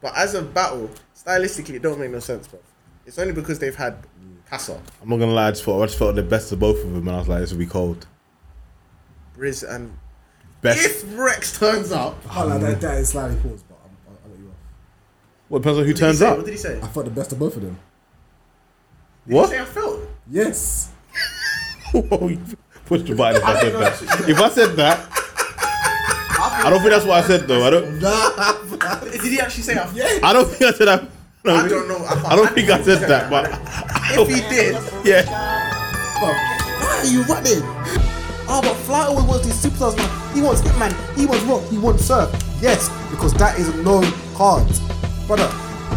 But as a battle, stylistically, it don't make no sense, bro. It's only because they've had Casa, I'm not gonna lie, I just felt I just felt the best of both of them, and I was like, this will be cold. Briz, and Best. if Rex turns up, what Oh, like that, that is slightly paused, but I'm, I, I let you off. well, it depends on who did he turns say? up. What did he say? I thought the best of both of them. Did What? He say I felt. Yes. Whoa, you Push the button if I said know that. that's what If I said that, I don't think that's what I said though. I don't. Did he actually say I felt? Yeah. I don't think I said that. I don't know. I, I don't think I can't- said that, but If he did, yeah. Why are you running? Oh, but Fly always wants these superstars, man. He wants Hitman, he wants Rock, he wants Surf. Yes, because that is a known card. Brother,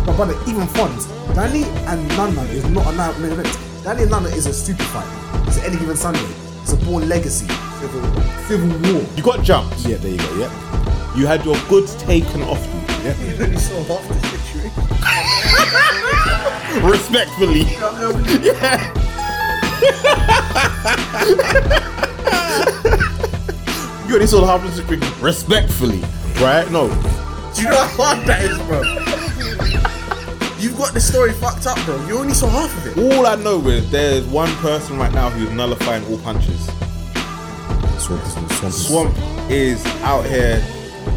but brother, even Fonz, Danny and Nana is not a na- main event. Danny and Nana is a super fight. It's any given Sunday. It's a born legacy. Civil, Civil War. You got jumped. Yeah, there you go. Yeah. You had your goods taken off you. he really saw half the situation. Respectfully. You already saw half the situation. Respectfully. Right? No. Do you know how hard that is, bro? You've got the story fucked up, bro. You only saw half of it. All I know is there's one person right now who's nullifying all punches. Swamp is swamp is, swamp Swamp is out here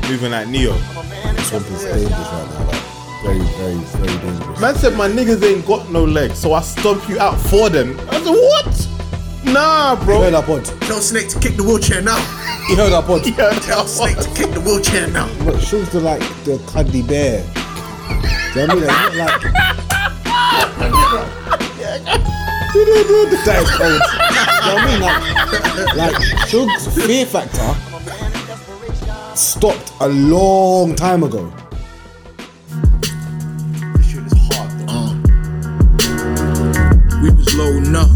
moving like Neo. is dangerous right now. Like, very, very, very dangerous. Man said my niggas ain't got no legs, so I stomp you out for them. I said, what? Nah, He heard bro. our pod. Tell Snake to kick the wheelchair now. He heard our pod. Yeah, Tell Snake to kick the wheelchair now. But shows the like the cuddly bear. Do you know what I mean? Like, not like that is oh, cold. Do you know what I mean? Like, like Shug's fear factor stopped a long time ago. This shit is hard, bro. We was loading up,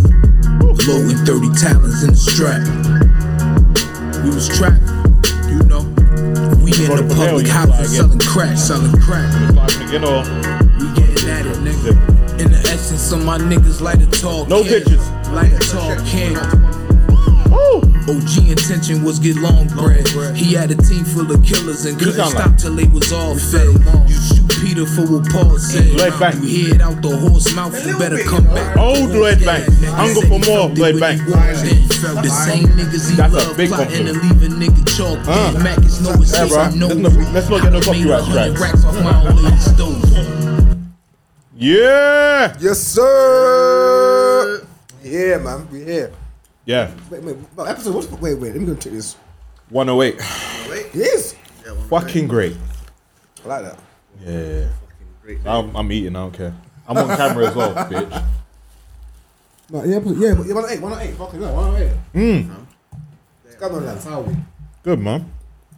loading 30 talents in the strap. We was trapped, you know. We in the public house selling crack, selling crack. You know, We getting at it, nigga. In the essence of my niggas, light a tall No can. bitches. Light a tall can. OG intention was get long bread. He had a team full of killers and couldn't sound like- stop till they was all fed. You shoot Peter for what Paul said. Lloyd Banks. You hear it out the horse mouth, you better come back. Old Lloyd Banks. Hunger for more, Lloyd Banks. The same niggas he That's a loved big plotting compliment. and leaving nigga chalk. Uh. Mac is no Yeah, assist, bro. I know. Let's not- let's not get no I made copyright 100 strikes. racks off my old lady's stove. yeah. Yes, sir. Yeah, man, we here. Yeah. Wait, wait, what episode? What's, wait, wait, let me go and check this. 108. Wait. It is. Yeah, one Fucking great. I like that. Yeah. great. I'm, I'm eating, I don't care. I'm on camera as well, bitch. No, yeah, episode- yeah, oh but- yeah, 108, 108, fucking no, 108. minute. Come on, lads, how are we? Good, man.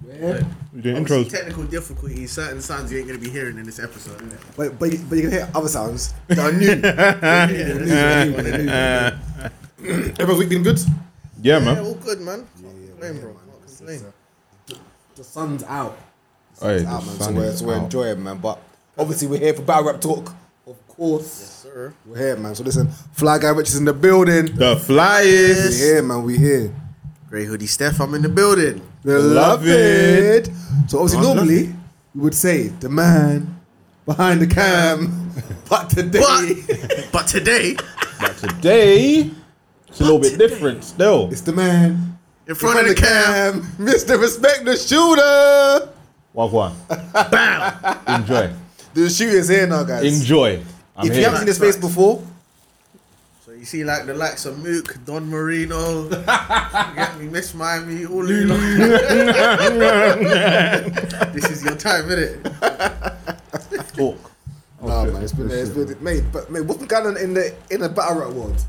Yeah. You doing Obviously, intros? Technical difficulties, certain sounds you ain't gonna be hearing in this episode. Innit? But, but, you- but you can hear other sounds. I Eh, knew. Everyone's week been good? yeah, Yeah, man. all good, man. Can't complain, bro. Can't complain. The sun's out. Hey, It's the out, Ah, man. So sun we're, is so we're out. enjoying, man. But obviously, we're here for Battle Rap Talk. Of course. Sir. We're here, man. So listen, Fly Guy Rich is in the building. The flyers. We're here, man. We're here. Grey hoodie Steph, I'm in the building. Beloved. So obviously, Beloved. normally, we would say the man behind the cam. But today, But but today, But today, it's a little bit different still. it's the man in front of the cam, Mr. Respect the Shooter. Wagwan. bam. Enjoy. The shooter's here now, guys. Enjoy. I'm if you here. haven't seen this face before, So you see, like the likes of Mook, Don Marino, get me, Miss Miami, all of you. lot. this is your time, innit? talk. Nah, man, it's been, it's been, mate, but mate, what's been going on in the in the battle rap world?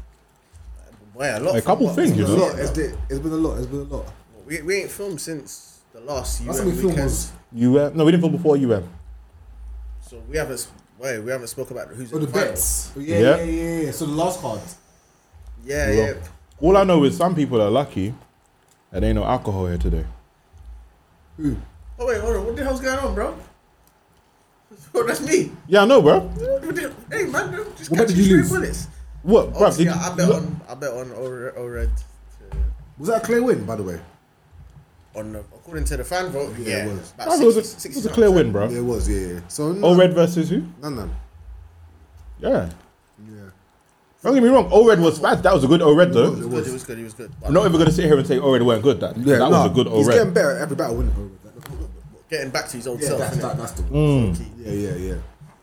Boy, a lot. A couple filmed, things, you It's been a know. lot. It's been, it's been a lot. It's been a lot. but We, we ain't filmed since the last UN Last time we filmed weekend. was UM. No, we didn't film before UM. So we haven't. s- Wait, we haven't spoke about who's for in Oh, the Oh, the finals. vets. Yeah, Yeah. yeah, yeah, yeah, yeah. So the last card. Yeah, Well, yeah. All I know is some people are lucky that ain't no alcohol here today. Who? Oh wait, hold on. What the hell's going on, bro? Oh, that's me. Yeah, I know, bro. What the- Hey man, just catch What bet did these three you lose? bullets. What, bro? Obviously, Did you, I bet look, on I bet on O- O- red. to- Was that a clear win, by the way? on the, according to the fan vote, yeah, it was. about No, it was a, 60 it was a clear win, bro. Yeah, it was, yeah, yeah. So, no, All red versus who? no, no. Yeah. Yeah. Don't get me wrong. O red was bad. That was a good O red though. It was good. It was good. It was good. I'm not even gonna sit here and say O red weren't good. That Yeah, that no, was a good O He's getting red. better at every battle, isn't he? Getting back to his old Yeah, self. that's, innit? that, that's the Mm. Hmm. Key. Yeah, yeah, yeah.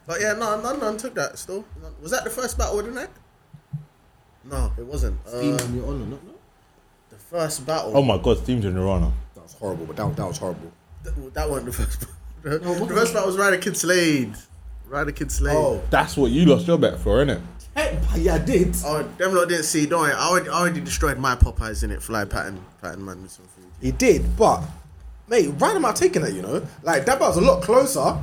But yeah, no, none, none took that. Still, None- was that the first battle of the night? No, it wasn't. Uh, Even your honor, no, no. the first battle. Oh my God, Steam Generana. That was horrible, but that, that was horrible. Th- that wasn't the first battle. The, the first battle was Ryder Kid Slade. Ryder Kid Slade. Oh. That's what you lost your bet for, innit? yeah, I did. Oh, them lot didn't see. Don't worry, I already, I already destroyed my Popeyes in it. Fly pattern, pattern man with some food. He did, but mate, random out taking that, you know? Like that battle's a lot closer.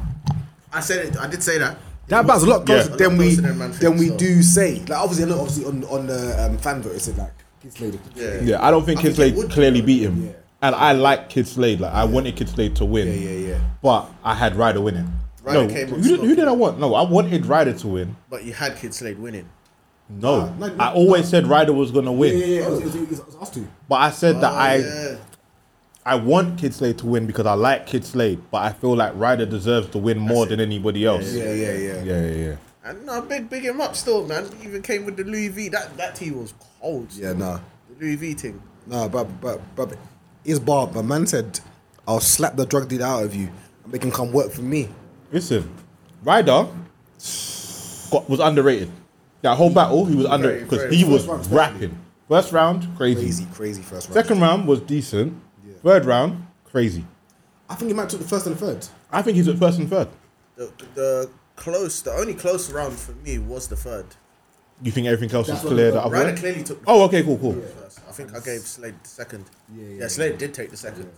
I said it. I did say that. That battle's a lot A Yeah. closer lot than we closer than man than thinks, we so. do say. Like obviously, I know, obviously on on the um, fan vote, it's like kids lady. Yeah. Yeah, I don't think I Kid think it Slade would- clearly beat him. Yeah. And I like Kid Slade. Like I wanted Kid Slade to win. Yeah, yeah, yeah. But I had Ryder winning. Ryder no, came on who did, who top. did I want? No, I wanted Ryder to win. But you had Kid Slade winning. No, no, no, I always said Ryder was gonna win, Yeah, yeah, yeah. It was, it was, it was, it was us two. but I said that Oh, I yeah. I want Kid Slade to win because I like Kid Slade, but I feel like Ryder deserves to win more than anybody else. Yeah, yeah, yeah, yeah. yeah. yeah. And no, big big him up still, man. He even came with the Louis V. That that tea was cold. Yeah, nah, The Louis V thing. nah, but but but his bar. But man said, "I'll slap the drug dealer out of you and make him come work for me." Listen, Ryder got, was underrated. That whole battle, he was underrated because very- he first was round, rapping. First round, crazy. Crazy, crazy first round. Second round was decent. Third round, crazy. I think he might took the first and the third. I think he's at first and third. The the close, the only close round for me was the third. You think everything else That's is what clear the- that Ryder other way? clearly took the Oh, okay, cool, cool. first. I think I gave Slade the second. Yeah, yeah, Slade did take the second.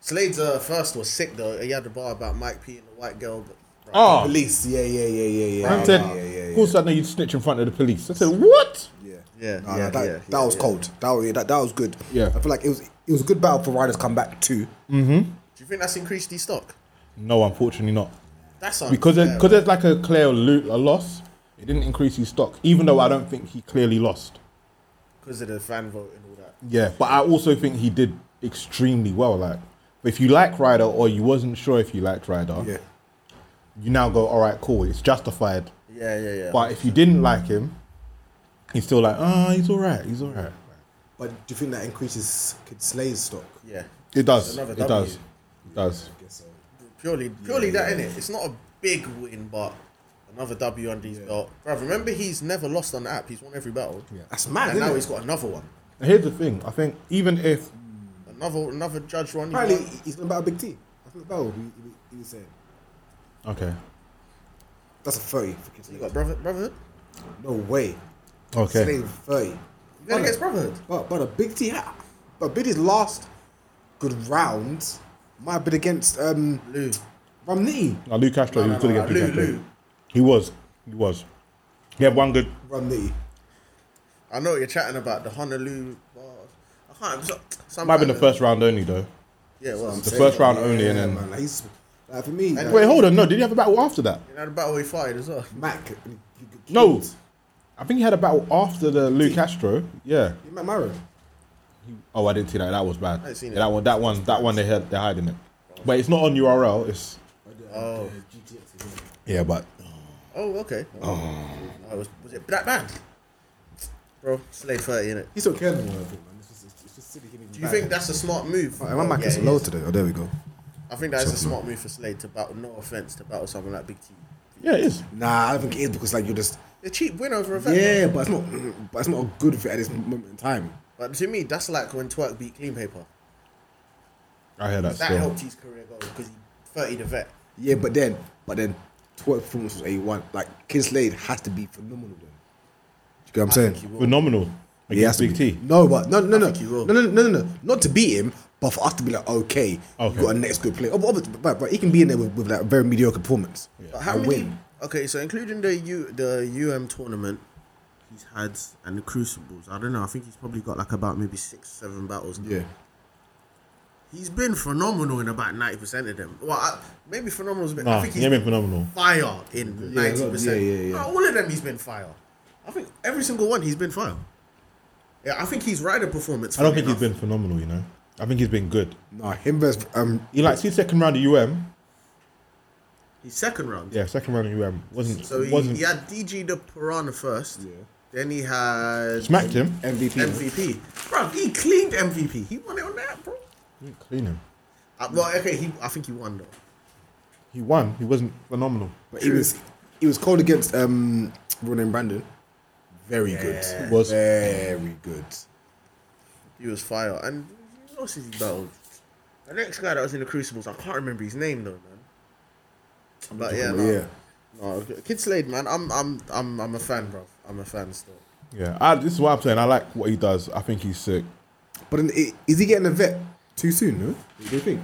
Slade's uh, first was sick though. He had the bar about Mike P and the white girl. But, Oh, Police. Yeah, yeah, yeah, yeah, yeah. Man yeah, said, yeah, yeah, of yeah. course I know you'd snitch in front of the police. I said, what? Yeah, Yeah, Nah, yeah, nah, that, yeah, that yeah, was yeah. cold. That was that, that was good. Yeah. I feel like it was it was a good battle for Riders come back too. do you think that's increased his stock? No, unfortunately not. That's unfair, Because it, cause man. there's like a clear loot, a loss, it didn't increase his stock, even though I don't think he clearly lost. 'Cause of the fan vote and all that. Yeah, but I also think he did extremely well. Like, if you like Ryder or you wasn't sure if you liked Ryder, Yeah, you now go, all right, cool, it's justified. Yeah, yeah, yeah. But if you didn't like him, he's still like, ah, he's all right, he's all right. but do you think that increases Kid Slade's stock? yeah, It does, Another it W. does, it does. I guess so. purely purely that in it. It's not a big win, but another W under his belt. Bruv, remember he's never lost on the app. He's won every battle. Yeah, That's mad, And isn't now it? he's got another one. And here's the thing, I think even if Another another judge run. he Apparently, won. he's gonna battle Big T. That's the battle. He, he, he was saying okay, that's a thirty for Kid You Slade. got brother brotherhood. No way. okay, Slade thirty. You going against brotherhood. But but a Big T, ha- but Biddy's last good round might have been against um Lou. Romney. now Lou Castro, he was good no, against Lou, Lou Castro. Lou. He was, he was. He had one good. Romney. I know what you're chatting about the Honolulu. Bars. I can't. So, some Might have been the first round only though. Yeah, well, I'm saying, first round yeah, only and yeah, then- man, like, he's, like, for me, like, Wait, hold on, no, did he have a battle after that? You know the battle he fired as well. Mac. he- he- he- No, I think he had a battle after the Lou Castro. Yeah. He met Maro. Oh, I didn't see that. That was bad. I ain't seen Yeah, it. that one, that one, that one. They had, they're hiding it. But it's not on URL. It's Oh, yeah, but oh, okay. Oh, was, was it that bad? Bro, Slade thirty in it. He's not caring anymore, I think, man. It's just, it's, it's just silly him. Do you think that's a smart move? Am I Yeah, Mac is it low is. today? Oh, there we go. I think that is a smart move for Slade to battle. No offense to battle someone like Big T. yeah, it is. Nah, I don't think it is because like you're just A cheap win over a vet. yeah, but it's not, but it's not a good fit at this moment in time. But to me, that's like when Twerk beat Clean Paper. I hear that. That still. helped his career go because he thirty the vet. Yeah, but then, but then, twelve performance was a one. Like Kid Slade has to be phenomenal. Then. Do you get what I'm saying? think he will. Phenomenal. He Against has to Big be. T. No, but no, no, no, think he will. no, no, no, no, no, not to beat him, but for us to be like, okay, Okay. you got a next good player. Oh, but, but, but, but he can be in there with, with like a very mediocre performance. But how And many? win. Okay, so including the U the UM tournament, he's had and the Crucibles. I don't know. I think he's probably got like about maybe six, seven battles. Now. Yeah. He's been phenomenal in about ninety percent of them. Well, I, maybe phenomenal's been. Nah, I think he he's ain't been been phenomenal. fire in Yeah, a lot- ninety percent. yeah, yeah, yeah. All of them, he's been fire. I think every single one, he's been fire. Yeah, I think he's rider performance. I don't funny think he's enough. been phenomenal. You know, I think he's been good. Nah, him versus um, He like see second round of UM. His second round. Yeah, second round of UM wasn't So he, wasn't he had DG the Piranha first. Yeah. Then he had smacked him. MVP. MVP. Bro, he cleaned MVP. He won it on that, bro. Clean him. Uh, well, okay, he, I think he won though. He won. He wasn't phenomenal. But he was he was cold against um Ronan Brandon. Very good. Was. very good. He was fire. And who else is he battled? The next guy that was in the Crucibles, I can't remember his name though, man. But yeah, no, yeah. no, Kid Slade, man. I'm, I'm, I'm, I'm a fan, bro. I'm a fan still. Yeah, I, this is what I'm saying. I like what he does. I think he's sick. But then, i- is he getting a vet too soon? No. What do you think?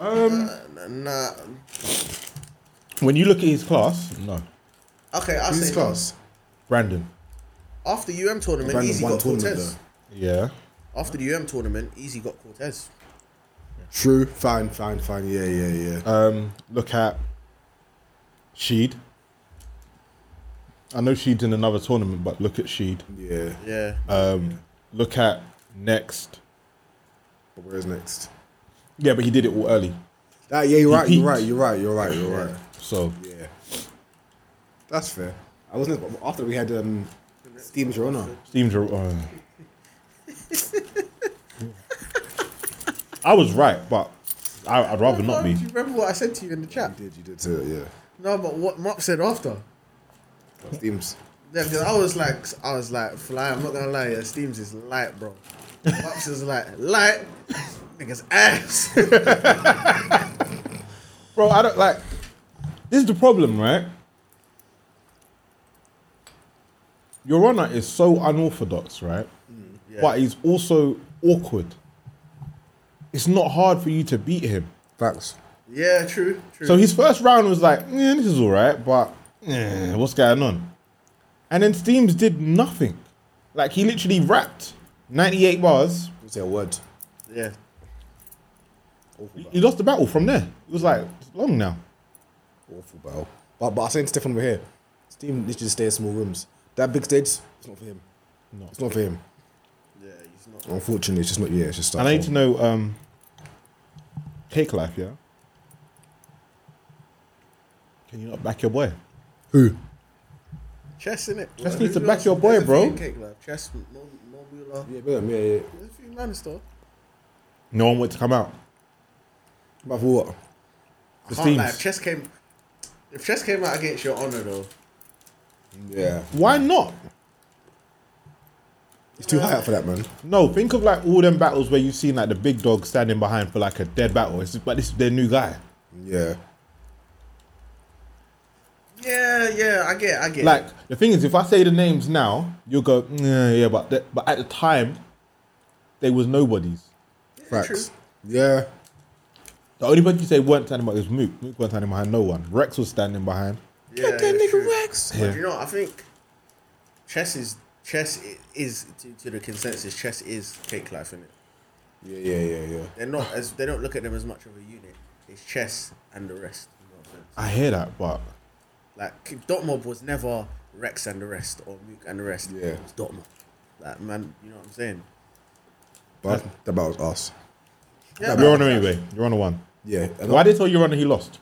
Nah, Nah. Um, When you look at his class, no, Okay, I Who's his say class? Brandon. after UM tournament, Brandon Easy won got tournament, Cortez. Yeah, After the UM tournament, Easy got Cortez. True. Fine. Fine. Fine. Yeah. Yeah. Yeah. Um, look at Sheed. I know Sheed's in another tournament, but look at Sheed. yeah. Yeah. Uh, Um, look at next. But where's next? Yeah, but he did it all early. Ah, yeah. You're He right. You're peaked. right. You're right. You're right. You're right. So Yeah. That's fair. I wasn't but after we had um Steam Girona. Steam's. a- Uh, I was right, but I, I'd rather not be. Do you remember what I said to you in the chat? You did. You did too. No, but what Mop said after. Yeah. Steam's. Yeah, 'cause I was like, I was like, fly. I'm not gonna lie, yeah, Steams is light, bro. Pops is like light, niggas ass. Bro, I don't like. This is the problem, right? Your Honor is so unorthodox, right? But he's also awkward. It's not hard for you to beat him. Facts. yeah, true, true. So his first round was like, eh, this is all right, but eh, what's going on? And then Steams did nothing. Like, he literally rapped 98 bars. Say a word. yeah, Awful He- battle. He lost the battle from there. It was like, it's long now. Awful battle. But but I saying to Stefan we're here. Steam literally stay in small rooms. That big stage, it's not for him. No. It's not for him. yeah, he's not. Unfortunately, it's just not. Yeah, it's just. And I need to know um, Cake Life, yeah? Can you not back your boy? who. Chess in it. Chess needs to back your boy, bro. Cake, like, chess, no, no wheeler. Yeah, yeah, yeah. yeah. There's a few man still. No one wanted to come out. But for what? The Can't lie, teams. if chess came. If chess came out against your honor though, Yeah, Why not? it's too high up for that, man. No, think of like all them battles where you've seen like the big dog standing behind for like a dead battle. It's just, but this is their new guy. Yeah, yeah, yeah, I get, I get. Like the thing is, if I say the names now, you'll go "Mm, yeah, yeah. But th- but at the time, they was nobodies. facts. Yeah, The only person you say weren't standing behind was Mook. Mook weren't standing behind no one. Rex was standing behind. yeah, true. Rex. But Yeah. you know, I think chess is chess i- is to, to the consensus. Chess is cake life in it. Yeah, yeah, yeah, yeah. They're not as they don't look at them as much of a unit. It's chess and the rest. you know what I'm saying? I hear that, but Like Dot Mob was never Rex and the rest or Mook and the rest. Yeah. it was Dot Mob. Like man, you know what I'm saying? But that battle was us. Yeah, you're man. on anyway. You're on a one. Yeah. and Why did they tell you runner he lost?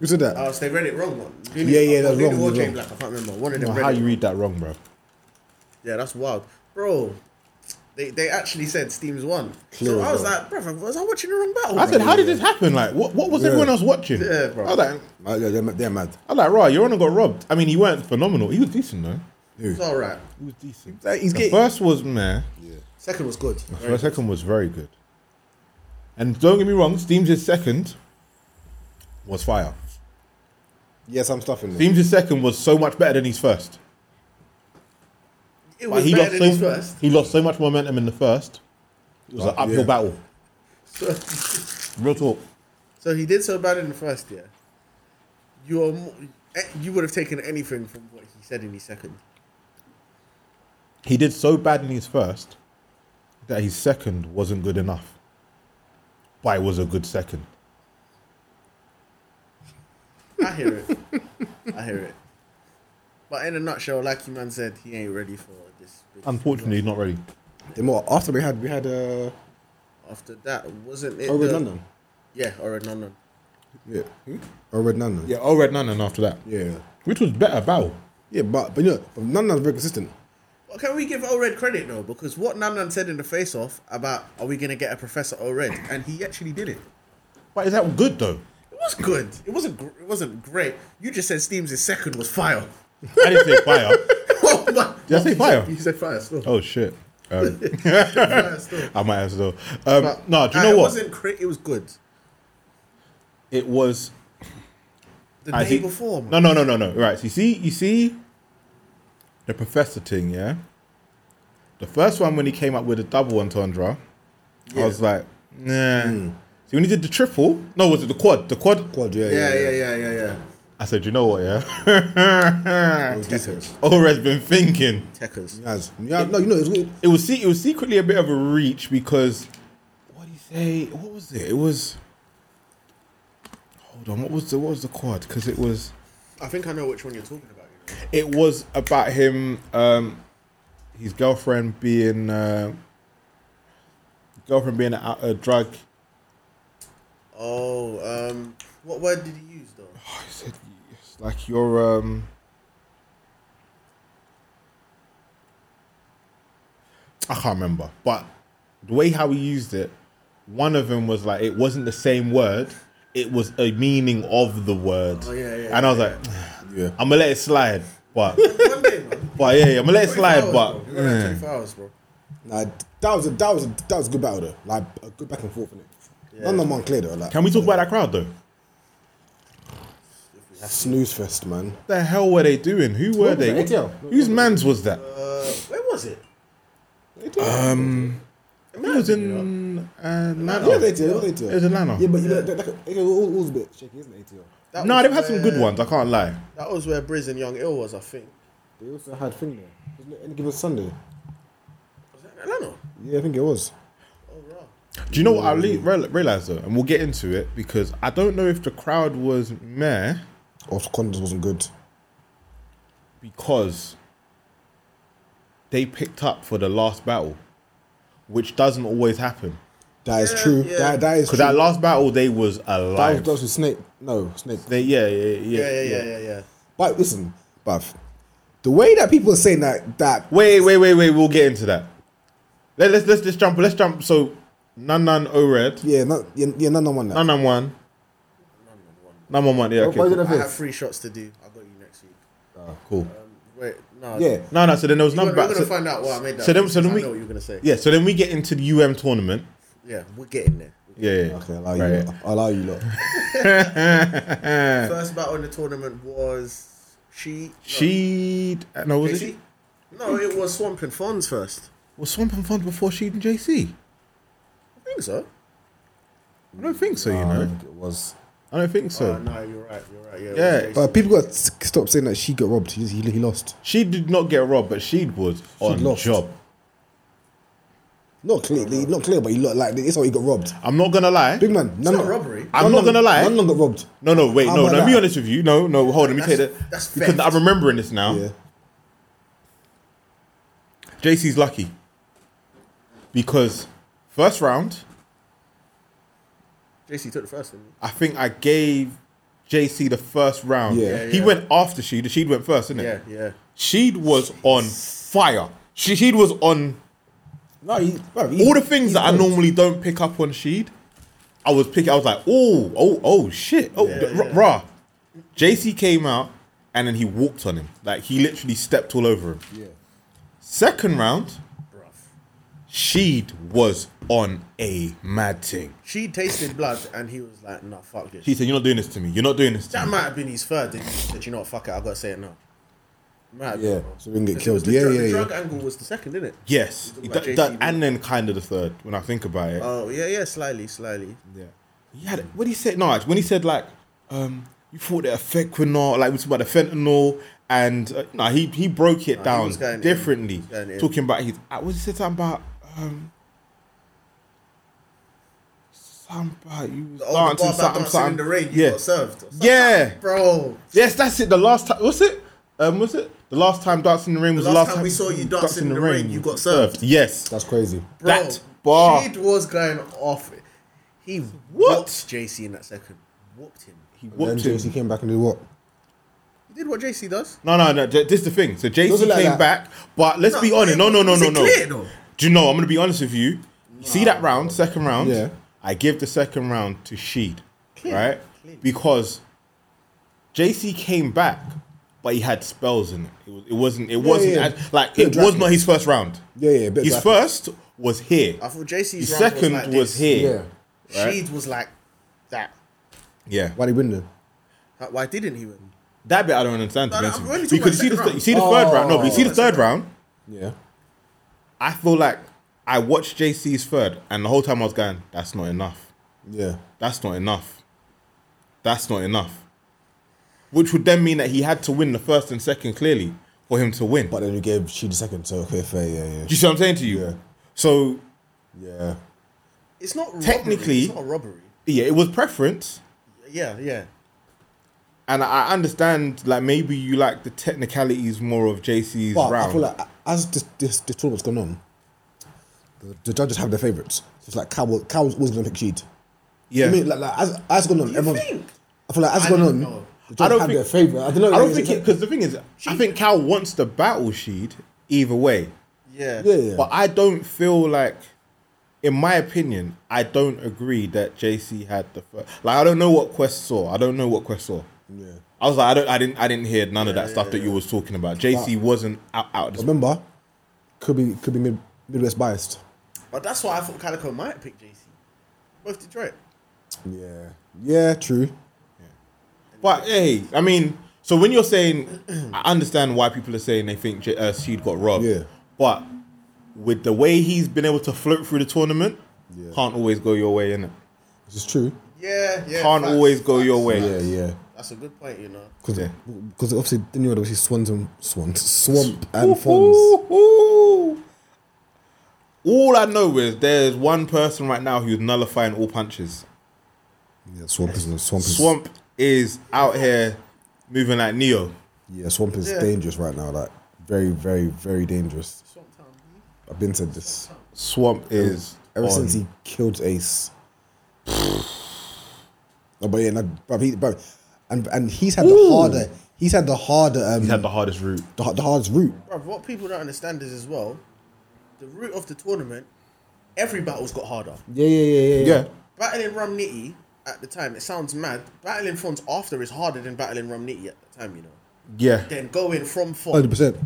Who said that? Oh, so they read it wrong. One. Yeah, yeah, that's wrong, Or that's James wrong. Black, I can't remember. One of them Well, read how it you read that wrong, bro? Yeah, that's wild, bro. They they actually said Steam's won. Clear so I as was well. like, brother, was I watching the wrong battle? I said, bro?" how did this happen? Like, what, what was everyone Yeah. else watching? Yeah, bro. I was like, Uh, yeah, they're, ma- they're mad. I was like, right, your honor got robbed. I mean, he weren't phenomenal. He was decent though. It's all right. He was decent. Like, he's The getting. first was meh. Second was good. The second was very good. And don't get me wrong, Steams' second was fire. Yeah, some stuff in there. Steams' second was so much better than his first. It Like, was he better than lost so his first. he lost so much momentum in the first. It was an Right, uphill yeah. battle. Real talk. So he did so bad in the first year. You are mo- eh, you would have taken anything from what he said in his second. He did so bad in his first that his second wasn't good enough. But it was a good second. I hear it. I hear it. But in a nutshell, like you man said, he ain't ready for this. big- Unfortunately, he's not ready. Then what? After we had we had uh, After that, wasn't it? oh the- Red London. Yeah, Ored London. Yeah. Oh Red London. Yeah, all red none and after that. Yeah. Which was better, Bow? Yeah, but but you know, but none of that's very consistent. Well, can we give Ored credit though? Because what Nandan said in the face off about are we gonna get a Professor Ored, and he actually did it. But is that good though? It was good. It wasn't. Gr- it wasn't great. You just said Steams' second was fire. I didn't say fire. oh my! Did I say fire? You said fire still. Oh shit. Um, Fire still. I might as well. Um, But- no, do you Uh, know it what? wasn't great. It was good. It was The I day think- before. No, no, no, no, no. Right. So you see, you see, the professor thing. Yeah. The first one when he came up with a double entendre, I was like, nah. So when he did the triple, no, was it the quad? The quad. Hmm. Quad, yeah, Yeah, yeah, yeah, yeah, yeah, yeah. I said, you know what? Yeah. Those details. Already been thinking. Techers. Yes. Yeah, no, you know, it's good. It was se- it was secretly a bit of a reach because what did he say? What was it? It was. Hold on. What was the what was the quad? Because it was. I think I know which one you're talking about. you know. It was about him, um, his girlfriend being uh, girlfriend being a, a drug. Oh, um, what word did he use though? I Oh, said, it's like your um, I can't remember, but the way how he used it, one of them was like it wasn't the same word. It was a meaning of the word, Oh, yeah, yeah, and I was yeah, like, yeah. I'm gonna let it slide, but One day, man. but yeah, yeah I'm gonna let 24 it slide, hours, but bro. You're gonna have 24 hours, bro. Nah, that was a that was a that was a good battle though. Like a good back and forth in it. None of them clear though. Like Can we talk about that crowd though? snooze fest, man? What the hell were they doing? Who were What was they? it? ATL? Whose man's was that? Uh, where was it? Um, it was in uh, Yeah, they Atlanta. did. What they did? It was Atlanta. Yeah, but you know, that, that, that, it was always a bit shaky, isn't it? ATL? That No, was they've had some good where- ones. I can't lie. That was where Briz and Young Ill was, I think. They also had thing there. Wasn't it any given Sunday? Was that in Atlanta? Yeah, I think it was. Oh, right. Do you know what I le- realized though, and we'll get into it because I don't know if the crowd was meh Or Condos wasn't good. because they picked up for the last battle, which doesn't always happen. That is Yeah, true. yeah. That, that is true. Because that last battle, they was that was, alive. that was with Snake. No, Snake. They yeah yeah yeah Yeah, yeah, yeah, yeah, yeah. But listen, bruv, the way that people are saying that that Wait, wait, wait, wait. We'll get into that. Let, let's let's just jump. Let's jump. So, Nan Nan Ored, yeah, not, yeah, yeah, none of them won that. Nan Nan one, Nan Nan one. Yeah, okay. Why did I Cool. I fifth? have three shots to do. I'll got you next week. cool. Wait, no. Yeah. No, no. So then there was You're none gonna, back. we're So, gonna find out why I made that. so then, pick, so because then we. I know what you're gonna say. Yeah. So then we get into the UM tournament. yeah, we're getting there. Yeah. yeah. Okay, allow you. Right. Lot. I'll allow you lot. First battle in the tournament was she. Sheed. No, no, was JC? it? No, it was Swamp and Fonz first. Was Swamp and Fund before Sheed and JC? I think so. I don't think so. You I know. think it was. I don't think so. Oh, Uh, no, you're right. You're right. Yeah. it Yeah, was JC. But people got to stop saying that she got robbed. He, he, he lost. She did not get robbed, but Sheed was on lost. job. Not clear, not clear, but he looked like it's how he got robbed. I'm not gonna lie. Big man, it's none not of- robbery. I'm none not of- gonna lie. None of them got robbed. No, no, wait, How no, about no. Be that? honest with you. No, no, hold on. Let me That's- take that. that's because theft. I'm remembering this now. Yeah, JC's lucky because first round, JC took the first one. I think I gave JC the first round. Yeah. Yeah, He yeah. went after Sheed. Sheed went first, didn't Yeah, it? yeah. Sheed was on fire. She- Sheed was on no, he, bruv, he- all the things he's that I gold. normally don't pick up on Sheed. I was picking. I was like, oh, oh, oh, shit. Oh, Yeah, th- yeah. rah. JC came out and then he walked on him. Like he literally stepped all over him. Yeah. Second round, Bruv. Sheed was on a mad thing. She tasted blood and he was like, nah, fuck this. He said, "You're not doing this to me. You're not doing this to That me." might have been his third. Did he said, you know what? Fuck it. I gotta say it now. Might have Yeah, been, bro. so we didn't get Because it killed. was The Yeah, drug, yeah, the yeah. drug angle was the second, didn't it? Yes, He's talking That- about that- JC. and then kind of the third. When I think about it, Oh yeah, yeah. Slyly, slyly. yeah. He had what he said. No, actually, when he said like, um, "You thought that fentanyl, like we talking about the fentanyl." And uh, no, he he broke it was going down in. differently. He was going in. Talking about his, uh, what he said something about um, something about you was Oh, the dancing bar about dancing something in something. the rain. You yeah, got served. Yeah. bro. yes, that's it. The last time, what's it? Um, was it the last time dancing in the ring? Was the last, time we saw you dancing in the ring, you got served. Yes, That's crazy. Bro, That bar. Shade was going off. He What? whooped JC in that second. Whooped him. he Then whooped him. JC came back and did what? He did what JC does. No, no, no. th- This is the thing. So JC Wasn't came like that. back, but let's No, be honest. No, no, no, was no, it no. clear though? Do you know? I'm gonna be honest with you. See that round, second round. Yeah. I give the second round to Sheed, right? Because JC came back, but he had spells in it. It, was, it wasn't. It wasn't yeah. as- like it Bit was drastic. not his first round. Yeah, yeah, a bit His drastic. first was here. I thought JC's His round second was, like was this. here. right? Shade was like that. Yeah. Why did he win then? Like, Why didn't he win? That bit I don't understand. No, to be no, honest I'm with you. only talking Because you see about the second th- you see the round. third round. No, but you Oh. see the third round. Yeah. I feel like I watched JC's third, and the whole time I was going, "That's not enough. Yeah. That's not enough. That's not enough." Which would then mean that he had to win the first and second clearly for him to win. But then you gave she the second, so okay, fair, yeah, Do yeah. you see what I'm saying to you? Yeah. So Yeah. It's not robbery, Technically- It's not a robbery. yeah, it was preference, Yeah, yeah. and I I understand like maybe you like the technicalities more of JC's But round. I feel like as this this, this tournament's gone on, the, the judges have their favourites. So it's like Cow Cow was always gonna pick Sheed. yeah, I mean, like, like as as gone on, You everyone. think? I feel like as I gone don't on, know. the I don't judges have think- their favourite. I don't know. I don't it's think it like- because the thing is, I think Cal wants to battle Sheed either way. Yeah. Yeah, yeah. But I don't feel like, in my opinion, I don't agree that JC had the first. Like I don't know what Quest saw. I don't know what Quest saw. yeah. I was like, I don't, I didn't, I didn't hear none of that stuff that you was talking about. JC wasn't out, out. Of this, Remember, could be could be mid, Midwest biased. But that's why I thought Calico might pick JC. Both Detroit. Yeah. Yeah. True. but hey, I mean, so when you're saying, I understand why people are saying they think J- uh, Sheed got robbed. Yeah. But with the way he's been able to float through the tournament, Yeah. can't always go your way, innit? This is true. Yeah, yeah. Can't facts, always go your facts. way. Yeah. Yeah. That's a good point, you know. Because Yeah. because obviously then you had obviously swans and swans swamp and fawns. Woo-hoo-hoo. All I know is there's one person right now who's nullifying all punches. Yeah, swamp is swamp is Swamp is out here moving like Neo. Yeah, swamp is Yeah. dangerous right now. Like very, very, very dangerous. Swamp Town. B. I've been to this Swamp is ever on. since he killed Ace. no, but yeah, no, but he, but, and and he's had the harder. He's had the harder. Um, He's had the the, hardest route. the, hardest route. Bruv, what people don't understand is as well, the route of the tournament, every battle's got harder. Yeah, yeah, yeah, yeah. Yeah. Battling Rum Nitty at the time, it sounds mad. Battling Fons after is harder than battling Rum Nitty at the time, you know. Yeah. Then going from Fons, Hundred percent.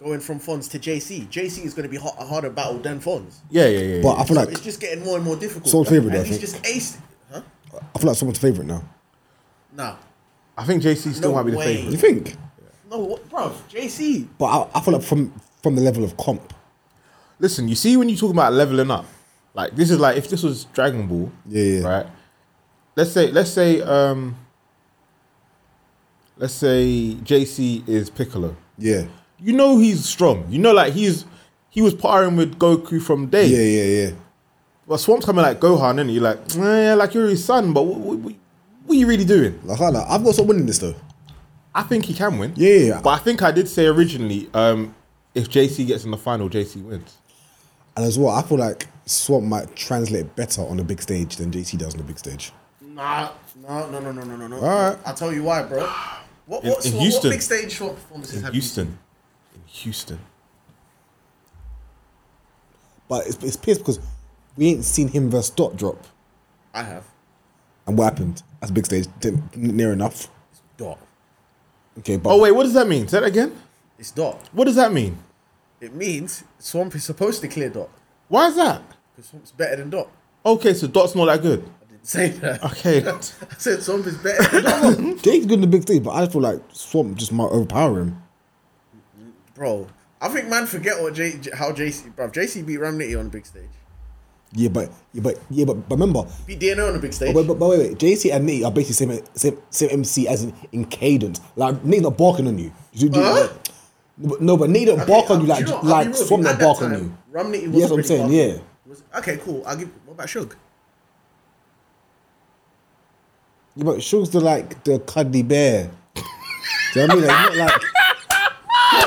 going from Fons to JC. JC is going to be ho- a harder battle than Fons. Yeah, yeah, yeah. But I feel So like it's just getting more and more difficult. Sole favourite, and I he's think. just aced. Huh? I feel like someone's favorite now. Nah. I think JC still No might be the way. You favorite. think? No, what, bruv, JC. But I, I feel like from from the level of comp. Listen, you see when you talk about leveling up, like this is like if this was Dragon Ball, Yeah, yeah. right? Let's say, let's say, um, let's say JC is Piccolo. Yeah. you know he's strong. You know, like he's he was partnering with Goku from day. Yeah, yeah, yeah. But Swamp's coming like Gohan, and you're like, "Nah, yeah, like you're his son, but what, what, what, what are you really doing? Like, I like, I've got some winning this though. I think he can win. Yeah, yeah, yeah. But I think I did say originally, um, if JC gets in the final, JC wins. And as well, I feel like Swamp might translate better on the big stage than JT does on the big stage. Nah. No, no, no, no, no, no, no. Alright. I'll tell you why, bro. What, In- what, in what, Houston. big stage short performances In have Houston, in Houston, But it's, it's pissed because we ain't seen him versus Dot drop. you I have. And what happened? That's big stage. Didn't, near enough. Dot. Okay, but Oh wait, what does that mean? Say that again. It's Dot. What does that mean? It means Swamp is supposed to clear Dot. Why is that? Because Swamp's better than Dot. Okay, so Dot's not that good. I didn't say that. Okay. I said Swamp is better than Dot. Jake's good in the big stage, but I feel like Swamp just might overpower him. bro, I think man forget what J, J- how JC, bro. JC beat Ramnitty on the big stage. Yeah, but yeah, but yeah, but, but remember, Beat DNA on the big stage. but, but, but wait, wait, JC and Nate are basically same same same MC as in, in cadence. Like Nate's not barking on you. Do- do- Huh? No, but- no, but Nate don't Okay, bark on uh, you do like know what? I'll be like real with Swamp you. not At that bark on time, you. Romney wasn't Yes, I'm really saying, barking. yeah. Was- okay, cool. I'll give. What about Shug? Yeah, but Shug's the like the cuddly bear. Do you know what I mean? Like,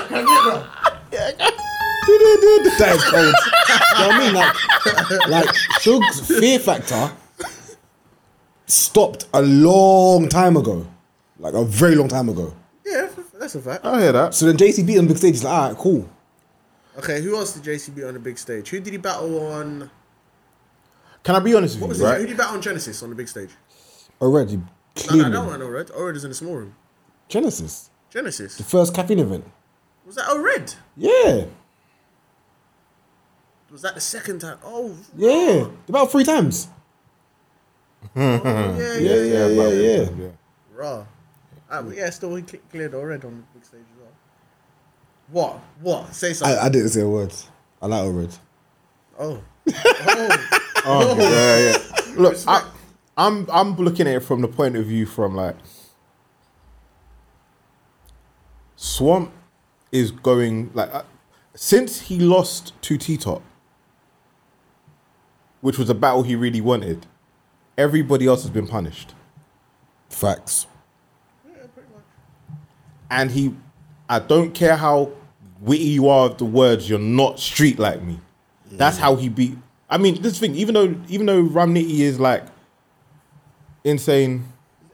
he's not like that is cold. Do you know what I mean? Like, like Suge's fear factor stopped a long time ago. Like a very long time ago. Yeah, that's a fact. I hear that. So then JC beat him on the big stage. He's like, all right, cool. Okay, who else did JC beat on the big stage? Who did he battle on? Can I be honest What was with you, it? Who right? did he battle on Genesis on the big stage? Already. No, no, Clean. that one I know red. Ored is in the small room. Genesis. Genesis. The first caffeine event. Was that oh, Ored? Yeah. Was that the second time? Oh, Yeah. About three times. yeah, yeah, yeah. Yeah, yeah, yeah, yeah. yeah. Raw. Ah, but yeah, still he cle- cleared Ored on the big stage as well. What? What? Say something. I, I didn't say a word. I like Ored. oh. oh. Oh, yeah, yeah. Look, I, I'm I'm looking at it from the point of view from like Swamp is going like uh, since he lost to T Top, which was a battle he really wanted. Everybody else has been punished, Facts. and he. I don't care how witty you are with the words. You're not street like me. That's how he beat. I mean, this thing. Even though even though Ramniti is like insane.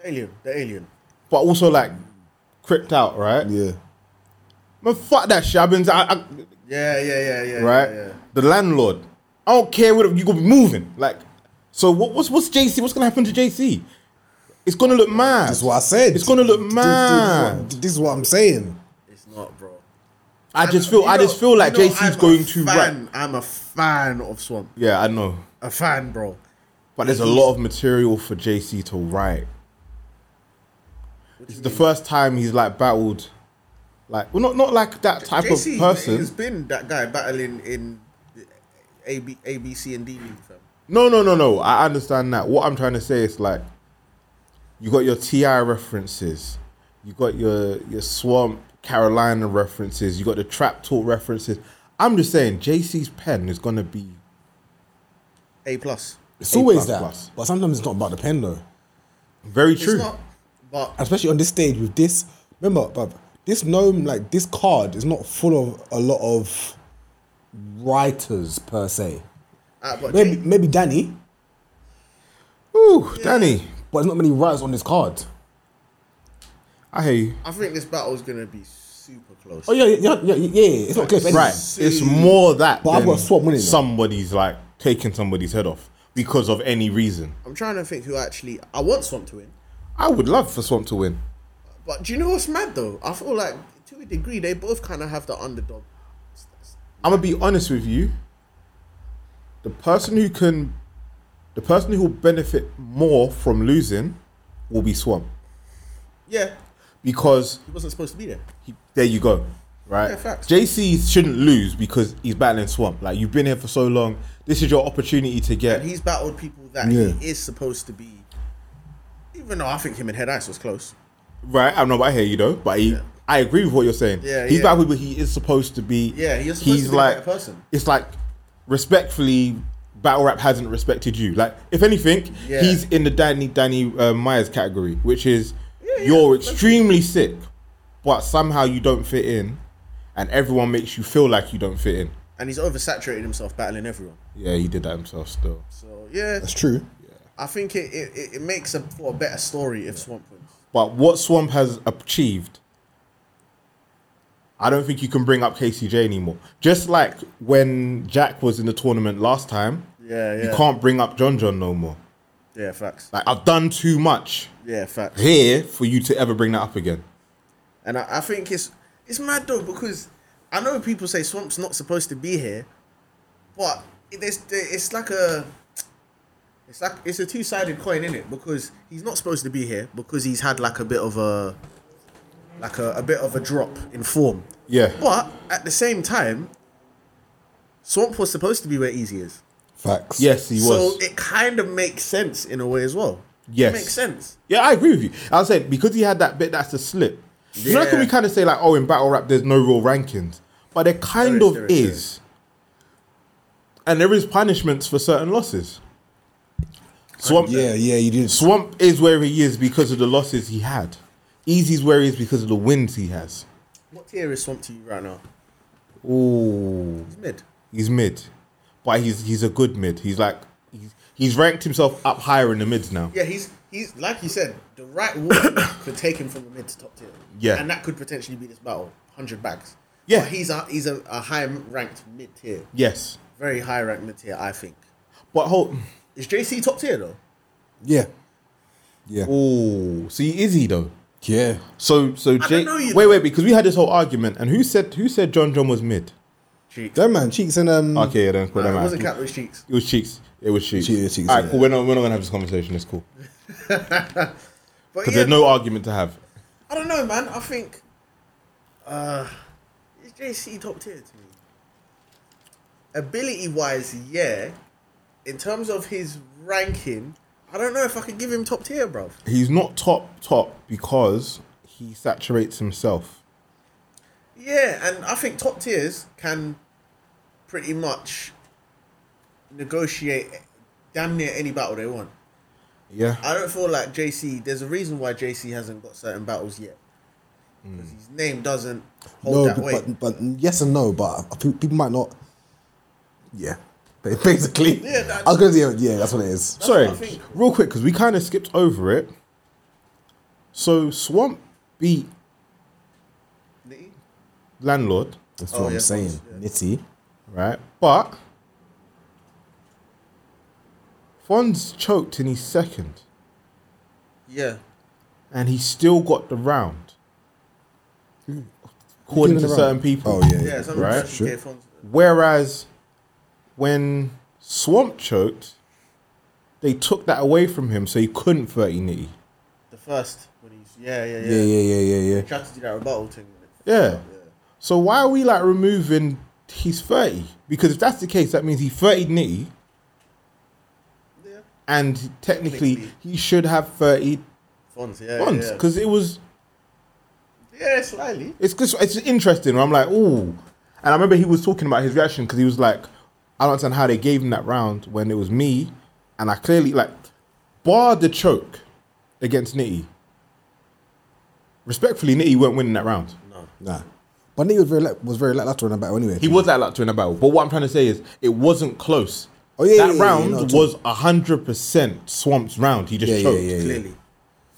Alien. The alien. but also like crept out, right? Yeah. Man, fuck that shit. I've been, I, I, Yeah, yeah, yeah, yeah. right? Yeah, yeah. The landlord. I don't care what you gonna be moving. Like, so what, what's what's JC? What's gonna happen to JC? It's gonna look mad. That's what I said. It's gonna look This- this- mad. This, is what I'm saying. It's not, bro. I just feel, I You know- just feel like you know, JC's I'm a going to fan. rap. I'm a fan of Swamp. Yeah, I know, A fan, bro. but there's a lot of material for JC to write. It's the first time he's like battled, like well, not not like that type JC of person. has been that guy battling in A, B, A, B, C, and D league, fam. No, no, no, no. I understand that. What I'm trying to say is like, you got your Ti references, you got your your Swamp Carolina references, you got the Trap Talk references. I'm just saying, JC's pen is gonna be A plus. It's A always plus that. plus. But sometimes it's not about the pen though. very true. It's not, but Especially on this stage with this. Remember, bruv, this gnome, like this card is not full of a lot of writers per se. uh, but Maybe J- maybe Danny, Ooh, Danny, but there's not many writers on this card. I hear you. I think this battle is gonna be super close. Oh yeah, yeah, yeah, yeah. yeah. It's not clear. for Right, anyone. it's more that. But I've than got Swamp winning, though. Somebody's like taking somebody's head off because of any reason. I'm trying to think who actually I want Swamp to win. I would love for Swamp to win. But do you know what's mad though? I feel like to a degree they both kind of have the underdog. I'm gonna be honest with you. The person who can, the person who will benefit more from losing, will be Swamp Yeah, because he wasn't supposed to be there. he, there you go, right? Yeah, facts. JC shouldn't lose because he's battling Swamp. Like you've been here for so long, this is your opportunity to get. And he's battled people that Yeah. he is supposed to be. Even though I think him and Head Ice was close. Right, I'm not about here, you know, but he, I agree with what you're saying. Yeah, he's yeah. about people he is supposed to be. Yeah, he is supposed to be the better person. It's like respectfully, battle rap hasn't respected you. Like, if anything, Yeah. he's in the Danny Danny uh, Myers category, which is you're extremely sick, but somehow you don't fit in, and everyone makes you feel like you don't fit in. And he's oversaturated himself battling everyone. Yeah, he did that himself. Still, So yeah, that's true. I think it, it, it- it makes a, for a better story if Swamp wins. But what Swamp has achieved, I don't think you can bring up KCJ anymore. Just like when Jack was in the tournament last time, Yeah, yeah. you can't bring up John John no more. Yeah, facts. Like I've done too much Yeah, facts. here for you to ever bring that up again. And I, I think it's it's mad though because I know people say Swamp's not supposed to be here, but it- it's it's like a it's like it's a two sided coin in it because he's not supposed to be here because he's had like a bit of a like a, a bit of a drop in form. Yeah. But at the same time, Swamp was supposed to be where Easy is. Facts. Yes, he was. So it kind of makes sense in a way as well. Yes. It makes sense. yeah, I agree with you. I was saying because he had that bit that's a slip. You know, like Yeah. we kind of say like, oh, in battle rap there's no real rankings, but there kind There is, of there is, is, there and there is punishments for certain losses. Swamp, Yeah, yeah, you did. Swamp is where he is because of the losses he had. Easy's where he is because of the wins he has. What tier is Swamp to you right now? Ooh, He's mid. he's mid, but he's he's a good mid. He's like he's, he's ranked himself up higher in the mids now. Yeah, he's he's like you said, the right one could take him from the mid to top tier. Yeah. and that could potentially be this battle, hundred bags. Yeah. but he's a he's a, a high ranked mid tier, Yes, very high ranked mid tier. I think but hold. is JC top tier though. Yeah. Yeah. Ooh, see, is he though? Yeah. So so don't Jake. know, Wait you know. wait, because we had this whole argument, and who said who said John John was mid? That man, cheeks and um. Okay, yeah, then Hmm. Nah, that it wasn't matter. Catwoman's cheeks. It was cheeks. It was cheeks. Cheeks, cheeks, All right, yeah. cool. We're not we're not gonna have this conversation. It's cool because But yeah, there's no argument to have. I don't know, man. I think uh, is JC top tier to me. Ability wise, yeah. In terms of his ranking, I don't know if I could give him top tier, bro. He's not top top because he saturates himself. Yeah, and I think top tiers can pretty much negotiate damn near any battle they want. Yeah. I don't feel like JC. There's a reason why JC hasn't got certain battles yet because his name doesn't hold No, that weight. but, but yes and no, but I think people might not. Yeah. Ba- Basically. Yeah, that- I was gonna say yeah. That's what it is. Sorry, what I think. real quick because we kind of skipped over it. So Swamp beat Landlord, That's Oh, what I'm yeah, of saying. course, Nitty. right? But Fonz choked in his second, yeah, and he still got the round. According Give to it a certain round. people, Oh yeah. yeah. Some Right, some sure. gay phones- Whereas when Swamp choked, they took that away from him, so he couldn't thirty nitty. The first when he's yeah yeah yeah. Yeah, yeah, yeah, yeah, yeah. He tried to do that rebuttal thing. Yeah. Yeah. So why are we like removing he's 30? Because if that's the case, that means he 30 nitty Yeah. and technically Technically. he should have 30 Fonz, yeah, bonds. yeah. Because it was yeah, slightly. it's just it's interesting. I'm like, ooh. And I remember he was talking about his reaction because he was like, I don't understand how they gave him that round when it was me and I clearly like bar the choke against Nitty. Respectfully, Nitty weren't winning that round. Nah. But Nitty was very la- was very lackluster in that battle anyway. He was that luck to win the battle. But what I'm trying to say is it wasn't close. Oh, that yeah, yeah, yeah, round yeah, no, was at all. was hundred percent Swamp's round. He just Yeah, yeah, choked. yeah, yeah. Clearly.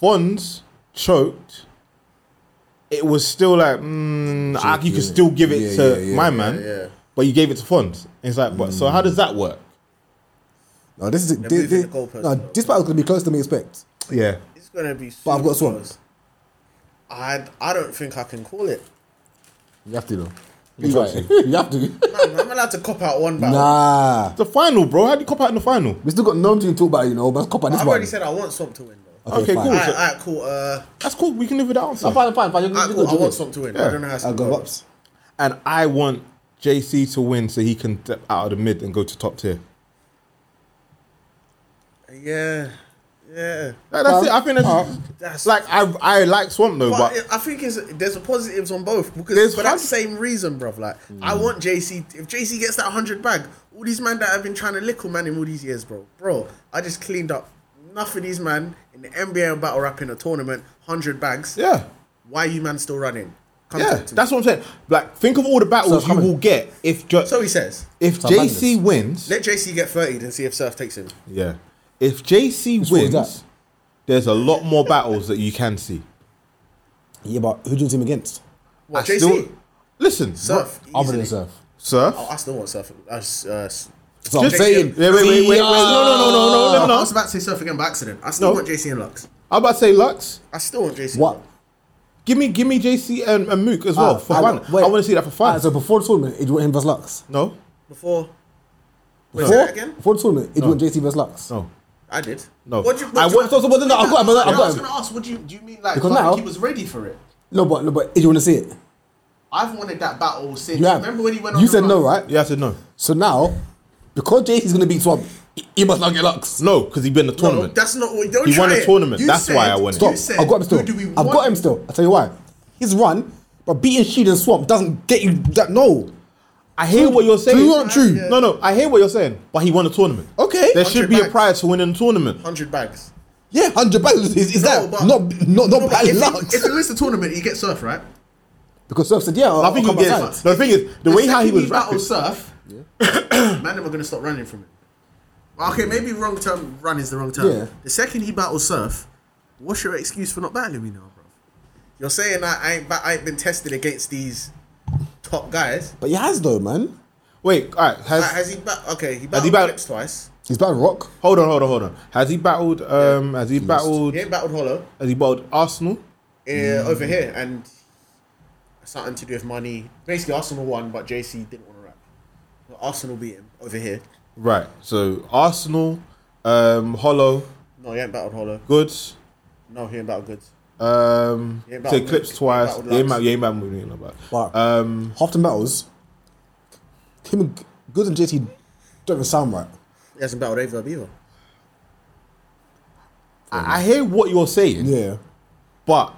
Fonz choked. It was still like mm, I, you could yeah. still give it Yeah, to yeah, yeah, my yeah, man, yeah. but you gave it to Fonz. It's like, but so how does that work? No, this is this, moving this, the goalpost no, now. this battle's gonna be closer than we expect. Yeah, It's gonna be. But I've got super close. Swans. I I don't think I can call it. You have to though. You right. You have to. Man, I'm allowed to cop out one battle. nah. the final, bro. How do you cop out in the final? We still got no to talk about, you know, but cop out this I've one. already said I want Swamp to win though. Okay, fine. cool. Alright, alright, cool. Uh, That's cool. We can live with that answer. fine, fine, fine. You're, alright, cool. I want Swamp to win. I Yeah. don't know how. it's I'll gonna go go. ups. And I want JC to win so he can step out of the mid and go to top tier. Yeah, yeah. Like, that's Um, it. I think that's, That's- like I I like Swamp though, But but I think it's, there's a positives on both because There's for fun- that same reason, bruv. Like I Mm. want JC. If JC gets that hundred bag, all these men that have been trying to lickle man in all these years, bro, bro. I just cleaned up enough of these man in the NBA and battle rap in a tournament, hundred bags. Yeah. Why you man still running? Come Yeah, talk to me. that's what I'm saying. Like, think of all the battles So you come will get if ju- so he says. if So JC madness. wins. Let JC get thirty and see if Surf takes him. yeah, if JC what is wins, that? there's a lot more battles that you can see. Yeah, but who do you team against? What I JC? still- listen, Surf. Other easily. than Surf. Surf. Oh, I still want Surf. Uh, s- uh, s- So I'm Just- saying. wait, wait, wait, wait, wait, no, no, no, no, no, I no. was about to say Surf again by accident. I still No. want JC and Lux. I'm about to say Lux. I still want JC. and What? Lux. Give me, give me JC and, and Mook as well Ah, for I- fun. wait. I want to see that for fun. Alright, so before the tournament, it went him versus Lux. no, Before. Wait, say Before, that again? before the tournament, it went JC versus Lux. no. I did. No. What do you, what I do you- wa- so- so- but then no, I've got him, I've got Yeah, I was him. going to ask, what do you, do you mean like, Because I think now- he was ready for it? No, but no, but did you want to see it? I've wanted that battle since. You have. Remember when he went on you the said run? no, right? Yeah, I said no, So now, because JC's gonna beat Swamp, he- he must not get Lux. no, because he'd been in the No, tournament. that's not what. Don't He try won the it. tournament. You That's said- why I won it. you Stop. said, I've got him still. Who do we I've want? got him still. I'll tell you why. His run, but beating Sheed and Swamp doesn't get you that no. I hear what you're saying. True, not true. No, no, I hear what you're saying, but he won the tournament. Okay. There 100 should be a bags. prize for winning the tournament. Hundred bags. Yeah, hundred battles is, is No, that but- not not not No, but bad if, Lux. He, if he wins the tournament, he gets surf, right? Because Surf said, yeah, I think I'll you come get outside. it. No, The thing is, the, way how he was battle rapping. surf, man, them are gonna stop running from it. Well, Okay, maybe wrong term. Run is the wrong term. Yeah. The second he battles surf, what's your excuse for not battling me now, bro? You're saying that I ain't, ba- I ain't been tested against these top guys. But he has though, man. Wait, all right. Has, Like, has he? Ba- okay, he he battled battled- Clips twice. He's bad rock. hold on, hold on, hold on. Has he battled? Um, has he battled? He ain't battled Hollow Has he battled Arsenal? uh, Mm. over here, and something to do with money. Basically, Arsenal won, but JC didn't want to rap. But Arsenal beat him over here. Right. So Arsenal, um, Hollow, No, he ain't battled Hollow. Goods. No, he ain't battled Goods. Um, Yeah, so battled Eclipse Luke, twice. battled Yeah, ain't Lux. about, yeah, ain't about moving no about. But um, half the metals, him and G- Goods and JT don't even sound right. He hasn't battled Averb either. I, I hear what you're saying, Yeah. but.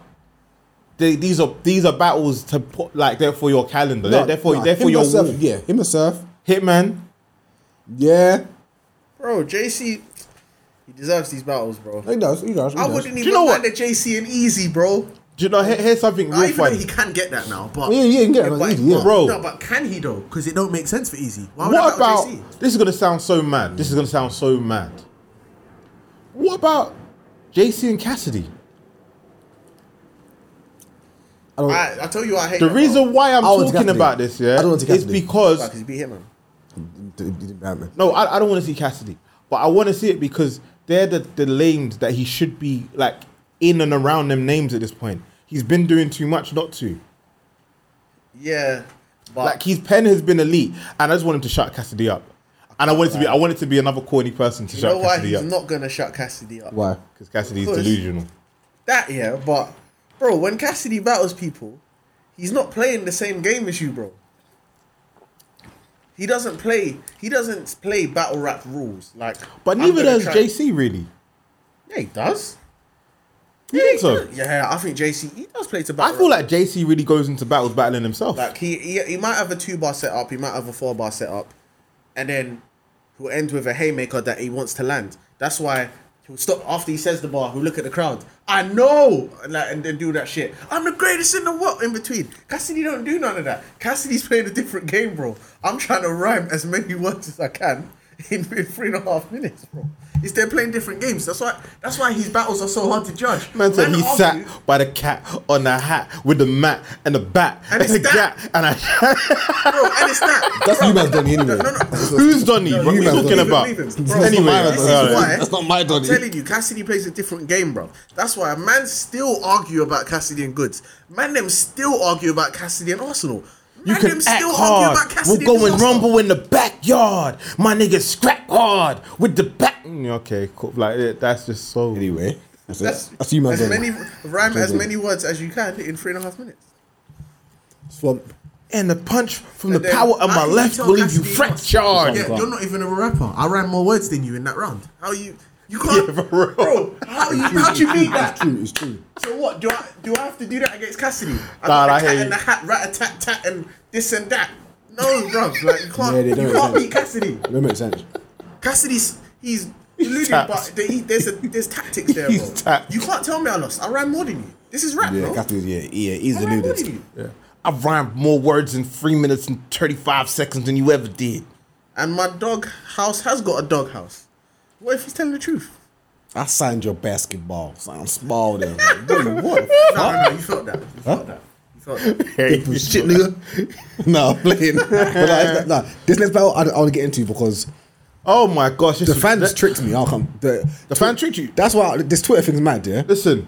They, these are these are battles to put like they're for your calendar. No, they're, they're for no, they're for him your and Surf, wall. Yeah, him and Surf. Hitman. Yeah. Bro, JC, he deserves these battles, bro. He does, he does. He I does. wouldn't e- you even know like what? the JC and Easy, bro. Do you know? Here, here's something I real even though funny. he can get that now, but Yeah, yeah, he can get it, but- but Easy, yeah. Bro. No, but can he though? Because it don't make sense for Easy. Why would What I battle about JC? this? Is gonna sound so mad. This is gonna sound so mad. What about JC and Cassidy? I, I tell you, I hate The that reason why I'm I want to talking Cassidy. about this, yeah, I don't want to is Cassidy. because because he beat him. Man. He didn't ban me. no, I, I don't want to see Cassidy, but I want to see it because they're the, the lanes that he should be like in and around them names at this point. He's been doing too much not to. Yeah, but Like his pen has been elite, and I just want him to shut Cassidy up. And I want it to be I want it to be another corny person to you shut know why Cassidy he's up not gonna shut Cassidy up? Why? because Cassidy's Because- delusional. That yeah, but bro, when Cassidy battles people, he's not playing the same game as you, bro. He doesn't play. He doesn't play battle rap rules like. But I'm neither gonna does try- JC really. Yeah, he does. You think he so? does. Yeah, I think JC he does play to I battle. feel rap. like JC really goes into battles battling himself. like he, he he might have a two bar setup, he might have a four bar setup, and then he'll end with a haymaker that he wants to land. That's why he'll stop after he says the bar. He'll look at the crowd. I know, and, like, and then do that shit. I'm the greatest in the world. In between, Cassidy don't do none of that. Cassidy's playing a different game, bro. I'm trying to rhyme as many words as I can in, in three and a half minutes, bro. It's they're playing different games. That's why. That's why his battles are so hard to judge. Man said he argue- sat by the cat on a hat with the mat and the bat And and, it's the that. gat and I. bro, and it's that. That's bro, you man's Donny anyway. No, no, no. Who's Donny? No, what are you we man, talking don't about? even leave him. Bro, Anyway, my man, this is Donny. why- That's not my I'm Donny. telling you, Cassidy plays a different game, bro. That's why man still argue about Cassidy and Goods. Man, them still argue about Cassidy and Arsenal. You Man, can them act still hard. We'll and go and Disaster. rumble in the backyard. My nigga scrap hard with the back. Mm, Okay, cool. Like it- that's just so. Anyway. That's, That's, it. that's you man's as Donny. many rhyme as Donny. many words as you can in three and a half minutes. Swamp. And the punch from And the then power of I my can left tell will leave you Cassidy fractured. Yeah, you're not even a rapper. I ran more words than you in that round. How you? You can't, Yeah, for real. bro. How you? How'd you beat that? It's true, it's true. So what do I do? I have to do that against Cassidy? I Nah, got I the cat hear and the you. hat, rat a tat tat, and this and that. No, bruv, like you Yeah, can't, they don't you can't make beat Cassidy. It don't make sense. Cassidy's he's deluded, taps. but they, he, there's a, there's tactics there, He's bro. tapped. You can't tell me I lost. I ran more than you. This is rap, Yeah, bro. Catherine's, yeah, yeah, he's I ran more than deluded. you. Yeah. I've rhymed more words in three minutes and thirty-five seconds than you ever did. And my dog house has got a dog house. What if he's telling the truth? I signed your basketball. So I'm small then. Wait, what? the No, no, no, you felt that. You felt that. You felt that. Big boots, shit, nigga. no, I'm playing. but nah, it's not- nah, this next battle I, I want to get into because Oh my gosh! this the is- fans that- tricked me. I'll come. The, The fan tricked you. That's why this Twitter thing's mad, yeah. Listen,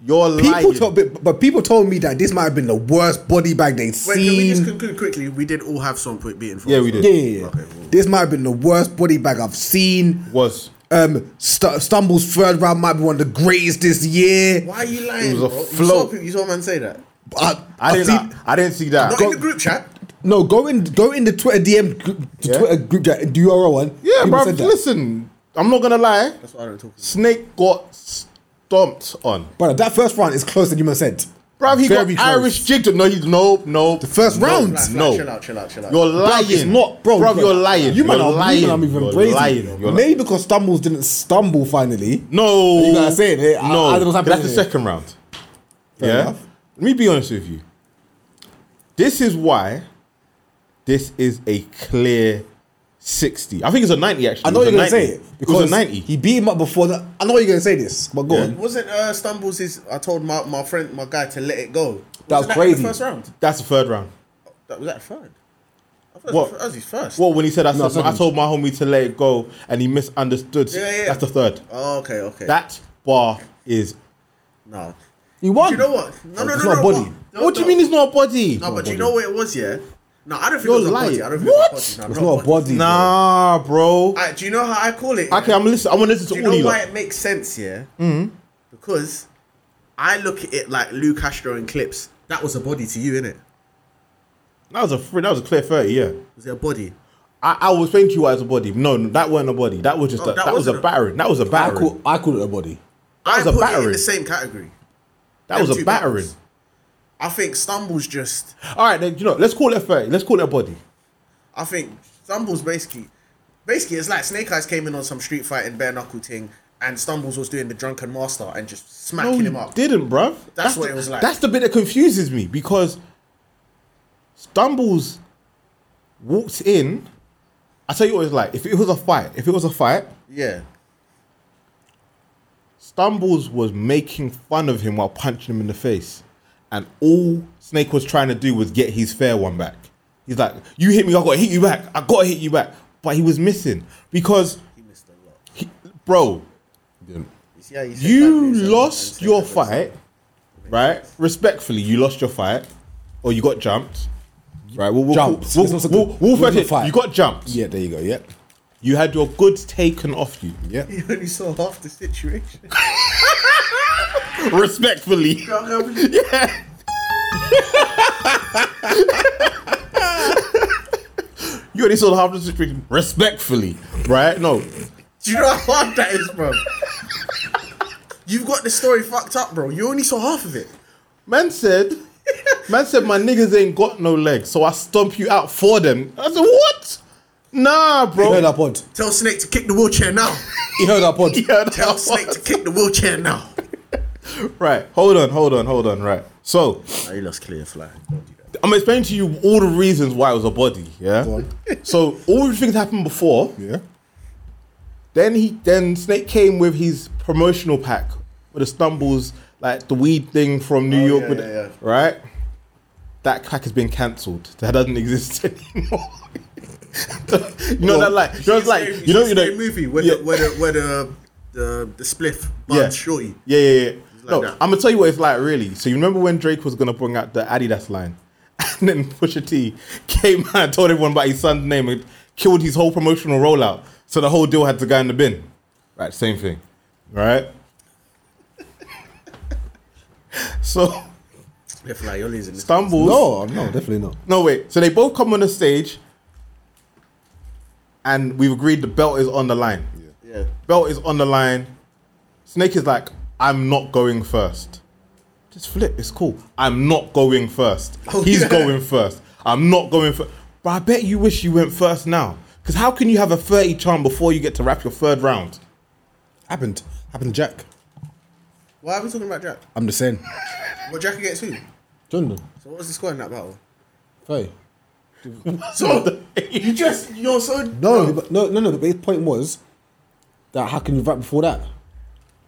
you're People lying. told, but, but people told me that this might have been the worst body bag they've Wait, seen. can we just conclude quickly? We did all have Swampwick beaten for Yeah, us, we right? did. yeah, yeah, yeah. Okay, cool. This might have been the worst body bag I've seen. was Um, St- Stumble's third round might be one of the greatest this year. Why are you lying, was a bro? You saw, float. people, you saw man say that. I, I I've didn't. seen- I, I didn't see that. Not in the group chat. No, go in, go in the Twitter DM, gr- the Yeah. Twitter group chat, the URL one. yeah, People bro. said that. Listen, I'm not gonna lie. That's what I don't talk about. Snake got stomped on. Brother, that first round is closer than you man said. Bro, he Very got close. Irish jigged. No, he's no, no. The first no, round. Fly, fly, No, Chill out, chill out, chill out. you're Bro, lying. it's not, bro. Bro, you're lying. You man You're are lying. lying. I'm even You're brazen. lying. You're Maybe because Stumbles didn't stumble finally. No, You gotta say it, eh? I- No, I don't know what's happening that's the here. second round. Fair yeah, enough. let me be honest with you. This is why this is a clear 60. I think it's a 90, actually. I know It was you're a gonna say 90. it because it was a 90. He beat him up before that. I know you're gonna say this, but go Yeah. on. Wasn't uh, Stumbles his? I told my, my friend, my guy, to let it go. That was Wasn't in crazy. the first round. That's the third round. That was that third. I thought What? That was his first. Well, when he said, I, said, I second. told my homie to let it go, and he misunderstood. Yeah, yeah. That's the third. Oh, okay, okay. That bar is. no. He won. Do you know what? No, no, It's no, not no. a body. No, what do you no. mean it's not a body? No, but do you know what it was? Yeah. No, I don't think You're it was a lying. body. I don't think What? it was a body. It's No, not a body. Nah, bro. I, do you know how I call it? okay, I'm listening. I'm gonna listen Do to you all know you Mm-hmm. why lot. it makes sense? Yeah. Because I look at it like Lou Castro and clips. That was a body to you, innit? That was a free, that was a clear thirty. Yeah, Was it a body? I, I was thinking you as a body. No, no, that wasn't a body. That was just Oh, a, that that, was a wasn't a- battering. That was a I battering. call, I call it a body. that I was a put it in battering. the same category. That was them a two battering. battles. I think Stumbles just. All right, then you know. Let's call it a thirty. Let's call it a body. I think Stumbles basically, basically it's like Snake Eyes came in on some street fighting bare knuckle thing, and Stumbles was doing the drunken master and just No, smacking you him up. didn't, bruv. That's, what the, it was like. That's the bit that confuses me because Stumbles walked in. I tell you what it's like. If it was a fight, if it was a fight, Yeah, Stumbles was making fun of him while punching him in the face. And all Snake was trying to do was get his fair one back. He's like, You hit me, I gotta hit you back. I gotta hit you back. But he was missing because, he missed a lot. he- bro, You see how he said bad you news and- and lost said your that was- fight, right? Respectfully, you lost your fight, or you got jumped, right? We'll, we'll, Jumped. We'll, It's not a we'll- good- we'll wasn't fight a it. fight. You got jumped. Yeah, there you go. Yep. You had your goods taken off you. Yep. He only saw half the situation. Respectfully. You already saw half the situation. Respectfully, right? No, Do you know how hard that is, bro? You've got the story fucked up, bro. You only saw half of it. man said, man said my niggas ain't got no legs, so I stomp you out for them. I said what? Nah, He heard bro. our pod. Tell Snake to kick the wheelchair now. He heard our pod. Yeah, that Tell was- Snake to kick the wheelchair now. Right. Hold on. Hold on. Hold on. Right. So Oh, you lost clear fly. I'm explaining to you all the reasons why it was a body. Yeah. So all the things happened before. Yeah. Then he then Snake came with his promotional pack with the stumbles like the weed thing from New York, Oh, yeah, with yeah, yeah. right? That pack has been cancelled. That doesn't exist anymore. you know that like you know it's like you know you know movie where yeah, the where the where the the, the spliff Bud yeah. Shorty. Yeah, yeah, yeah. like no, that. I'm gonna tell you what it's like really. So you remember when Drake was gonna bring out the Adidas line, and then Pusha T came out and told everyone about his son's name and killed his whole promotional rollout. So the whole deal had to go in the bin. Right, same thing. Right. so Spliff fly, you're losing this. stumbles. No, no, definitely not. No, wait. So they both come on the stage, and we've agreed the belt is on the line. Yeah. Belt is on the line. Snake is like, I'm not going first. Just flip. It's cool. I'm not going first. Oh, He's yeah. going first. I'm not going first. But I bet you wish you went first now. Because how can you have a 30 charm before you get to wrap your third round? Happened. Happened, to Jack. Why are we talking about Jack? I'm the same. Well, Jack against who? Jordan. So what was the score in that battle? Hey. So you just you're so No, but no, no, no. But his point was that how can you rap before that?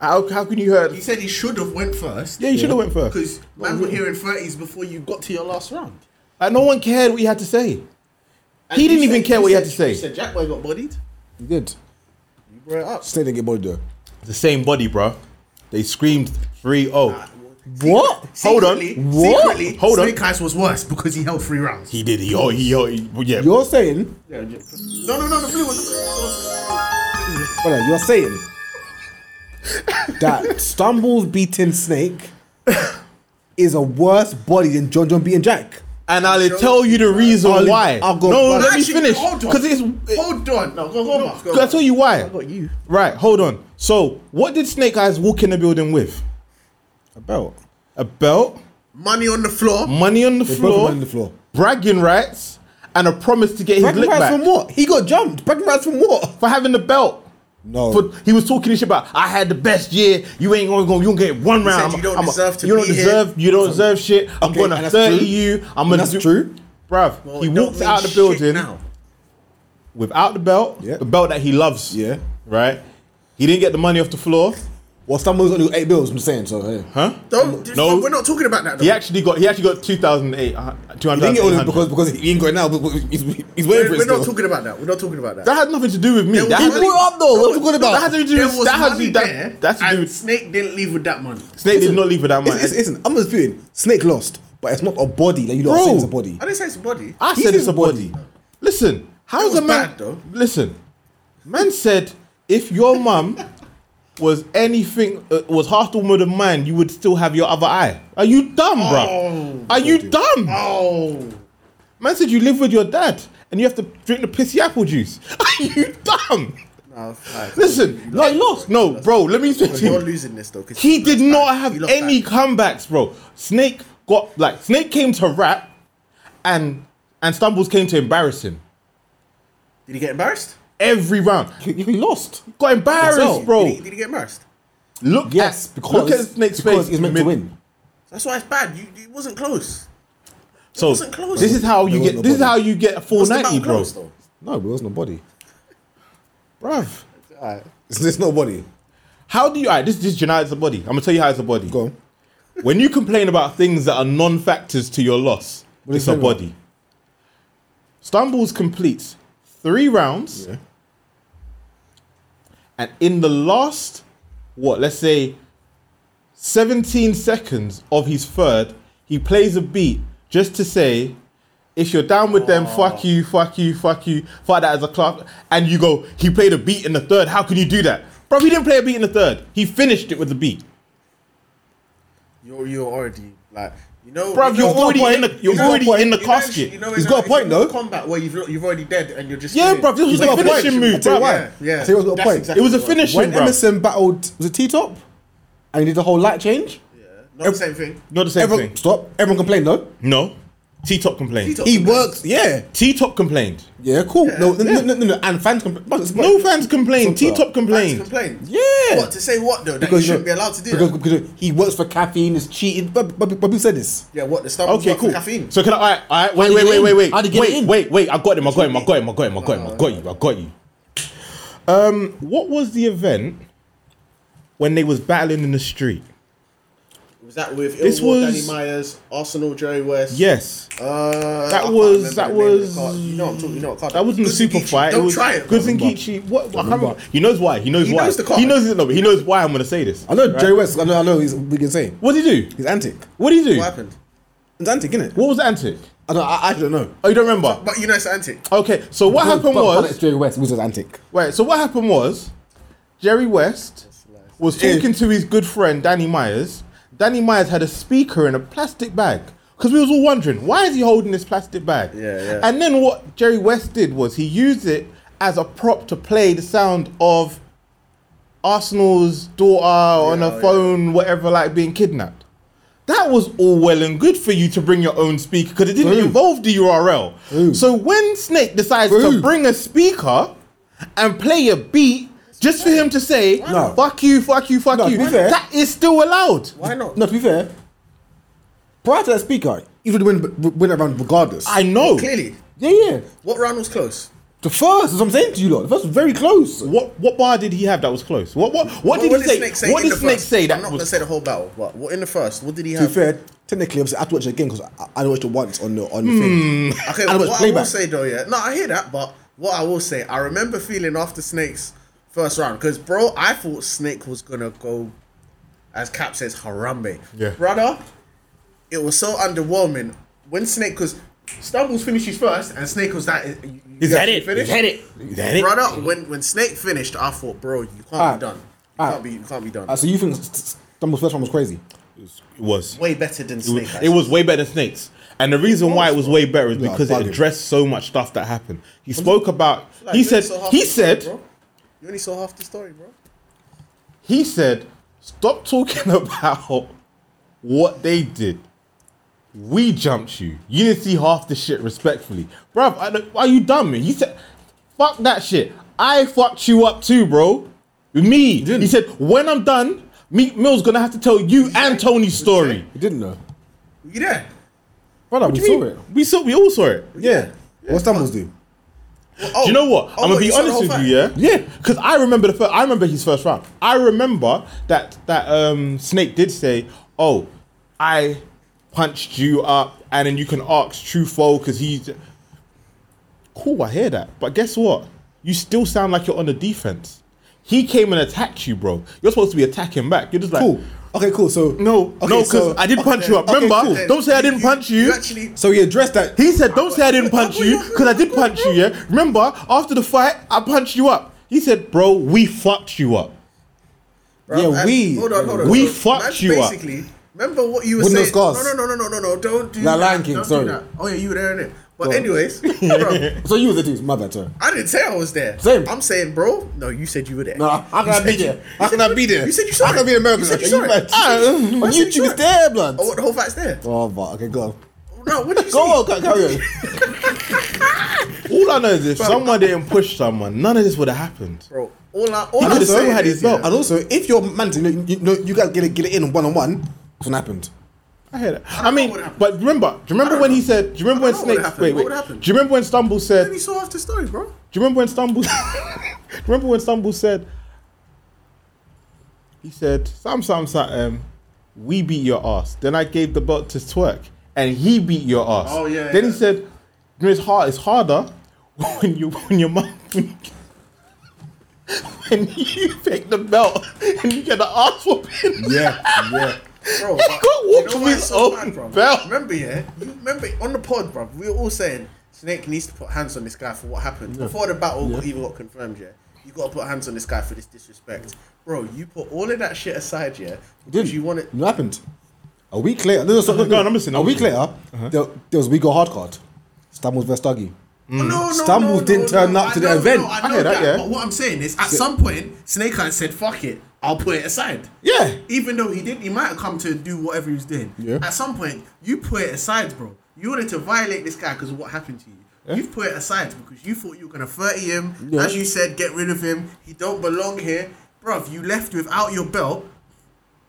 How, how can you hurt? He said he should have went first Yeah, you should have went first. because man were here in thirties before you got to your last round. Like, no one cared what you had to say. And He didn't you even said- care what he had said- to say. You said Jack Boy got bodied. He did. You brought it up. Stay didn't get body though. the same body, bro. They screamed oh. 3 0. What? Hold on. Secretly- What? Secretly, Hold on. Snake Eyes was worse because he held three rounds. He did. He, oh, he, oh, he- well, yeah. You're saying, No, no, no, the blue one. the blue one. brother, you're saying that Stumbles beating Snake is a worse body than John John beating Jack. and I'll tell you the reason I'll- why. I'll go- no, I'll- let me Actually, finish. hold on. Because it's. Hold on. No, go, go, Mark, go, I'll tell you why. got you. Right, hold on. So, what did Snake Eyes walk in the building with? About. A belt, Money on the floor. money on the They both floor, were on the floor. bragging rights, and a promise to get his Bragging lick rights back from what? He got jumped. Bragging rights from what? for having the belt. No. For, he was talking shit about I had the best year. You ain't gonna go. You gonna get one round. said you don't a- deserve to You don't be here." deserve. You don't deserve shit. I'm Okay, and gonna that's thirty true. you. I'm And gonna. that's do- true. bruv. Well, he it don't walked mean out of the shit building now. without the belt. Yeah. The belt that he loves. Yeah. Right. He didn't get the money off the floor. Well, someone's only got eight bills. I'm saying so. Hey. Huh? Don't. No. We're not talking about that. Though. He actually got. He actually got 2008. Uh, He didn't get all 200. this because because he ain't got it now. But but he's, he's waiting We're, for it we're still. not talking about that. We're not talking about that. that had nothing to do with me. There That was had, he blew up though. What's it good about? that had to do. There With, was that had to money do. That, there, that's to do. and With, Snake didn't leave with that money. Snake did not leave without money. It's- it's- Listen, I'm just disputing. Snake lost, but it's not a body. Like you don't Bro. say it's a body. I didn't say it's body. I He said did it's a body. Listen, how's was a man? bad, though. Listen, man said if your mum was anything, uh, was half the woman of mine, you would still have your other eye. Are you dumb, Oh. bro? Are you dumb? oh, Man said you live with your dad and you have to drink the pissy apple juice. Are you dumb? no, fine. Listen, like lost. No, bro. Let me speak to you're you. losing this though. 'cause He you did lost not back. have You lost any back. comebacks, bro. Snake got like Snake came to rap, and and Stumbles came to embarrass him Did he get embarrassed? every round. He, he lost. Got embarrassed, Himself. bro. Did he, did he get embarrassed? Look Yes, at because look at Snake's because face. he's meant to mid- win. That's why it's bad. You, it wasn't close. So wasn't close. this is how you There get. was This is nobody. how you get a full What's the ninety, amount bro. close though? No, but it was nobody. Bruv, It's, it's not a body. how do you? Alright, this this is United's body. I'm gonna tell you how it's a body. Go on. When you complain about things that are non-factors to your loss, are you it's a talking about? body. Stumbles completes three rounds, and in the last, what? Let's say, seventeen seconds of his third, he plays a beat just to say, "If you're down with them, fuck you, fuck you, fuck you, fuck that as a club." And you go, "He played a beat in the third. How can you do that, bro? He didn't play a beat in the third. He finished it with a beat." You're you're already like you know, Bruv, you you're know- already you know- in the- you're you know- already in the you know- casket. You know, He's in got a point, in though. Combat where you've you've already dead and you're just Yeah, sitting. bruv, this was He's a got a finishing point. move, I tell you bruv. why. Yeah, I tell you what's got a that's point. exactly It was a what finishing, When bro. Emerson battled was it T Top, and he did the whole light change. Not the same thing. Not the same everyone thing. stop. Everyone complained though. No. T Top complained. T-Top. He works. Yeah. T Top complained. Yeah. Cool. No, no, no, no, no. And fans complained. No fans complained. T Sometimes. Fans Top complained. complained. Yeah. What to say? What though? That you shouldn't be allowed to do. because, that. because he works for caffeine. Is cheating. But but but who said this? Yeah, what the stomach? Okay, cool. Caffeine. So can I? All right, wait, How'd wait, he wait, get wait, in? wait. How'd he get wait, in? wait, wait. I got him. I got him. I got him. I got him. I got him. I got you. I got you. Um, what was the event when they was battling in the street? was that with This Ilmore, Danny was- Myers, Arsenal, Jerry West? Yes, Uh, I That can't was- remember that the name of the was- card. you know what I'm talking. You know what card that wasn't a Goods and super Geechee. fight. Don't it was try it. Goods bro. and Geechee. What? I can't remember. He knows why. He knows He why. knows the card. He knows. No, but he knows why I'm gonna say this. I know right? Jerry West. I know. I know. He's we can say What did he do? he's antic. What did he do? What happened? It's antic, isn't it? What was the antic? I don't. I, I don't know. Oh, you don't remember? But you know it's antic. Okay, so what But- happened but- but was it's Jerry West. Who's antic? Wait, so what happened was Jerry West was talking to his good friend Danny Myers. Danny Myers had a speaker in a plastic bag. Because we was all wondering, why is he holding this plastic bag? Yeah, yeah. And then what Jerry West did was he used it as a prop to play the sound of Arsenal's daughter on oh, her yeah. phone, whatever, like being kidnapped. That was all well and good for you to bring your own speaker because it didn't Ooh. involve the URL. So when Snake decides to Ooh. bring a speaker and play a beat just for him to say, No. fuck you, fuck you, fuck No, you, to be fair- that is still allowed. Why not? No, to be fair, prior to that speaker, he would win win around regardless. I know. Clearly, yeah, yeah. what round was close? The first, as I'm saying to you, lot, the first was very close. What what bar did he have that was close? What what what, did he say? Snake What in did the Snake first? say that I'm not gonna was say the whole battle, but what in the first? What did he To have? be fair, technically, obviously, I had to watch it again because I, I watched it once on the on the thing. Okay, And it was what I will playback. say though, yeah, no, I hear that, but what I will say, I remember feeling after Snake's first round because, bro, I thought Snake was gonna go, as Cap says, Harambe. Yeah. brother, it was so underwhelming when Snake because Stumbles finishes first and Snake was that. Is that it? Is that it? Is that it? brother? When when Snake finished, I thought, bro, you can't Alright. be done. You Alright. can't be. You can't be done. Uh, so you think S- S- Stumble's first one was crazy? It was. Way better than Snake. It was way better than Snakes. And the reason why it was way better is Nah, because it bugging. addressed so much stuff that happened. He spoke about Like, he you only said saw half he the story, said bro. you only saw half the story, bro. he said, stop talking about what they did. We jumped you. You didn't see half the shit respectfully. Bruv, I don't- are you dumb? Man? He said, fuck that shit. I fucked you up too, bro. With me. He said, when I'm done, Meek Mill's gonna have to tell you and Tony's story. You didn't know. You there? Brother, we saw it. We saw we all saw it. Yeah. What's that must do? Oh, Do you know what? oh, I'm gonna you be saw the honest whole with fight? you, yeah, yeah, because I remember the first. I remember his first round. I remember that that um, Snake did say, "Oh, I punched you up," and then you can ask true foe because he's cool. I hear that, but guess what? You still sound like you're on the defense. He came and attacked you, bro. You're supposed to be attacking back. You're just like, Cool. Okay, cool. So no, okay, no, because so- I did punch you up. okay, Remember? cool. Don't say I didn't punch you. You actually. So he addressed that. He said, "Don't say I didn't punch you, because I did punch you. Yeah, remember after the fight, I punched you up." He said, "Bro, we fucked you up." Bro, yeah, I- we- Hold on, hold on. we So, fucked that's you up. Basically, remember what you were With no saying. scars. No, no, no, no, no, no, no. Don't do Nah, that. Lion King, Don't do sorry. that. Oh yeah, you were there in it. Go But on. anyways, bro, So you was the dude. My bad, sorry. I didn't say I was there. Same. I'm saying, bro. No, you said you were there. Nah, how can I be there? How can I be there? You said you saw How can I it. be in America? You said you Are saw it. mad? I On said you YouTube, saw it's it. there, blood. Oh, what the whole fight's there. Oh, but okay, go on. No, what did you Go see? on, ca- carry on. All I know is if someone didn't push someone, none of this would have happened. bro. All I, all He I'm could have still saying had is, his belt. yeah, And also, if your man, you know, you, know, you guys get it, get it in one on one. That's what happened. I hear that. I mean, what happened. but remember, do you remember when he said? Do you remember I when don't know what Snake? happened. Wait, What wait. would happen? Do you remember when Stumble said? Then Do you saw after story, bro. you remember when Stumble? do you remember when Stumble said? He said, "Sam, Sam, Sam, um, we beat your ass." Then I gave the belt to Twerk, and he beat your ass. Oh, yeah, Then he yeah. said, you know, "It's hard. It's harder when you when your mum." When you, when you take the belt and you get the ass whooping. Yeah, yeah. Bro, He but got whooped why with it's his own bad, bruv? belt. Remember, yeah, you remember on the pod, bro. We were all saying Snake needs to put hands on this guy for what happened before the battle even got confirmed. Yeah, you got to put hands on this guy for this disrespect, bro. You put all of that shit aside, yeah, because Didn't you wanted. What happened? A week later, no, no, sorry, no, Go no. on, I'm listening, A I'm week listening. later, Uh-huh. there, there was we go hard card. Stumbles versus Dougie. Oh, no, no, Stumbles no, didn't no, turn no, up I to the know, event. No, I, I know hear that, that, yeah. But what I'm saying is, at some point, Snake Eyes said, "Fuck it, I'll put it aside." Yeah. Even though he didn't, he might have come to do whatever he was doing. Yeah. At some point, you put it aside, bro. You wanted to violate this guy because of what happened to you. You've put it aside because you thought you were gonna thirty him. Yeah. As you said, get rid of him. He don't belong here, bro. You left without your belt,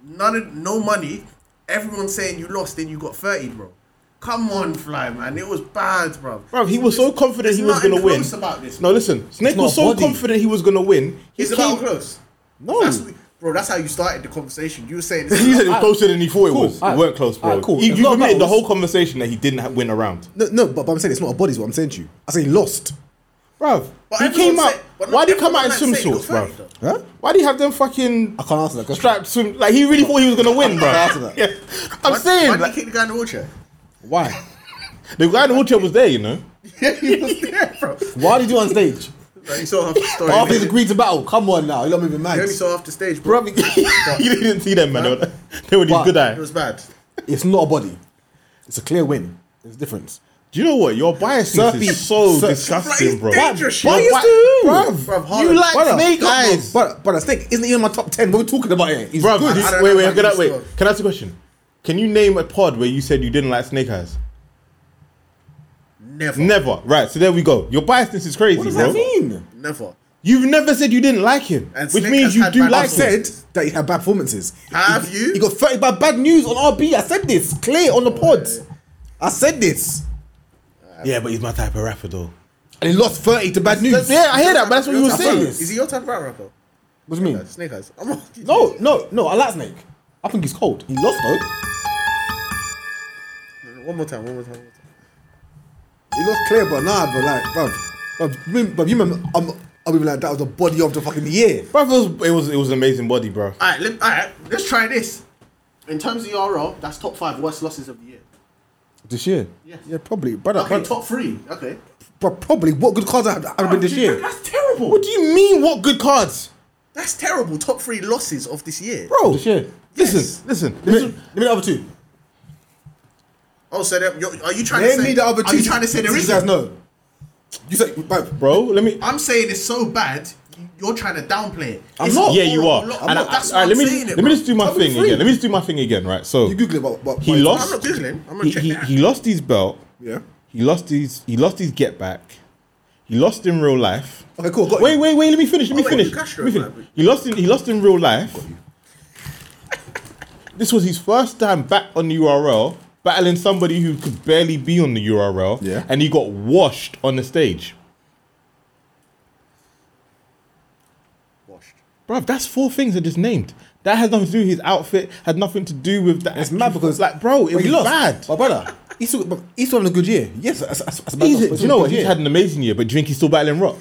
none of no money. Everyone saying you lost, then you got thirty, bro. Come on, fly man. It was bad, bro. Bro, he was so confident It's he was nothing gonna win. close about this. No, listen, Snake not was a so body. confident he was gonna win. He It's about came- close. No. That's what- bro, that's how you started the conversation. You were saying this He is said it was closer than he thought it Cool, was. alright. It weren't close, bro. Alright, cool. He, It's you not admitted the battles. whole conversation that he didn't ha- win a round. No, no, but, but I'm saying it's not a body. Is what I'm saying to you. I say lost. Bruv, But he everyone came out. said- but not Why did he come out in everyone said he swimsuits, was bruv? right, though. Huh? Why do you have them fucking I can't answer that question. strapped swim? Like, he really thought he was gonna win, bruv. answer that. Yeah. I'm Why- saying, Why did like, you kick the guy in the wheelchair? Why? the guy in the wheelchair was there, you know? Yeah, he was there, bro. Why did you on stage? Like, you saw half the story. After he's man. agreed to battle. Come on now, you're not moving You mad. only saw half the stage, bro. Bro, you didn't see them, man. They were- They were these But- good It eye. was bad. it's not a body. It's a clear win. There's a difference. Do you know what? Your bias Surfy- is so Sur- disgusting, bro. Right, dangerous, Why yo. you Why- still- Bruv, Bruv, You Haaland. like brother, snake not- eyes. But but a snake isn't even in my top ten. What are we talking about here? He's Bro, good. I- I don't wait, know wait, about can I, you, wait. Scott. Can I ask a question? Can you name a pod where you said you didn't like Snake Eyes? Never. Never. Right. So there we go. Your biasness is crazy, what does bro. that mean? Never. You've never said you didn't like him, And which Snake means has you had do bad like I've performances. him. said that he had bad performances. Have He- you? He got 30 by bad news on RB. I said this clear on the pod. I said this. Yeah, but he's my type of rapper, though. And he lost 30 to bad news. yeah, I hear that, but that's what you were Your type- saying. Is he your type of rap rapper? What do you mean? Like, Snake eyes. I'm not- No, no, no. I like Snake. I think he's cold. He lost though. One more time, one more time, one more time. He lost clear, but nah, but like, bruv. Bruv, you remember- bruv, you remember, I'm, I'm even like, that was the body of the fucking year. Bro, it was, it was it was an amazing body, bro. All right, let, all right, let's try this. In terms of ERL, that's top five worst losses of the year. This year? Yes. Yeah, probably. But, Okay, top three. Okay. probably. What good cards have, have been this year? That's terrible. What do you mean? What good cards, That's terrible. Top three losses of this year. bro? This year. Listen, Yes. listen. Give me, give me the other two. Oh, so that- you're, are you trying Name to say? me the other two. Are you trying to say there you is? guys know? You said, bruv, bro. Let me. I'm saying it's so bad. You're trying to downplay it. I'm It's not. Yeah, you horrible are. lo- And I- look, that's all right, why let me I'm saying it, let me bro. just do my Tell me thing three. again. Let me just do my thing again, right? So you Google it. But, but, he but- lost. I'm not googling. I'm gonna he, check he, that out. he lost his belt. Yeah. He lost his he lost his get back. He lost in real life. Okay, cool. Got Wait, you. wait, wait. Let me finish. Let me Oh, wait, finish. Castro, let me man. finish. He lost in he lost in real life. this was his first time back on the URL, battling somebody who could barely be on the URL. Yeah. And he got washed on the stage. Washed. Bruv, that's four things I just named. That has nothing to do with his outfit. Had nothing to do with that. It's mad because like, bro, it but was he lost. bad. My brother, he's still, but he's still having a good year. Yes, that's, that's, that's a bad He's- loss, but do you know what? having He's a had good an amazing year, but Drinky's still battling Rock.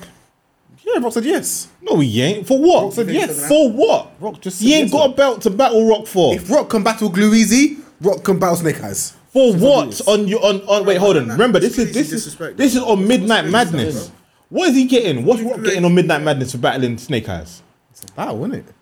year. yeah, Rock said yes. No, he ain't. For what? Rock said yes. For what? Rock just he said ain't yes, got though. a belt to battle Rock for. If Rock can battle Gluezy, Rock can battle Snake Eyes. For what? On you on, on wait, hold on. no, no. Remember, this It's is this easy is disrespect. this is on Midnight It's Madness. disrespect, What is he getting? What's Rock getting on Midnight Madness for battling Snake Eyes? It's a battle, isn't it?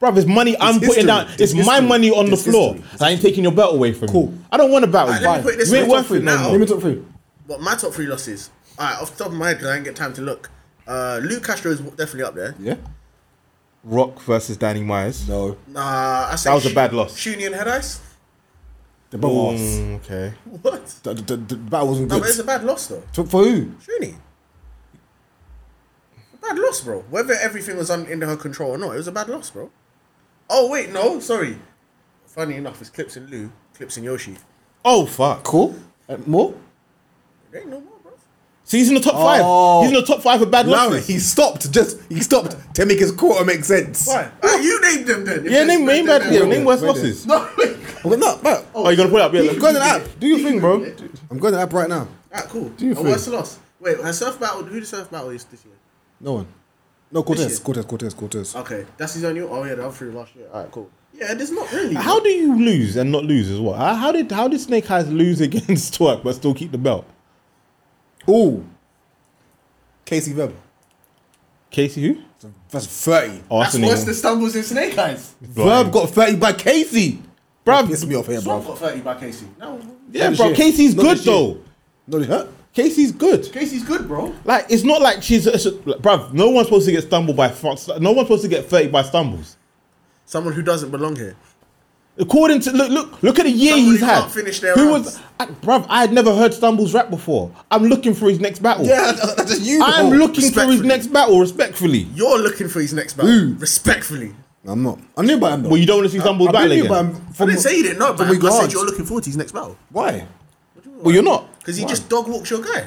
Bruv, it's money I'm putting history. down. It's, It's my history. money on It's the floor. history. It's I ain't taking your belt away from Cool. you. I don't want a battle. Alright, let me put it this you ain't way, top worth it three no now. Let me more. talk through. But my top three losses. All right, off the top of my head, 'cause I didn't get time to look. Uh, Luke Castro is definitely up there. Yeah. Rock versus Danny Myers. No. Nah, I say That was a Shu- bad loss. Shuni and Head Ice? The battle was. Mm, okay. What? The, the, the battle wasn't No, but it's good. a bad loss though. For- For who? Shuni. A bad loss, bro. Whether everything was un- under her control or not, it was a bad loss, bro. Oh wait, no, sorry. Funny enough, it's Clips and Lou, Clips and Yoshi. Oh fuck. Cool. Uh, more? There ain't no more, bro. So he's in the top Oh. five. He's in the top five for bad No, losses. he stopped. Just he stopped to make his quarter make sense. Why? Ah, you named them then. Yeah, name name bad. Yeah, wait, name worse wait, wait. losses. No. wait. But no, bro. Oh, you gonna put it up? Yeah. I'm look. going to the app. Do your thing, bro. I'm going to the app right now. Alright, ah, cool. you And think- what's the loss? Wait, her surf battle. Who the surf battle is this year? No one. No Cortez. shit. Cortez. Cortez. Cortez. Okay, that's his only. Oh yeah, that was through last year. Alright, cool. Yeah, there's not really. How do you lose and not lose as well? How, how did how did Snake Eyes lose against Twerk but still keep the belt? Ooh. Casey Weber. Casey who? That's thirty. Oh, That's that's, worse that's than stumbles in Snake Eyes. Verb got thirty by Casey. Bruv. piss me off here, Swamp bro. got 30 by Casey. No, Yeah, Not bro. this year. Casey's Not good this year. though. No, they hurt. Casey's good. Casey's good, bro. Like it's not like she's, it's like, bruv. No one's supposed to get stumbled by front. No one's supposed to get thirty by stumbles. Someone who doesn't belong here. According to look, look, look at the year Somebody he's had. can't finish their Who rounds. was, I, bruv? I had never heard Stumbles rap before. I'm looking for his next battle. Yeah, oh, that's that's just you. I'm bro. looking for his respectfully. next battle respectfully. You're looking for his next battle. Who? Respectfully. I'm not. I knew about him. though. Well, you don't want to see Stumbles I battle knew again. about him I from- didn't say you didn't know, but from I said regards. you're looking forward to his next battle. Why? Well, you're not. Because he just dog walks your guy.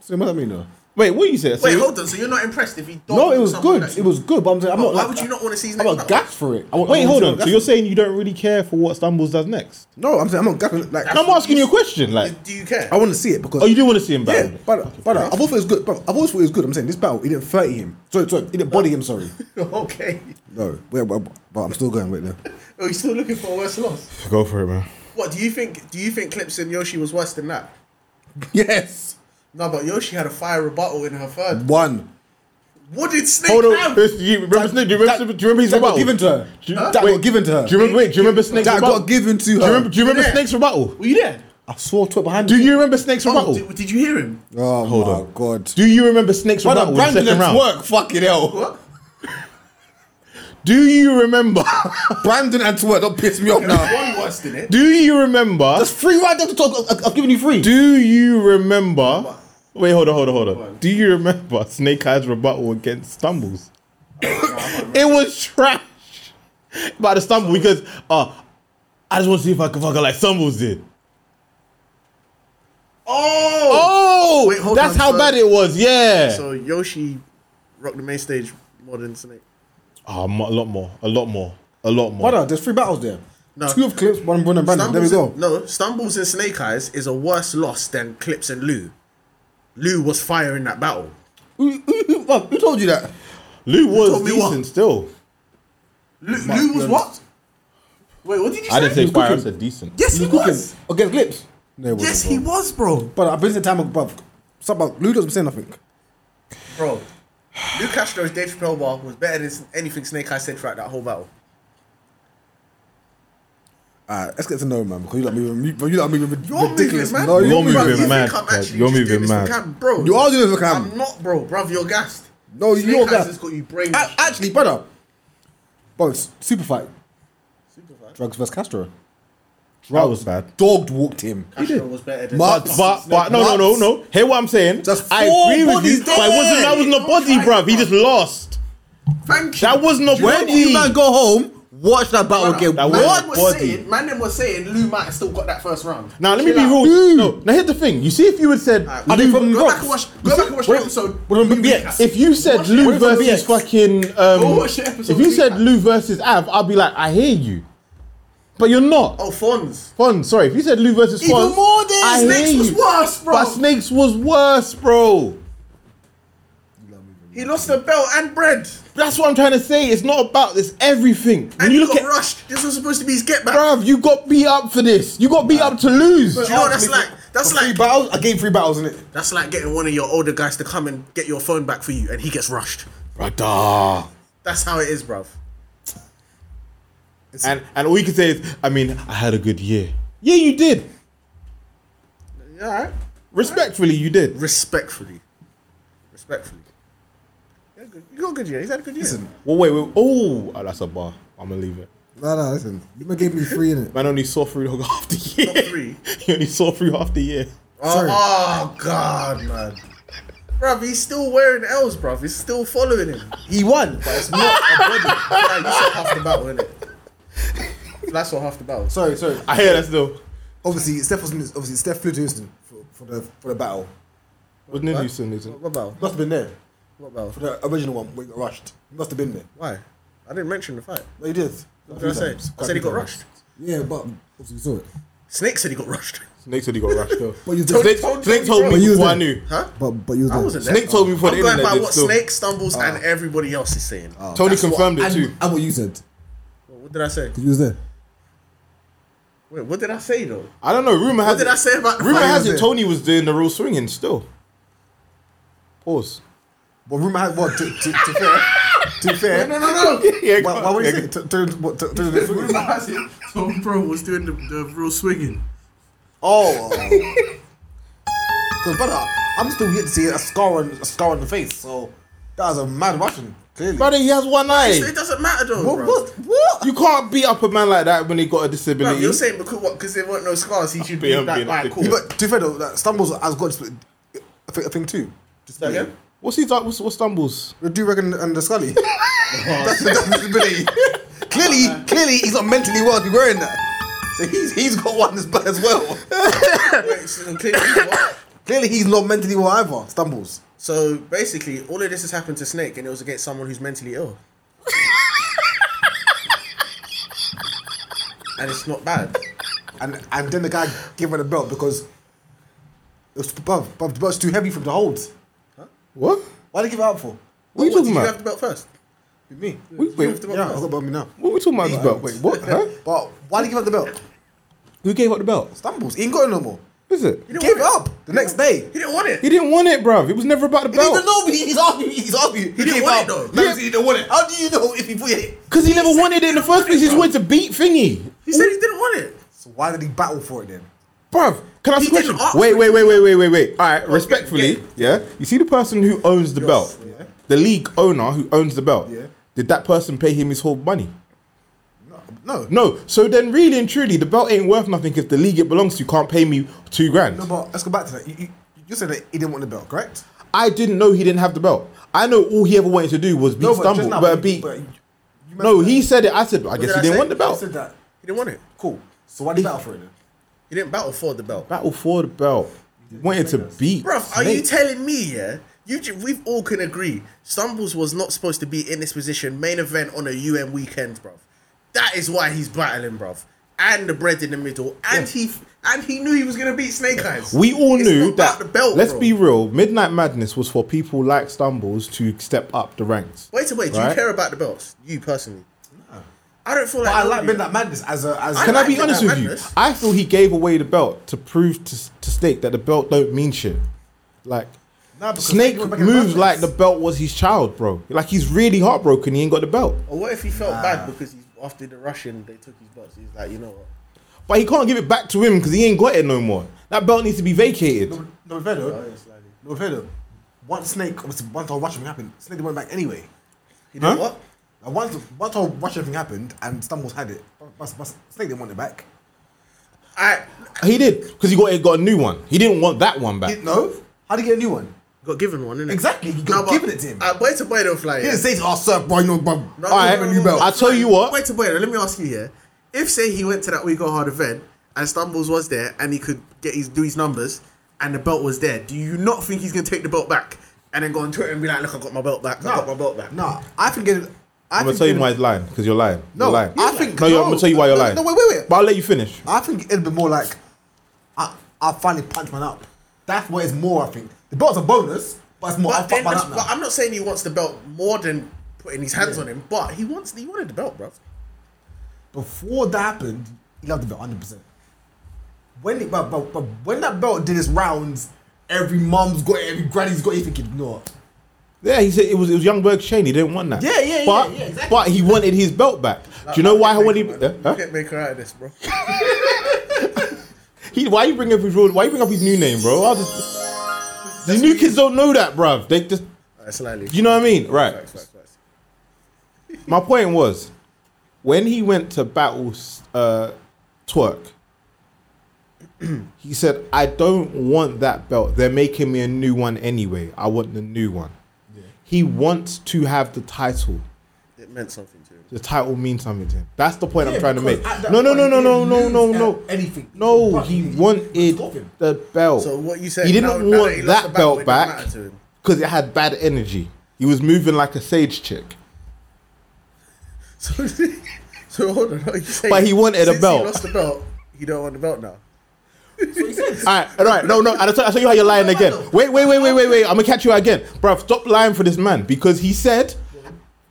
So what I mean though. Wait, what you say? So Wait, you- hold on. So you're not impressed if he dog No, it was someone good. that- It was good, but I'm saying I'm But not. why like- would you not want to see his I'm next not battle? gassed for it. I want- I Wait, want hold to on. So gaff- you're saying you don't really care for what Stumbles does next? No, I'm saying I'm not gassing. Like I'm asking you a question. Like, Do you care? I want to see it because oh, you do want to see him Yeah, battle? but but I've always thought it was good. But I've always thought it was good. I'm saying this battle, he didn't thirty him. Sorry, sorry, he didn't body him. Sorry. okay. No, wait, but, but I'm still going. Wait, no. Are you still looking for a worse loss? Go for it, man. What do you think? Do you think Clips and Yoshi was worse than that? Yes, No, but Yoshi had a fire rebuttal in her third. one. What did Snake Hold on. have? Listen, you remember Snake? Do you remember, that- do you remember his that got rebuttal? given to her. Do you- Huh? That got given to her. Do you remember? Wait, do you remember Snake's That rebuttal? got given to Do you her. remember, do you remember Yeah. Snake's rebuttal? Were you there? I saw to it behind. Do you remember Snake's Oh, rebuttal? did, did you hear him? Oh my on. god. Do you remember Snake's rebuttal in the second round? work. Fucking hell. What? Do you remember? Brandon and twerk. Don't piss me off now. One worse than it. Do you remember? That's free right there to talk. I- I've given you free. Do you remember? Wait, hold on, hold on, hold on. Do you remember Snake Eyes rebuttal against Stumbles? it was trash. By the stumble because uh, I just want to see if I can fuck her like Stumbles did. Oh. Oh, Wait, hold that's on, how so- bad it was. Yeah. So Yoshi rocked the main stage more than Snake. Ah, mo- a lot more, a lot more, a lot more. Brother, there's three battles there. No. Two of clips, one Brandon. Brandon. There we Stumbles go. and- no, Stumbles and Snake Eyes is a worse loss than Clips and Lou. Lou was fire in that battle. Who, who, who, bruv, who told you that? Lou was told me what? decent still. Lou, Lou was what? Wait, what did you say? I didn't say was fire. I cooking. said decent. yes, he Who's cooking? was. Against clips. No, it Yes, wasn't, he bro. was, bro. But I've been to time above. Stop, bruv. Lou doesn't say nothing. Bro, Lou Castro's Dave Chappelle bar was better than anything Snake Eyes said throughout that whole battle. Alright, let's get to know him, man, because you like moving, you like moving You're ridiculous. moving, man. No, You're you're moving You think mad, I'm Kev. actually You're just moving doing this for mad. Cam, bro. You are doing this for Cam. I'm not, bro. Bruv, you're gassed. No, Snake you're Eyes gassed. has got you brain. A- actually, brother, bro, it's super fight. Superfly. Drugs versus Castro. That was bad. Dogged walked him. Castro was better than Mark- Ah, But, but, but no, no, no, no. Hear what I'm saying? Just I four agree with bodies you, but it wasn't, that wasn't a body, bruv. He just lost. Thank you. That wasn't a When you man body. go home, watch that battle Man, again. That man What was body? saying, man, them was saying Lou might have still got that first round. Now, let me Chill be out. real. No, now here's the thing. You see, if you had said, Alright, Are they Lou- from go Bronx? back and watch. Go back and watch the Wait, episode. what about BX? Recap. If you said Watch Lou it. versus fucking, Go um, watch the if episode you said recap. Lou versus Av, I'd be like, I hear you, but you're not. Oh, Fons. Fun, sorry. If you said Lou versus Even Fun, more than- I Snakes hear was you. worse, bro. But Snakes was worse, bro. He lost the belt and bread. That's what I'm trying to say. It's not about this everything. When And he you look got at rushed. This was supposed to be his get back. bruv, you got beat up for this. You got beat up to lose. Do you know what that's like? That's Three like battles. I gave three battles in it. that's like getting one of your older guys to come and get your phone back for you, and he gets rushed. Brother. That's how it is, bruv. And and all you can say is, I mean, I had a good year. Yeah, you did. All right. Respectfully, you did. Respectfully, respectfully. Yeah, good. You got a good year. He's had a good year. Listen, Well, wait, wait. Oh, oh, that's a bar. I'm gonna leave it. no, no, listen. You man gave me three in it. Man only saw through half the year. Not three. he only saw through half the year. Oh, Sorry. oh, God, man. Bruv, he's still wearing L's, bruv. He's still following him. He won. It's not a body. Like, you saw half the battle, innit? That's what half the battle. So, Sorry, sorry. I hear that still. Obviously, Steph was obviously Steph flew to Houston for, for the for the battle. Wasn't in Houston, is it? what battle? Must have been there What for battle? the original one. We got rushed. He must have been there. Why? I didn't mention the fight. No, he did. What did I say? I said he got rushed. Yeah, but obviously you saw it. Snake said he got rushed. Snake said he got rushed though. But you Snake, did. told- Snake told, me But you before I did. knew. Huh? But but you I wasn't there. Snake told me before I'm the going internet by did what still. Snake stumbles Ah. and everybody else is saying. Oh, Tony confirmed it too. And, and what you said? What did I say? Because you was there. Wait, what did I say though? I don't know. Rumor has What did it- I say about the Rumor fight? has it Yeah. Tony was doing the real swinging still. Pause. But rumor had what? To, to, to fair. To fair. No, no, no. Yeah, Why, why would you say? To, to, what, to, to the Rumor has it Tom Bro was doing the, the real swinging. Oh. Because brother, I'm still yet to see a scar on a scar on the face. So that was a mad Russian. Clearly. Brother, he has one So eye. it doesn't matter though. what, bro. what? What? You can't beat up a man like that when he got a Bruv, disability. you're saying because what? Because there weren't no scars, he should Be- be I'm that. being Right, up to cool. you. Yeah, but to be fair though, that stumbles has got a thing, a thing too. Just Say again? What's he done? What's, what stumbles? The Durag and, and the Scully. that's the disability. clearly, clearly he's not mentally well to be wearing that. So he's he's got one as, as well. Wait, so, clearly, what? clearly he's not mentally well either. Stumbles. So, basically, all of this has happened to Snake, and it was against someone who's mentally ill. and it's not bad. And and then the guy gave her the belt because it was above, above the belt's too heavy for him to hold. What? Why did he give it up for? What are you did talking you about? have the belt first? With me. Wait, You wait, have the belt Yeah, I first. got about me now. what are we talking about this belt? Wait, what? Huh? But why did he give up the belt? Who gave up the belt? Stumbles. He ain't got it no more. Is it? You didn't Gave it want up the next day. He didn't want it. He didn't want it, bruv. It was never about the He didn't belt. know. He, he's arguing. He's arguing. He, didn't gave want up. it though. That means he didn't want it. How do you know if he put it? Because he never wanted it in the first place. He just wanted to beat Thingy. He said he didn't want it. So why did he battle for it then? Bruv, can I ask a He question? didn't ask Wait, for wait, it. wait, wait, wait, wait, wait. All right, respectfully, okay. yeah. You see the person who owns the belt, the league owner who owns the belt. Yeah. Did that person pay him his whole money? No. No. So then, really and truly, the belt ain't worth nothing if the league it belongs to can't pay me two grand. No, but let's go back to that. You, you, you said that he didn't want the belt, correct? I didn't know he didn't have the belt. I know all he ever wanted to do was beat No, but just Stumble, now, but you- beat. but you- you no, mentioned he said it. I said, I guess did he I didn't say? want the that. You belt. said that. He didn't want it. Cool. So why did he battle for it then? He didn't battle for the belt. Battle for the belt. Wanted to beat. Bruv, are you Snake. telling me, yeah? You, ju- we've all can agree. Stumbles was not supposed to be in this position, main event on a UN weekend, bruv. That is why he's battling, bruv. And the bread in the middle, and he and he knew he was gonna beat Snake Eyes. We all It's knew not that. about the belt. let's bro. be real. Midnight Madness was for people like Stumbles to step up the ranks. Wait a wait. Do Right? you care about the belts? You personally? I don't feel like. But I like nobody- Midnight Madness as a as. Can I I be like honest with Midnight you? Madness. I feel he gave away the belt to prove to, to Snake that the belt don't mean shit. Like Nah, because Snake Snake went back in moves Madness. like the belt was his child, bro. Like he's really heartbroken. He ain't got the belt, Or what if he felt bad because he's after the Russian they took his belts? He's like, you know what? but he can't give it back to him because he ain't got it no more. That belt needs to be vacated. No, no fair though. Oh, No fair though. Once Snake, obviously, once all Russian thing happened, Snake went back anyway. You know Huh? what? And once once all Russian thing happened and Stumbles had it, but- but- but Snake didn't want it back. I He did because he got he got a new one. He didn't want that one back. No? How do you get a new one? got given one, innit? Exactly, you got but given it to him. Uh, boy to boy don't fly. He Yeah. didn't say, oh, sir, boy, no, bro. No, All right, no, no, no, no. I tell you what. Boy to boy, let me ask you here. If say he went to that We Go Hard event and Stumbles was there and he could get his do his numbers and the belt was there, do you not think he's gonna take the belt back and then go on Twitter and be like, look, I got my belt back, I got my belt back. Nah, I think it. I I'm gonna think tell you it- why he's lying because you're lying. No, you're lying. I think- no. You're, I'm no. gonna tell you why you're No, lying. no, wait, wait, wait. But I'll let you finish. I think it'd be more like, I, I finally punched man up. That's what it's more, I think. The belt's a bonus, but it's more, But, I fucked then, man up now. but I'm not saying he wants the belt more than putting his hands on him, but he wants he wanted the belt, bruv. Before that happened, he loved the belt 100%. When it, but, but, but when that belt did its rounds, every mum's got it, every granny's got it, you think, no. Yeah, he said it was it was Youngberg's chain. He didn't want that. Yeah, yeah, yeah, but, yeah, exactly. But he wanted his belt back. Do you know why I wanted? You Huh? Huh? can't make her out of this, bro. He, why you bring up his real, Why you bring up his new name, bro? I just, the new kids don't know that, bruv. They just, Alright, slightly. you know what I mean, right? Facts, facts, facts. My point was, when he went to battle uh, Twerk, he said, "I don't want that belt. They're making me a new one anyway. I want the new one." He wants to have the title. It meant something to him. the title means something to him. That's the point I'm Yeah, trying to because make. at that No, no, no, point, no, he no, didn't no, lose no, at no. anything. No, But he he- he wanted got him. the belt. So what you said He now- didn't now want that he lost that the battle, belt it doesn't back matter to him. because it had bad energy. He was moving like a sage chick. So, so hold on. Are you saying But he wanted a since belt. He lost the belt. He don't want the belt now. All right, all right, no, no. I'll tell, I'll tell you how you're lying again. Wait, wait, wait, wait, wait, wait. I'm gonna catch you out again, bruv. Stop lying for this man because he said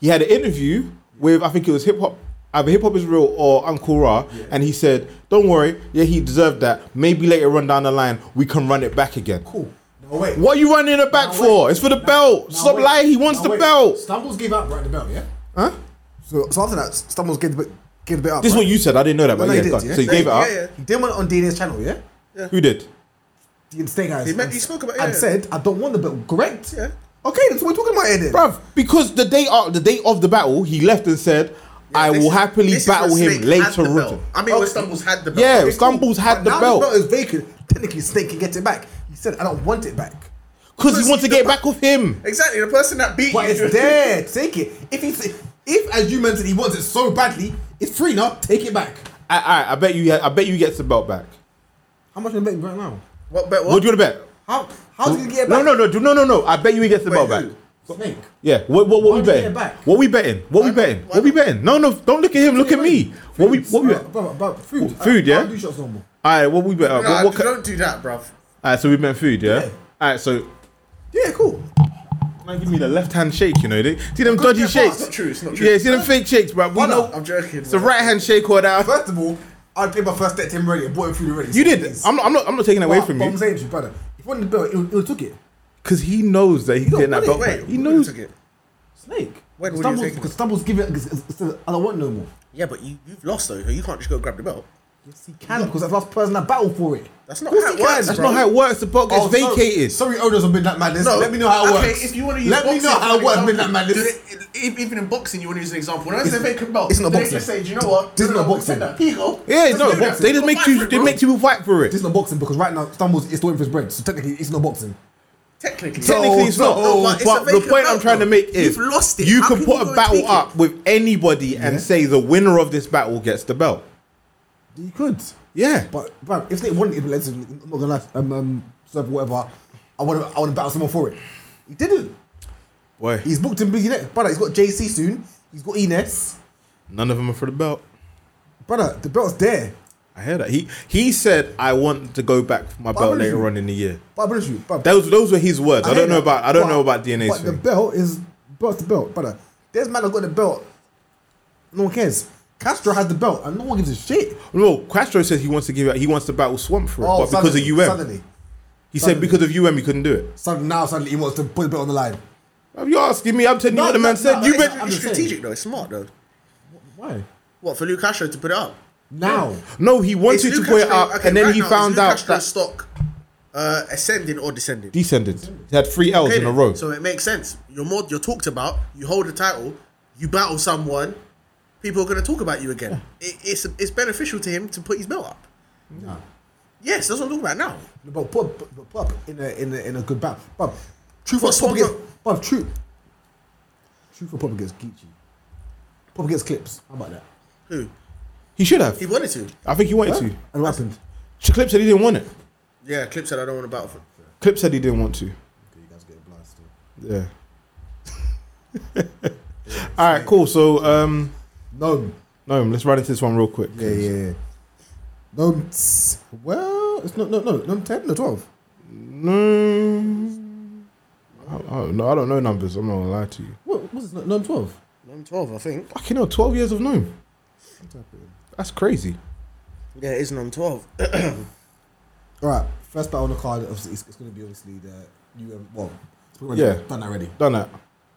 he had an interview with I think it was hip hop, either hip hop is real or Uncle Ra, and he said, "Don't worry, yeah, he deserved that. Maybe later on down the line we can run it back again." Cool. No, wait. What are you running it back Now for? wait. It's for the Now- belt. now Stop wait. lying. He wants Now the wait. belt. Stumbles gave up right the belt, yeah? Huh? So, so after that, Stumbles gave the bit, gave the bit up. This is what you said. I didn't know that, but no, yeah, he did, go on. yeah. so he No, gave it yeah, up. yeah. He did one on DNA's channel, yeah? Who did? The Snake Eyes. He meant- he spoke about it, And yeah. said, I don't want the belt. Correct? Yeah. Okay, that's what we're talking about here then. Bruv, because the day of the day of the battle, he left and said, "I This will is- happily this is when battle him Snake had the later belt. on." I mean, when Oh, Stumbles had the belt. Yeah, Okay, Stumbles had But the now belt the belt is vacant. Technically, Snake can get it back. He said, I don't want it back. because he Because wants to he- get it back with him. Exactly. The person that beat But you. it's there. Take it. If he, if as you mentioned, he wants it so badly, it's free now. Take it back. I, I, I bet you. I bet you gets the belt back. How much am I betting right now? What bet? What? What do you want to bet? How how did he get it No, back? no, no, do- no, no, no. I bet you he gets the belt back. no. Snake. Yeah. What, what, what Why we did he get betting? it back? What we betting? What we betting? What we betting? No, no. Don't look at him. Look at me. What we? What we? Uh, All but, but food. What, food, I- I yeah? don't do shots no more. right. What we bet? No, What, what, don't do that, bruv. all right. So we meant food, yeah. All right. So Yeah, cool. Man, give me the left hand shake, you know. They, see them dodgy yeah, but shakes. it's not true, it's not true. Yeah, see them fake shakes, bro. We Why know. not? I'm joking. It's a right hand shake or that. First of all, I played my first step to him already. I bought him food already. You did. I'm not. I'm not. I'm not taking that away from but I'm you saying to you, brother, if you wanted the bill, it will took it. because he knows that he's don't getting that belt want it, back. Wait, He knows. Took it. Snake. When would you Stumbles, take it? because Stumbles give it. Cause, it's- it's- I don't want no more. Yeah, but you you've lost though. so You can't just go grab the belt. Yes, he can because that's the last person that battled for it. That's not Of course how he it can. works, That's bro. Oh, not how it works. The box gets Oh, so- vacated. Sorry, owners of Midnight Madness. No, Let me know how it okay, works. If you want to use Let me boxing know how for it works, example, Midnight Madness. do it- e- Even in boxing, you want to use an example. When I say vacant belt, it's not they boxing. just say, do you know what? This is No, not no, we boxing. said that. Here you go. yeah, Let's it's not do that. boxing. They just Go make fight for you. it, They bro. make people fight for This is it. not boxing because right now Stumbles is looking for his bread. So technically, it's not boxing. Technically, Technically, it's not. No, but But, it's a the vacant point I'm belt, trying to though. make is You've lost it. You How can can put you go a and battle take it? up with anybody and say the winner of this battle gets the belt. You could. Yeah. But, bro, if they wanted it, let's, I'm not gonna lie, um, um, serve whatever. I want to I wanna battle someone for it. He didn't. Boy, He's booked in busy next. Brother, he's got JC soon. He's got Enes. none of them are for the belt. Brother, the belt's there. I hear that. He he said, "I want to go back for my belt believe later you. on in the year." But I'm honest with you, brother, Those those were his words. I, hear don't know that, about I don't but- know about DNA's But the thing. belt is belt's the belt, brother. There's man that got the belt. No one cares. Castro has the belt, and no one gives a shit. no, Castro says he wants to give it. He wants to battle Swamp for it, but because Oh, suddenly- of UM, Suddenly, he said suddenly. because of UM he couldn't do it. suddenly, now suddenly he wants to put the belt on the line. Are you asking me? I'm telling you No, what the no, man no, said. no, you it's- bet. I'm It's just saying. strategic though. It's smart though. Why? What for Luke Castro to put it up? Now, No, he It's wanted to Luke put it Castro- up, okay, and then right he now, is found Luke out Castro's that stock uh, ascending or descending. descended. He had three L's Okay in a then. row. So it makes sense. You're more you're talked about. You hold the title. You battle someone. People are going to talk about you again. It, it's it's beneficial to him to put his belt up. No. Yes, that's what I'm talking about now. But put, but but put up in a in a, in a good battle. But truth But or pop Swamp against Dog- but truth. Truth or pop against Geechee. Pop against clips. How about that? Who? He should have. He wanted to. I think he wanted to. And what happened? Ch- Clip said he didn't want it. Yeah, Clip said I don't want to battle for. Clip said he didn't want to. You guys get blasted. Yeah. All right, cool. So, um, No. no, let's run into this one real quick. Yeah, yeah, yeah. No. tss, Well, it's not no no no ten or twelve. Mm, I, I don't know. I don't know numbers. I'm not gonna lie to you. What was it? No twelve. I'm 12, I think. Fucking hell, 12 years of Gnome. That's crazy. Yeah, it is number 12. All right. First battle on the card. Obviously, it's, it's going to be obviously the UM. Well, it's pretty much Yeah. done already. Done that.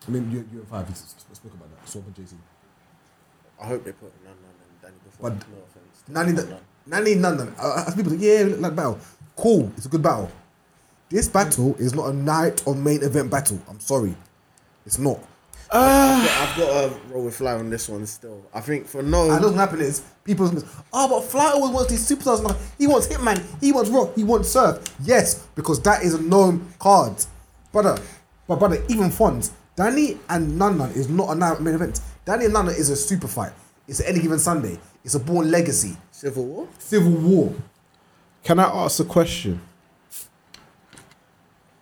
I mean, U- UM five. It's, it's, spoke about that. Swamp and JC. I hope they put none on Danny before. But- no offense. Nanny, Nanny, none of them. Uh, as people, say, yeah, we look like battle. Cool. It's a good battle. This battle is not a night or main event battle. I'm sorry, it's not. I've got to roll with Fly on this one still. I think for no. And what's happening is people. Oh, but Fly always wants these superstars. man. He wants Hitman. He wants Rock. He wants Surf. Yes, because that is a known card, brother. But brother, even Fonz, Danny and Nan Nan is not a night main event. Danny and Nan Nan is a super fight. It's any given Sunday. It's a born legacy. Civil War? Civil War. Can I ask a question?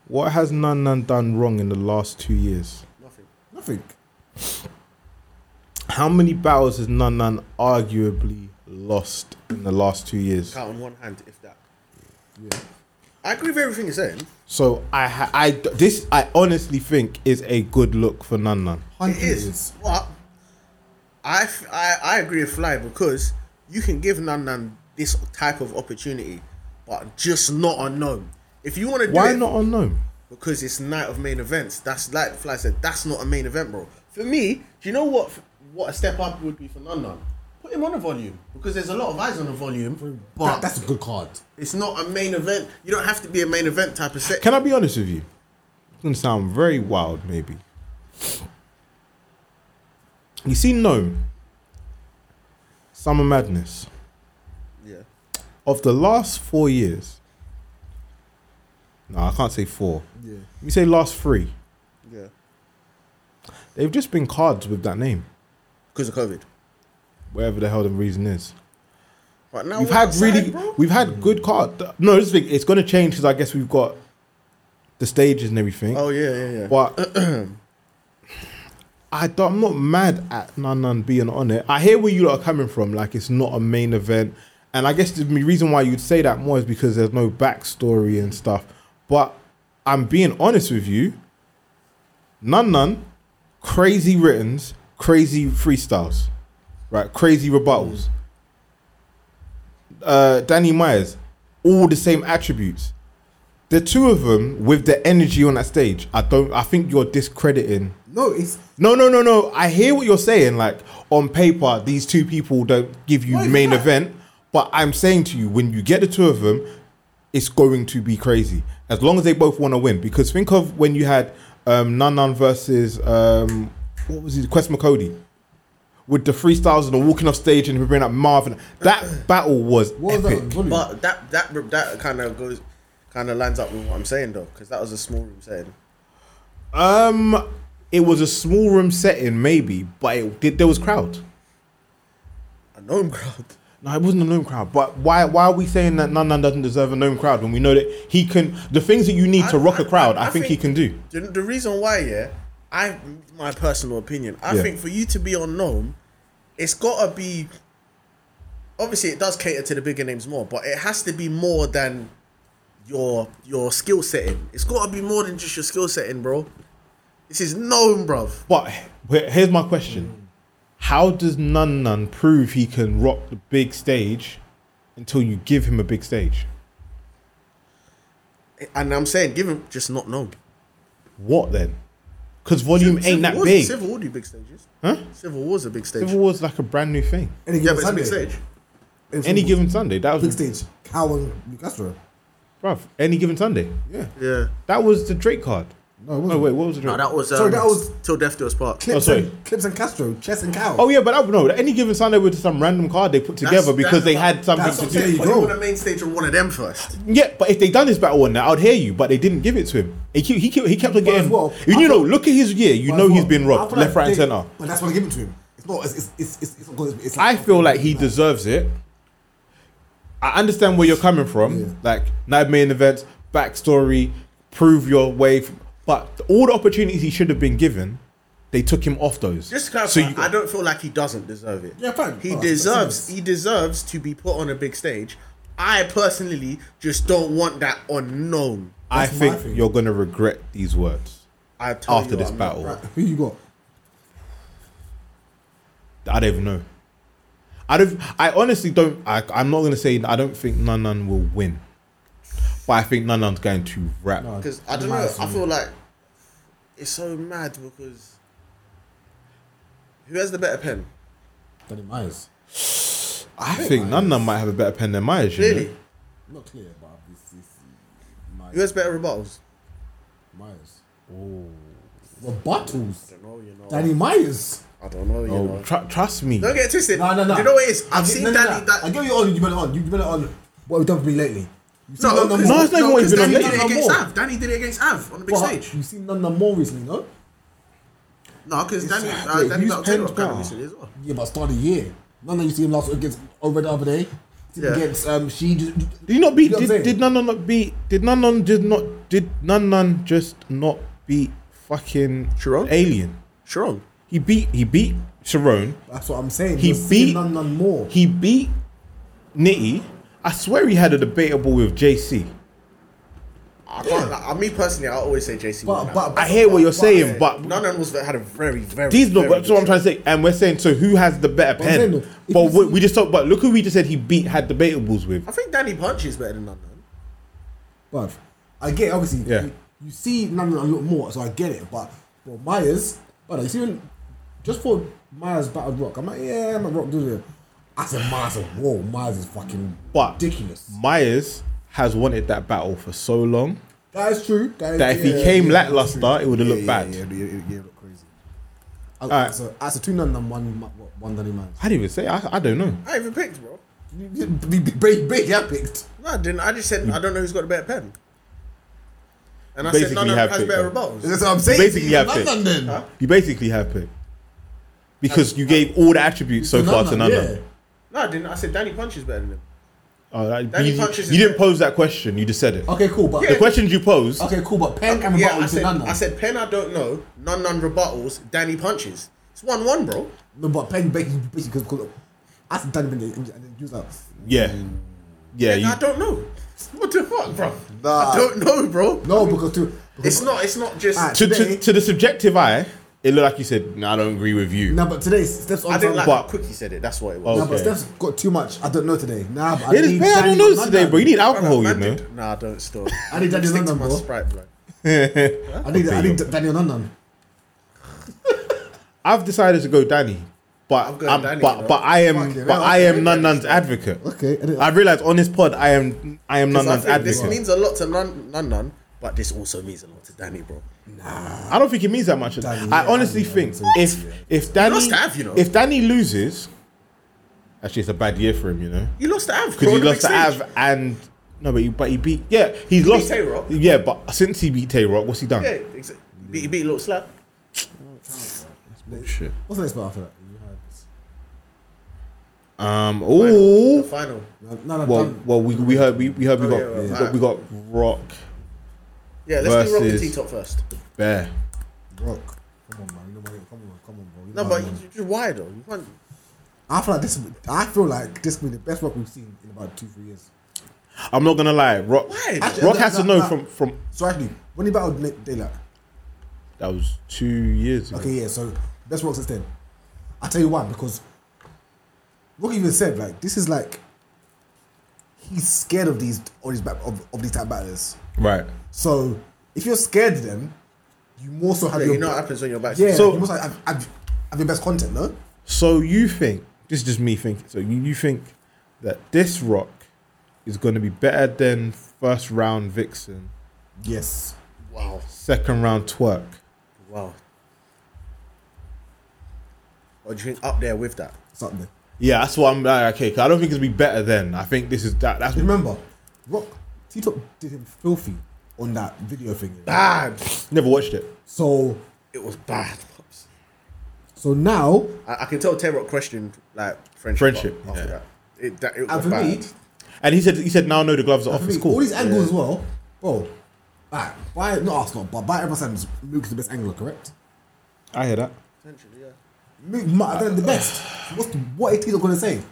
What has Nan Nan done wrong in the last two years? Nothing. Nothing. How many battles has Nan Nan arguably lost in the last two years? Count on one hand, if that. I agree with everything you're saying. So I, ha- I, this I honestly think is a good look for Nan Nan. It is. But I, f- I, I agree with Fly because you can give Nan Nan this type of opportunity, but just not unknown. If you want to do Why it, not on Gnome? because it's night of main events. That's like Fly said, that's not a main event, bro. For me, do you know what what a step up would be for Nun Nun? Put him on a volume because there's a lot of eyes on the volume, but That- that's a good card. it's not a main event. You don't have to be a main event type of set. Can I be honest with you? It's gonna sound very wild, maybe. You see, Gnome, Summer Madness. yeah, Of the last four years, no, I can't say four. Yeah. We say last three. yeah, They've just been cards with that name, because of COVID. whatever the hell the reason is. But now We've we're had outside, really, bro. we've had good card. No, this thing it's gonna change because I guess we've got the stages and everything. Oh yeah, yeah, yeah. But I don't, I'm not mad at Nan Nan being on it. I hear where you lot are coming from. Like it's not a main event, and I guess the me- reason why you'd say that more is because there's no backstory and stuff. But I'm being honest with you. Nan Nan, crazy writtens, crazy freestyles, right? Crazy rebuttals. Uh, Danny Myers, all the same attributes the two of them with the energy on that stage, I don't. I think you're discrediting. No, it's No, no, no, no. I hear what you're saying. Like on paper, these two people don't give you main event, but I'm saying to you, when you get the two of them, it's going to be crazy. As long as they both want to win, because think of when you had um, Nan Nan versus um, what was it, Quest McCody. With the freestyles and the walking off stage and bringing up Marvin, that battle was what was epic. that? Volume? But that that that kind of goes, kind of lines up with what I'm saying though, because that was a small room setting. Um, it was a small room setting, maybe, but it did, there was crowd. A known crowd. No, it wasn't a gnome crowd. But why? Why are we saying that Nan Nan doesn't deserve a gnome crowd when we know that he can? The things that you need to I- rock a I- crowd, I, I think, he think- can do. The, the reason why, yeah, I my personal opinion, I Yeah. think for you to be unknown, it's gotta be. Obviously, it does cater to the bigger names more, but it has to be more than your your skill setting. It's gotta be more than just your skill setting, bro. This is known, bruv. But he- here's my question: How does Nan Nan prove he can rock the big stage until you give him a big stage? And I'm saying, give him just not known. What then? Because volume Civil ain't that War's- big. Civil, Civil War do big stages. Huh? Civil War's a big stage. War's like a brand new thing. any yeah, given but it's a Sunday. big stage. Any given Sunday, that was big stage. Cow and Castro. bruv, Any given Sunday, Yeah. Yeah. that was the Drake card. No, it wasn't. Oh wait, what was the No, drink? that was um, Sorry, that was- till death do us part. Clips, Oh, sorry. and, Clips and Castro, Chess and Cow. Oh yeah, but I, no, any given Sunday was just some random card they put together That's- because they that's- had something that's to what do. I'm saying. But Bro. you were the main stage on one of them first. Yeah, but if they done this battle on that, I'd hear you. But they didn't give it to him. He kept, he kept, he kept on as getting. well, you I know, thought- look at his year. You But know that's he's what- been I feel robbed like left, right, and they- centre. But that's what I give it to him. It's not. It's it's it's it's. it's, not, it's I feel like he deserves it. I understand where you're coming from. Like nine main events, backstory, prove your way. f- But all the opportunities he should have been given, they took him off those. Just to clarify, So you- I don't feel like he doesn't deserve it. Yeah, fine. He Oh, that's- deserves that's he deserves to be put on a big stage. I personally just don't want that unknown. I That's my think thing. you're gonna regret these words I tell after you, this I'm battle. not- Who you got? I don't even know. I don't. I honestly don't. I, I'm not gonna say. I don't think Nun Nun will win, but I think Nun Nun's going to rap. Because I don't know, I feel like it's so mad because who has the better pen? Mm-hmm. Danny Myers. I think Nun Nun might have a better pen than Maya. you know? Really? Not clear, but it's, it's Who has better rebuttals? Myers. Oh, Rebuttals. I don't know, you know. Danny Myers. I don't know, you Oh, know. tr- trust me. Don't get it twisted. No, no, no. You know what it is? I've I- seen no, no, Danny. no. That, I get you on. You've been on. You've been on. What have you done for me lately? You've no, seen none no, more. No, it's not even what he's because been Danny on did it lately. against No more. Av. Danny did it against Av on the big But stage. You've seen none more recently, no? No, because Danny, uh, wait, Danny who's got penned ten off kind bar? of recently as well. Yeah, but start of the year. None that you see him last against over the other day. Yeah. Against um, she just. Did he not beat? You know what I'm Did, saying? did Nun Nun not beat? Did Nun Nun did not? Did Nun Nun just not beat fucking Sharon? Alien? Sharon. He beat. He beat Sharon. That's what I'm saying. He You're seeing beat- none, none more. He beat Nitty. I swear he had a debatable with JC. I can't. Like, uh, me personally, I always say JC. but, but, I hear what you're saying, but none of them was had a very very. These no, very that's what I'm good trying to say. And we're saying, so who has the better I'm pen? saying, look, if But you we, see- we just talked. But look who we just said he beat had debatables with. I think Danny Punch is better than none of them. But I get it, obviously. Yeah. You, you see none a lot more, so I get it. But but Myers, but you see when just for Myers battled Rock, I'm like, yeah, I'm a Rock dude. I said Myers, is- whoa, Myers is fucking But ridiculous. Myers has wanted that battle for so long That is true. is- that if he yeah, came yeah, lackluster, it would have yeah, looked yeah, bad. Yeah, yeah, yeah, yeah, look crazy. I, Alright. so, I said two none and one one- one Danny Myers. I didn't even say. I, I don't know. I even picked, bro. Big, big, yeah, picked. No, I didn't. I just said I don't know who's got a better pen. And I said Basically, none of have them has picked better them. rebuttals. That's what I'm saying. Basically, yeah, none picked. none then. You basically have picked because you gave all the attributes so None far to none, Nana. yeah. No, I didn't. I said Danny Punch is better than him. Oh, that- Danny you, Funches you is- didn't pose that question. You just said it. Okay, cool, but The questions you posed. okay, cool, but Pen and Uh, Yeah, Rebuttal I to said. none. I said pen. I don't know. None, none rebuttals. Danny punches. It's one one, bro. No, but Peng basically basically called up. I said Danny Peng and and he was like, Yeah. Yeah. And You, I don't know. What the fuck, bro? Nah. I don't know, bro. no, because too. It's not. It's not just. Ah, to, to, today- to the subjective eye, it looked like you said, "No, I don't agree with you." Nah, but today Steph's on. I didn't like but- how quick he said it. That's what it was. Oh, Nah, okay. but Steph's got too much. I don't know today. Nah, but Yeah, I this need man, I don't Danny know on this none, today, man. bro. You need Brother, alcohol, you man know. did- Nah, don't stop. I need Danny Stick on to none, my bro. Sprite, bro. I need I need Okay. Danny on none, none. I've decided to go Danny, but I'm I'm going Danny, but you know. but I am Fuck it, but yeah, I am none nun's advocate. Okay, I didn't- I realized on this pod I am I am none 'Cause I think nun's this advocate. means a lot to none, none, none. But this also means a lot to Danny, bro. I don't think it means that much. Danny, I yeah, honestly Danny, think yeah. if if Danny lost to Av, you know. if Danny loses, actually it's a bad year for him, you know, You lost to Av because bro, he on the lost big to stage. Av and no, but he but he beat yeah he's lost Tay Rock. yeah, but since he beat Tay Rock, what's he done? Yeah, exactly. Beat, he beat Little Slap. Shit. What's the next part after that? Um. Oh. The final. No, no, Well, Danny- well, we, we heard we, we heard we Oh, got, yeah, well, we got we got Rock Yeah, let's do Rock and Versus- T Top first. Bear. Rock. Come on, man. You know what? Come on, come on, bro. You No, but know what I you, mean. you- why though? You can't. I feel like this. I feel like this will be the best rock we've seen in about two, three years. I'm not gonna lie, Rock. Why? Rock Actually, has no, to no, know no. from from So actually, when he battled Nick Daylight, that was two years ago. Okay, yeah, so best rock since then. I tell you why, because Rock even said like this is like he's scared of these of these ba- of, of these type battlers. Right. So if you're scared of them, you more so have Yeah, your you know what happens when you're back. yeah. So- So you must have, have, have, have your best content, no? So you think this is just me thinking? So you, you think that this Rock is gonna be better than first round Vixen Yes. Wow. Second round twerk. Wow. Or do you think up there with that? Something. Yeah, that's what I'm like. Okay, 'cause I don't think it's gonna be better then. I think this is that. That's Remember, Rock T Top did him filthy on that video thing. you know? Bad. never watched it. So It was bad, pops. so now I, I can tell Tay Rock questioned like friendship. Friendship, after yeah. that. It, that, it and was for bad. me, And he said he said now no the gloves are off. for It's me, cool. all these angles as well, bro. Like, by not Arsenal, but by everyone's standards, Luke's the best angler, correct? I hear that. Potentially, yeah. Luke might have done the best. So what's the, what is Tito gonna say?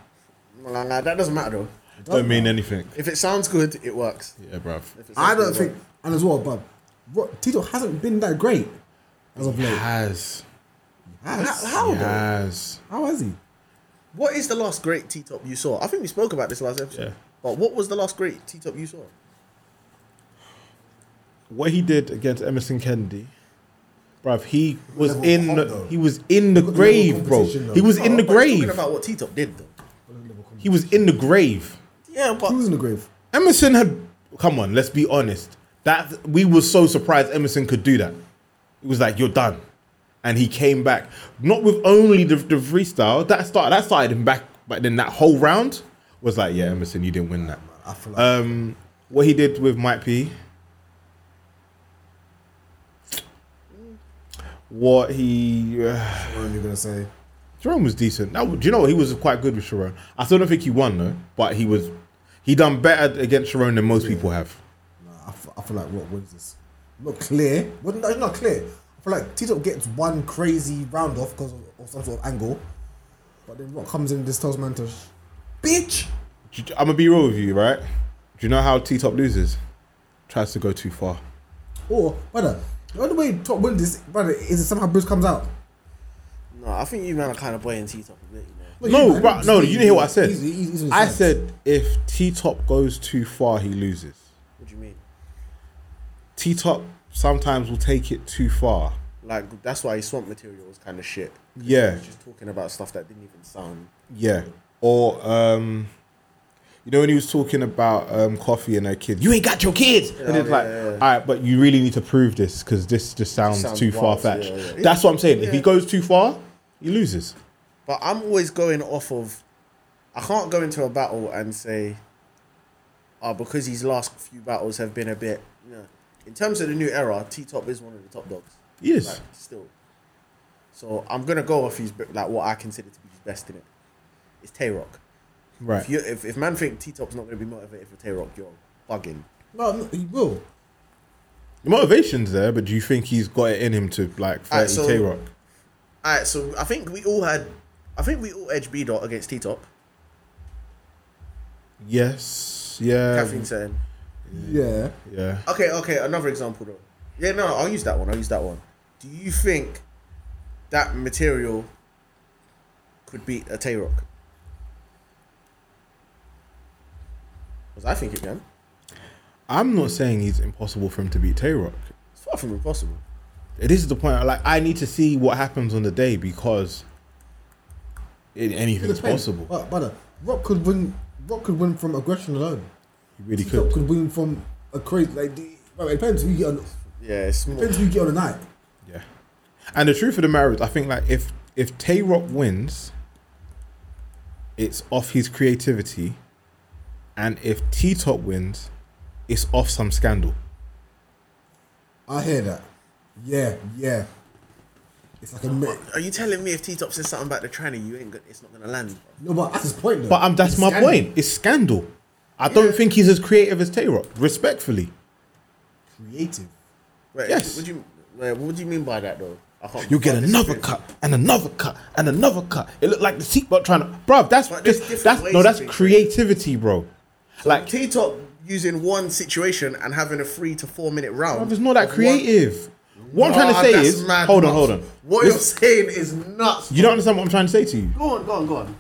Nah, nah, that doesn't matter though. Don't mean anything. If it sounds good, it works. Yeah, bruv. If it I sounds don't good, it think, and as well, but Rock, Tito hasn't been that great as of late. Has Has. How, how though? has How has he? What is the last great T top you saw? I think we spoke about this last episode. Yeah. But what was the last great T top you saw? what he did against Emerson Kennedy. Bruv, he was Level in hot, the, though. he was in the Look at the level of grave, bro. competition, though. He was in the But he's grave. Talking about what T top did though. He was in the grave. Yeah, but He was in the grave. Emerson had come on, let's be honest. That we were so surprised Emerson could do that. It was like you're done, and he came back not with only the, the freestyle that started that started him back, but then that whole round was like yeah, Emerson, you didn't win that. I feel like Um, what he did with Mike P. What he uh, what you're gonna say. Jerome was decent. That, was- do you know what? He was quite good with Sharon. I still don't think he won though, but he was he done better against Sharon than most people have. Nah, I f- I feel like what wins this? Not clear. Well, no, it's not clear. I feel like Tito gets one crazy round off because of, of some sort of angle, but then Rock comes in and just tells man to, sh- bitch. I'm gonna be real with you, right? Do you know how T Top loses? Tries to go too far. Or brother, the only way Top wins this, brother, is if somehow Bruce comes out. no, I think you man are kind of boying T top a bit. You know? no, you- bruh, no, you didn't hear what I said. He's- he's- he's on the I sides. said if T Top goes too far, he loses. What do you mean? T Top sometimes will take it too far. Like that's why his swamp material was kind of shit. Yeah, He's just talking about stuff that didn't even sound. yeah. Or um, you know when he was talking about um coffee and her kids, you ain't got your kids. and it's yeah, like, yeah, yeah. all right, but you really need to prove this because this just sounds, sounds too far wild, fetched. yeah, yeah. That's what I'm saying. If he goes too far, he loses. But I'm always going off of. I can't go into a battle and say, ah, because these last few battles have been a bit. You know, in terms of the new era, T Top is one of the top dogs. He is. Like, still. So I'm gonna go off his be- like what I consider to be his best in it. It's Tay Rock. Right. If you if, if man think T Top's not gonna be motivated for Tay Rock, you're bugging. No, no, he will. The motivation's there, but do you think he's got it in him to like fight Alright, so- Tay Rock? All right, so I think we all had, I think we all edged B dot against T Top. Yes. Yeah. Kathleen saying, Yeah. Yeah. okay, okay, another example though. Yeah, no, I'll use that one. I'll use that one. Do you think that material could beat a Tay Rock? Because I think it can. I'm not saying he's impossible for him to beat Tay Rock. It's far from impossible. This is the point. Like, I need to see what happens on the day because it, anything's possible. But brother, Rock could win. Rock could win from aggression alone. He really Tito could. could win from a crazy like. The, well, it depends who you get on. Yeah, it's more. Depends who you get on the night. Yeah. And the truth of the matter is, I think like if if Tay Rock wins, it's off his creativity, and if T Top wins, it's off some scandal. I hear that. Yeah, yeah. It's like a mi- Are you telling me if T Top says something about the tranny, you ain't go- it's not gonna land? no, but that's his point though. But um, that's It's my scandal. point. It's scandal. I don't think he's as creative as Tay Rock, respectfully. Creative. Wait, Yes. What do you? wait, what do you mean by that though? I can't. You get can't another disagree. cut and another cut and another cut. It looked like the seatbelt trying to, bro. That's But there's just different that's no, ways that's of being creativity, bro. Like, T Top using one situation and having a three to four minute round. bro, it's not that of creative. one- What I'm trying to Nah, say Oh, that's is, mad hold on, nuts. hold on. What This- you're saying is nuts. you don't understand what I'm trying to say to you. go on, go on, go on.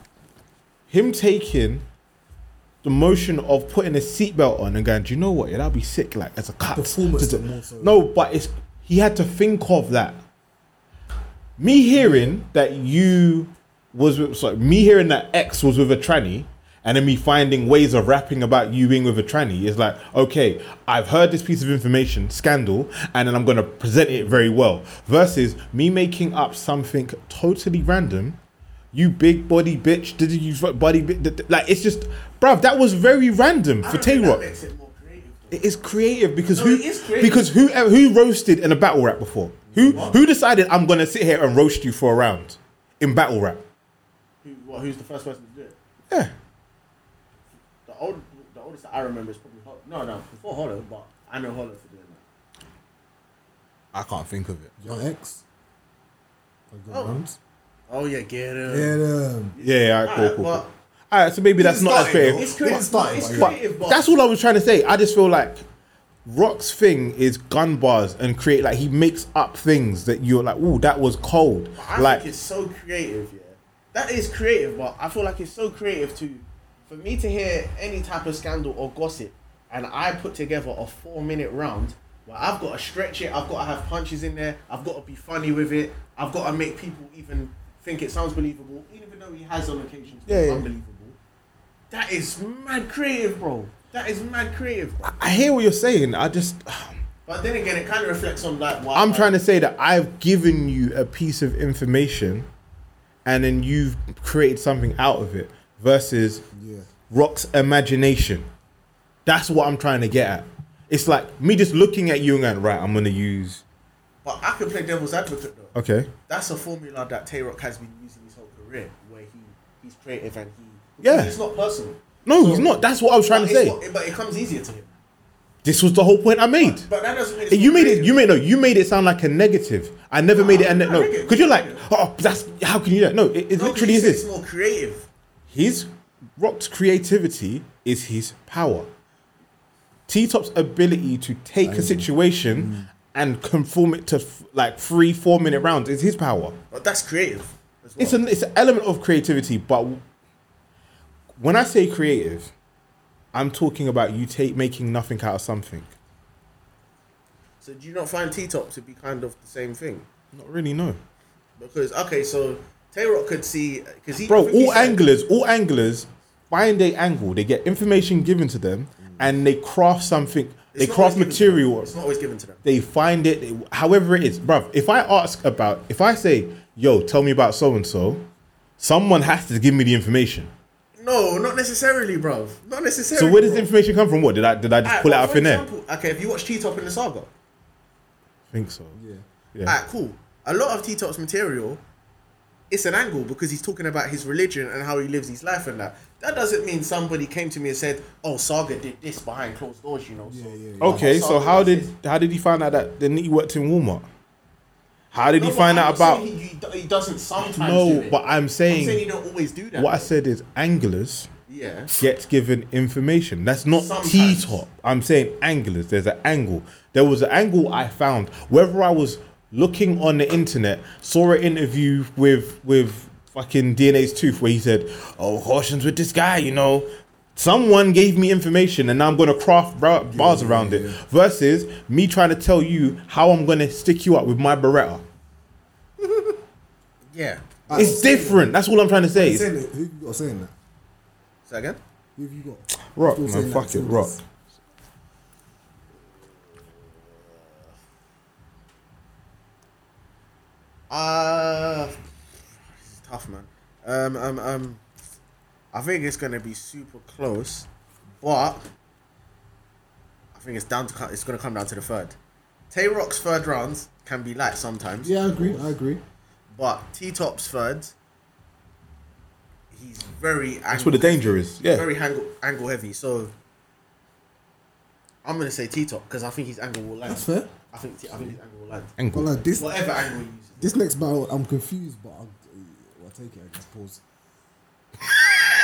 Him taking the motion of putting a seatbelt on and going, do you know what? Yeah, that'd be sick. Like, as a cut. Performance To- to- more so. No, but it's he had to think of that. Me hearing that you was with, sorry, me hearing that X was with a tranny and then me finding ways of rapping about you being with a tranny is like, okay, I've heard this piece of information, scandal, and then I'm gonna present it very well. Versus me making up something totally random, you big body bitch, did you fuck body bi- d- d- Like it's just, bruv, that was very random for Tay Rock. It is creative because No, who it is creative. because who uh, who roasted in a battle rap before? Who who decided I'm gonna sit here and roast you for a round in battle rap? who's the first person to do it? Yeah. The old, the oldest I remember is probably Hol- no, no, before Hollow, but I know Hollow for doing that. I can't think of it. Your ex. Oh. Oh. Oh yeah, get him. Yeah, um, them. Yeah, yeah, all right, cool, Alright, cool. well- cool. All right, so maybe that's not as started, creative. It's creative. It's not, it's but- creative, but, But that's all I was trying to say. I just feel like Rock's thing is gun bars and create like he makes up things that you're like, ooh, that was cold. I like think it's so creative, yeah. That is creative, but I feel like it's so creative to, for me to hear any type of scandal or gossip, and I put together a four-minute round where I've got to stretch it, I've got to have punches in there, I've got to be funny with it, I've got to make people even think it sounds believable, even though he has on occasions been Yeah, yeah. unbelievable. That is mad creative, bro. That is mad creative. Bro. I hear what you're saying. I just But then again, it kind of reflects on like what I'm trying to say that I've given you a piece of information and then you've created something out of it versus Yeah. Rock's imagination. That's what I'm trying to get at. It's like me just looking at you and going, right, I'm gonna use But I can play devil's advocate though. Okay. that's a formula that Tay Rock has been using his whole career, where he he's creative and he Yeah. it's not personal. No, So- he's not. That's what I was trying to but say. it's not- but it comes easier to him. This was the whole point I made. But that doesn't mean it's And you not made it. creative. You made no. You made it sound like a negative. I never made it a ne- I no. think it- Because you're like, oh, that's how can you do that? No, it, it No, literally he is said this. It's more creative. His Rock's creativity is his power. T Top's ability to take a situation Mm. and conform it to f- like three, four minute rounds is his power. But that's creative. as well. It's an it's an element of creativity, but when I say creative, I'm talking about you take making nothing out of something. so do you not find T Top to be kind of the same thing? Not really, no. Because okay, so Tay Rock could see because he I bro. think he All said- anglers, all anglers, find a angle. They get information given to them, and they craft something. Mm. it's they not always craft given to them. material. It's not always given to them. They find it, they- however it is, bro. If I ask about, if I say, "Yo, tell me about so and so," someone has to give me the information. No, not necessarily, bro. Not necessarily. So where does the bruv. information come from? What did I did I just Alright, pull it but out of for thin air? I example- Okay, if you watch T Top in the saga, think so. Yeah. Yeah. Alright, cool. A lot of T Top's material, it's an angle because he's talking about his religion and how he lives his life and that. That doesn't mean somebody came to me and said, "Oh, Saga did this behind closed doors," you know. so, yeah, yeah. Okay, so Saga how does did this. how did he find out that then he worked in Walmart? How did No, he but find I'm out not about? saying He, he do- he doesn't sometimes. do no, it. but I'm I'm saying he saying don't always do that. what I though. said is anglers. Yeah. gets given information. That's not T Sometimes. top. I'm saying anglers. There's an angle. There was an angle I found. Whether I was looking on the internet, saw an interview with with fucking DNA's tooth where he said, "Oh, cautions with this guy," you know. Someone gave me information, and now I'm gonna craft ra- bars around it. Versus me trying to tell you how I'm gonna stick you up with my Beretta. Yeah. It's different. That's all I'm trying to say. It's Who's saying that? Who you got saying that? Say again. Who have you got? rock, Still man. saying Fuck that it, to rock. us. Uh, this is tough, man. Um, um, um, I think it's gonna be super close, but I think it's down to co- it's gonna come down to the third. Tay Rock's third rounds can be light sometimes, Yeah, I agree. I agree. but T Top's third, he's very That's what the danger is. Yeah. very angle angle heavy. So I'm gonna say T Top because I think his angle will land. That's fair. I think I think his angle will land. angle. But like this, Whatever angle he uses. this next battle, I'm confused, but I'll, I'll take it. I guess pause.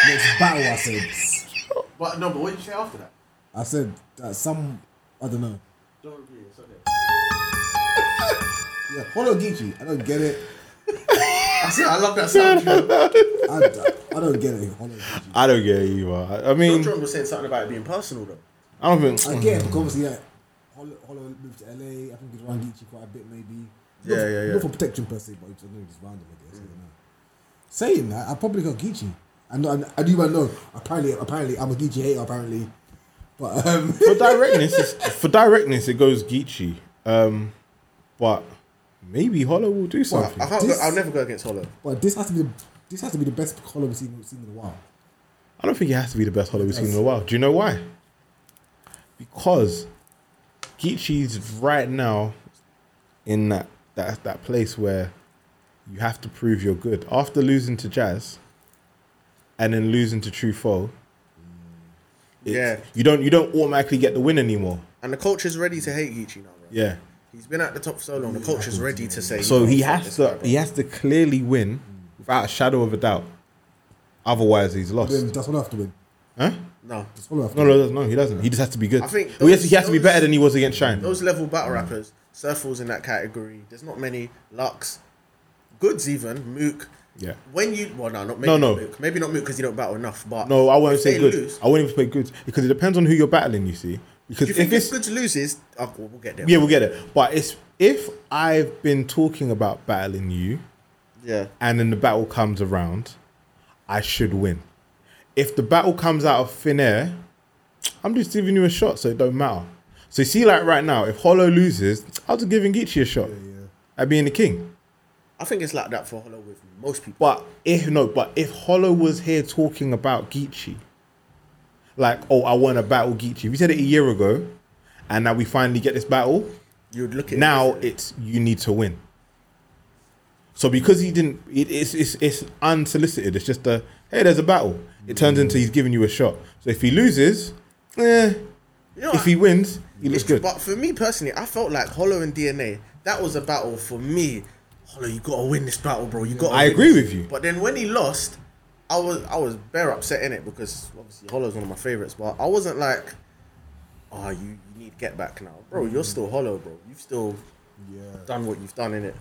next battle, I said. But no, but what did you say after that? I said that some, I don't know. Don't agree. It's okay. Yeah, Holo Geechee. I don't get it. I said I love that sound. John I, I don't get it. Holo Geechee. I don't get it either. I I mean, John was saying something about it being personal though. I don't think. I get it because obviously, yeah, Holo, Holo moved to LA. I think he's around Geechee quite a bit, maybe. Not Mm. Yeah, for, yeah, yeah. Not for protection per se, but I don't know if it's random, I guess. I don't know. Saying that, I probably got Geechee. And I, I do even know. Apparently, apparently, I'm a Geechee hater. Apparently, but um, for directness, it's, for directness, it goes Geechee. Um, but maybe Hollow will do I, I something. can't This- go, I'll never go against Hollow. but this has to be the, this has to be the best column we've seen, we've seen in a while. I don't think it has to be the best Hollow we've seen in a while. Do you know why? Because Geechee's right now in that, that that place where you have to prove you're good. After losing to Jazz and then losing to True Foe, Yeah, you don't you don't automatically get the win anymore. and the culture's ready to hate Geechee now, bro. Yeah. He's been at the top for so long. The culture's ready to say. So you know, he fuck has this to guy, bro. he has to clearly win without a shadow of a doubt. Otherwise he's Then lost. that's what I have to win. Huh? No, That's what I have to No, win. no, no, he doesn't. He just has to be good. I think Well, he, has to, he has to be those- better than he was against Shine. those level battle rappers, Surfalls in that category. There's not many Lux, Goods even Mook. Yeah. When you well no not maybe No, not no. Mook. maybe not Mook because you don't battle enough. But No, I won't if say they good. lose- I won't even say good because it depends on who you're battling. You see, do because you if think if it's Goods loses, oh, we'll, we'll get there. yeah, we'll get it. But it's if I've been talking about battling you, yeah. and then the battle comes around, I should win. If the battle comes out of thin air, I'm just giving you a shot, so it don't matter. So you see, like right now, if Hollow loses, I'll just give Ngichi a shot at being the king. I think it's like that for Hollow with most people. But if no, but if Hollow was here talking about Geechee, like, oh, I want to battle Geechee. If you said it a year ago, and now we finally get this battle, You would look at now it, it's you need to win. So because he didn't, it, it's, it's it's unsolicited. It's just a hey, there's a battle. It turns into he's giving you a shot. So if he loses, eh. You know If what? he wins, he looks good. But for me personally, I felt like Hollow and DNA, that was a battle for me. Hollow, you gotta win this battle, bro. You gotta I win agree this. with you. But then when he lost, I was I was bare upset in it because obviously Hollow's one of my favourites, but I wasn't like, Oh, you, you need get back now. Bro, you're still hollow, bro. You've still done what you've done in it.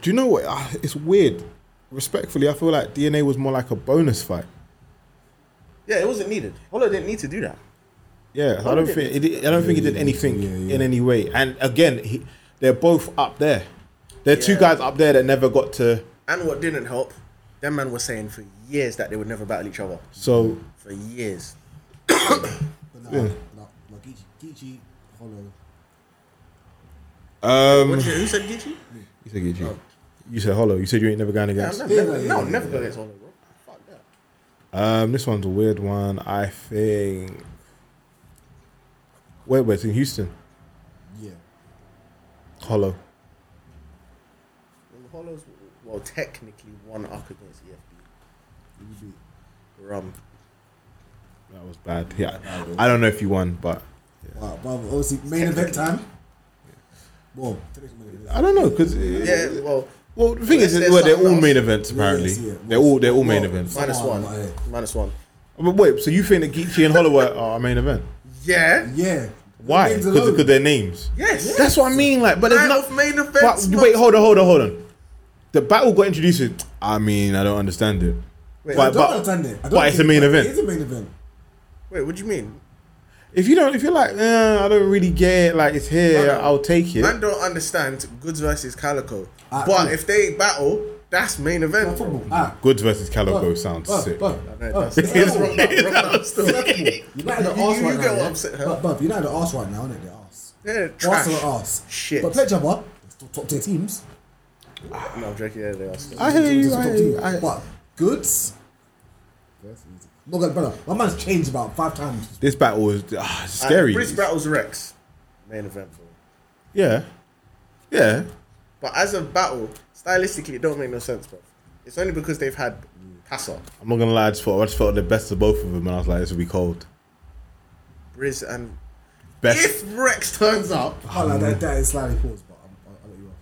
Do you know what? Ah, It's weird. Respectfully, I feel like DNA was more like a bonus fight. Yeah, it wasn't needed. Hollow didn't need to do that. Yeah, I don't did think it did, I don't think it did anything in any way. And again, he, they're both up there. There are two Yeah. guys up there that never got to. And what didn't help, them man were saying for years that they would never battle each other. So For years. But no, no, no, Geechee, Geechee, Hollow. Mm. What did you, who said Gigi? you said Gigi. um, You said Hollow. You said you ain't never going Yeah, against. no, Yeah, never, yeah, no, yeah, never yeah. go against Hollow, bro. Fuck that. Um, this one's a weird one. I think. Wait, wait, it's in Houston. Yeah. Hollow. Well, Hollow's well technically one up against EFB. Rum. That was bad. Yeah, I don't know if you won, but Wow, but obviously main event time. Well, today's main event. I don't know because Yeah, well, Well, the thing is, Unless there's well, they're all something else. main events apparently. yeah. They're all they're all main Well, events. minus Someone, one. like- Minus one. But wait, so you think that Geechee and Hollow are- are a main event? Yeah. Yeah. Why? Names Because alone. because their names. Yes. That's what I mean. Like, but there's Night not of main events, But, man. wait, hold on, hold on, hold on. The battle got introduced. with- I mean, I don't understand it. but, I don't but- understand it. I don't but it's a get it, main but event. It is a main event. Wait, what do you mean? If you don't, if you're like, eh, I don't really get it. Like, it's No, here. no. I'll take it. Man don't understand goods versus calico. Ah, but cool. if they battle, that's main event. bro. Football. Ah. Goods versus Calico Bro, sounds bro, sick. bro, No, bro, that's, it's that's football. wrong up, wrong up still. United are You- you- arse you get right now, what yeah? I'm saying, huh? But, but United are arse right now, innit? They're arse. Yeah, trash. Arsenal are arse. Shit. But Pledge Jabba, top tier teams. No, Drake, yeah, they are still. I hear you. Those I are hear top you. tier. I- But goods. No good, brother. My man's changed about five times. this battle was ah, it's scary. Briz battles Rex. Main event. Bro. yeah, yeah. But as a battle, stylistically, it don't make no sense, bro. It's only because they've had Casa, I'm not gonna lie. I just felt I just felt the best of both of them, and I was like, this will be cold. Briz, and Best. if Rex turns up, Oh, I can't lie, that, that is slightly paused, but I'm, I'll, I'll let you off.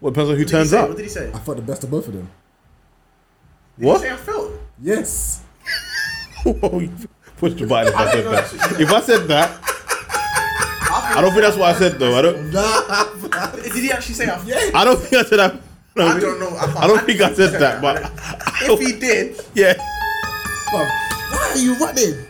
well, it depends on What who did he turns say? up. What did he say? I thought the best of both of them. Did What? he say I felt. Yes. Whoa, you Pushed the button if I said that. If I said that, I don't think that's what I said though. I don't. Did he actually say I felt? I don't think I said that. I don't know. I, can't- I don't think I said said that, but If he did, yeah. Bruv, why are you running?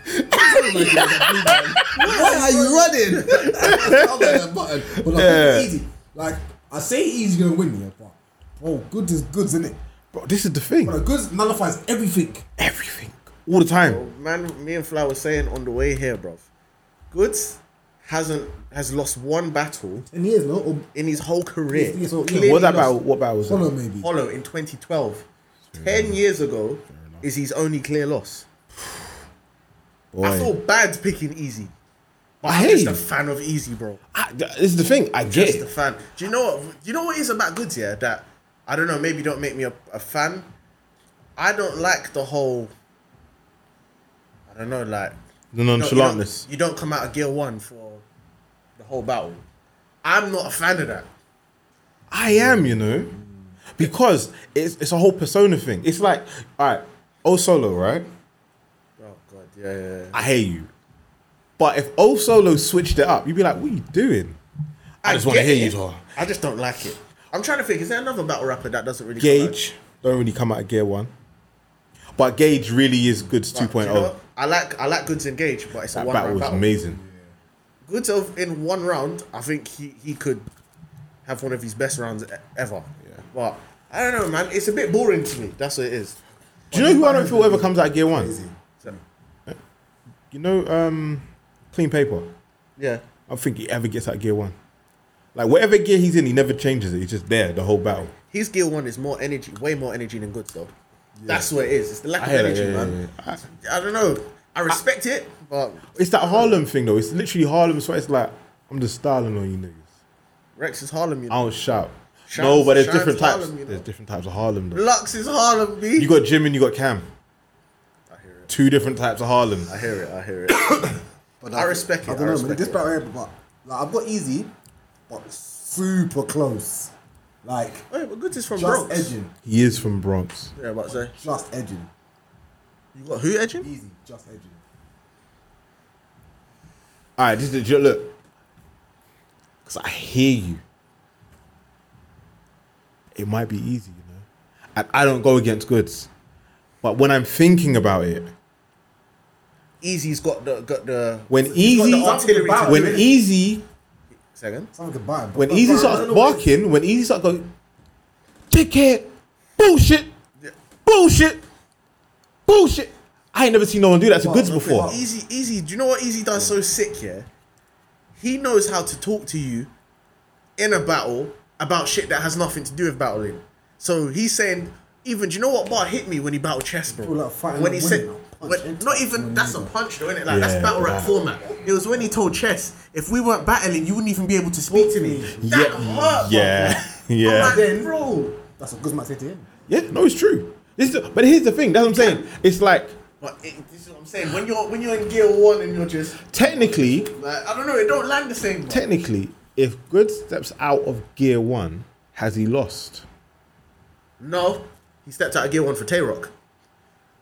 why are you running? I'll get that button. But like, Yeah. oh, easy. Like, I say easy gonna win, yeah, but bro, good is goods, isn't it? Bro, this is the thing. But the goods nullifies everything. Everything. All the time. Man, me and Fly were saying on the way here, bruv. Goods hasn't has lost one battle And he is no. Or in his whole career. Yes, yes, oh, yeah. Clearly what that lost- battle? What battle was follow that? maybe. Hollow in 2012. Ten years ago is his only clear loss. I Boy. feel bad picking Easy. But I I'm hate just a him. fan of Easy, bro. I- th- this is the thing. I get Just a it. fan. Do you know what? Do you know what it is about Goods? Yeah, that I don't know. Maybe don't make me a, a fan. I don't like the whole. I don't know, like the you don't- you don't- nonchalantness. You don't come out of gear one for the whole battle. I'm not a fan of that. I am, you know, because it's it's a whole persona thing. It's like, all right, O Solo, right? Oh god, yeah, yeah. yeah. I hear you, but if O Solo switched it up, you'd be like, what are you doing? I, just want to get hear it. you talk. I just don't like it. I'm trying to think. Is there another battle rapper that doesn't really come out? Gage don't really come out of gear one, but Gage really is Goods But do you 2.0. know what? I like I like Goods engaged, but it's a oh. that one battle round was battle. amazing. Goods of in one round, I think he, he could have one of his best rounds e- ever. Yeah. But I don't know, man. It's a bit boring to me. That's what it is. Do you know who I don't feel ever comes out of gear one? Crazy. So, You know, um, Clean Paper. yeah. I don't think he ever gets out of gear one. Like whatever gear he's in, he never changes it. He's just there the whole battle. His gear one is more energy, way more energy than Goods though. That's what it is. It's the lack I of hear that. energy, yeah, yeah, man. yeah. I- I don't know. I respect it, but It's that Harlem thing though. It's literally Harlem. So it's like I'm just styling on you niggas. Rex is Harlem. You I know. don't shout. Shout- no, but there's shout's different types. Harlem, you know. There's different types of Harlem. Though. Lux is Harlem. B. You got Jim and you got Cam. I hear it. Two different types of Harlem. I hear it. I hear it. But I respect it, I I don't know, man. respect This it. battle here, but like, I've got easy, but super close. Like Wait, Oh, but Goods is from just Bronx. edging, He is from Bronx. Yeah, but so just edging, you got who E- edging? easy, just edging. All right, this is the look. Cause I hear you. It might be easy, you know. And I don't go against goods, but when I'm thinking about it, Easy's got the got the when he's got the easy, artillery to e- about do when it. easy second. Something goodbye. But, when but, but, Easy I starts don't know what- barking, when Easy starts going, dickhead, bullshit, bullshit, bullshit. I ain't never seen no one do that to goods before. Easy, easy. Do you know what Easy does so sick? Yeah, he knows how to talk to you in a battle about shit that has nothing to do with battling. So he's saying, even do you know what bar hit me when he battled chess, bro? People like fighting when like he women said, now, punch when, into not even that's a punch, though, innit? Like Yeah, that's battle rap yeah. format. It was when he told chess, if we weren't battling, you wouldn't even be able to speak to me. That Yeah, hurt, yeah, yeah. Bro. Then, bro. That's what Goods might say to him. Yeah, no, it's true. This is, but here's the thing. That's what I'm saying. It's like But it, this is what I'm saying. When you're when you're in gear one and you're just technically, like I don't know, it don't land the same. bro. technically, if Good steps out of gear one, has he lost? No, he stepped out of gear one for Tay Rock,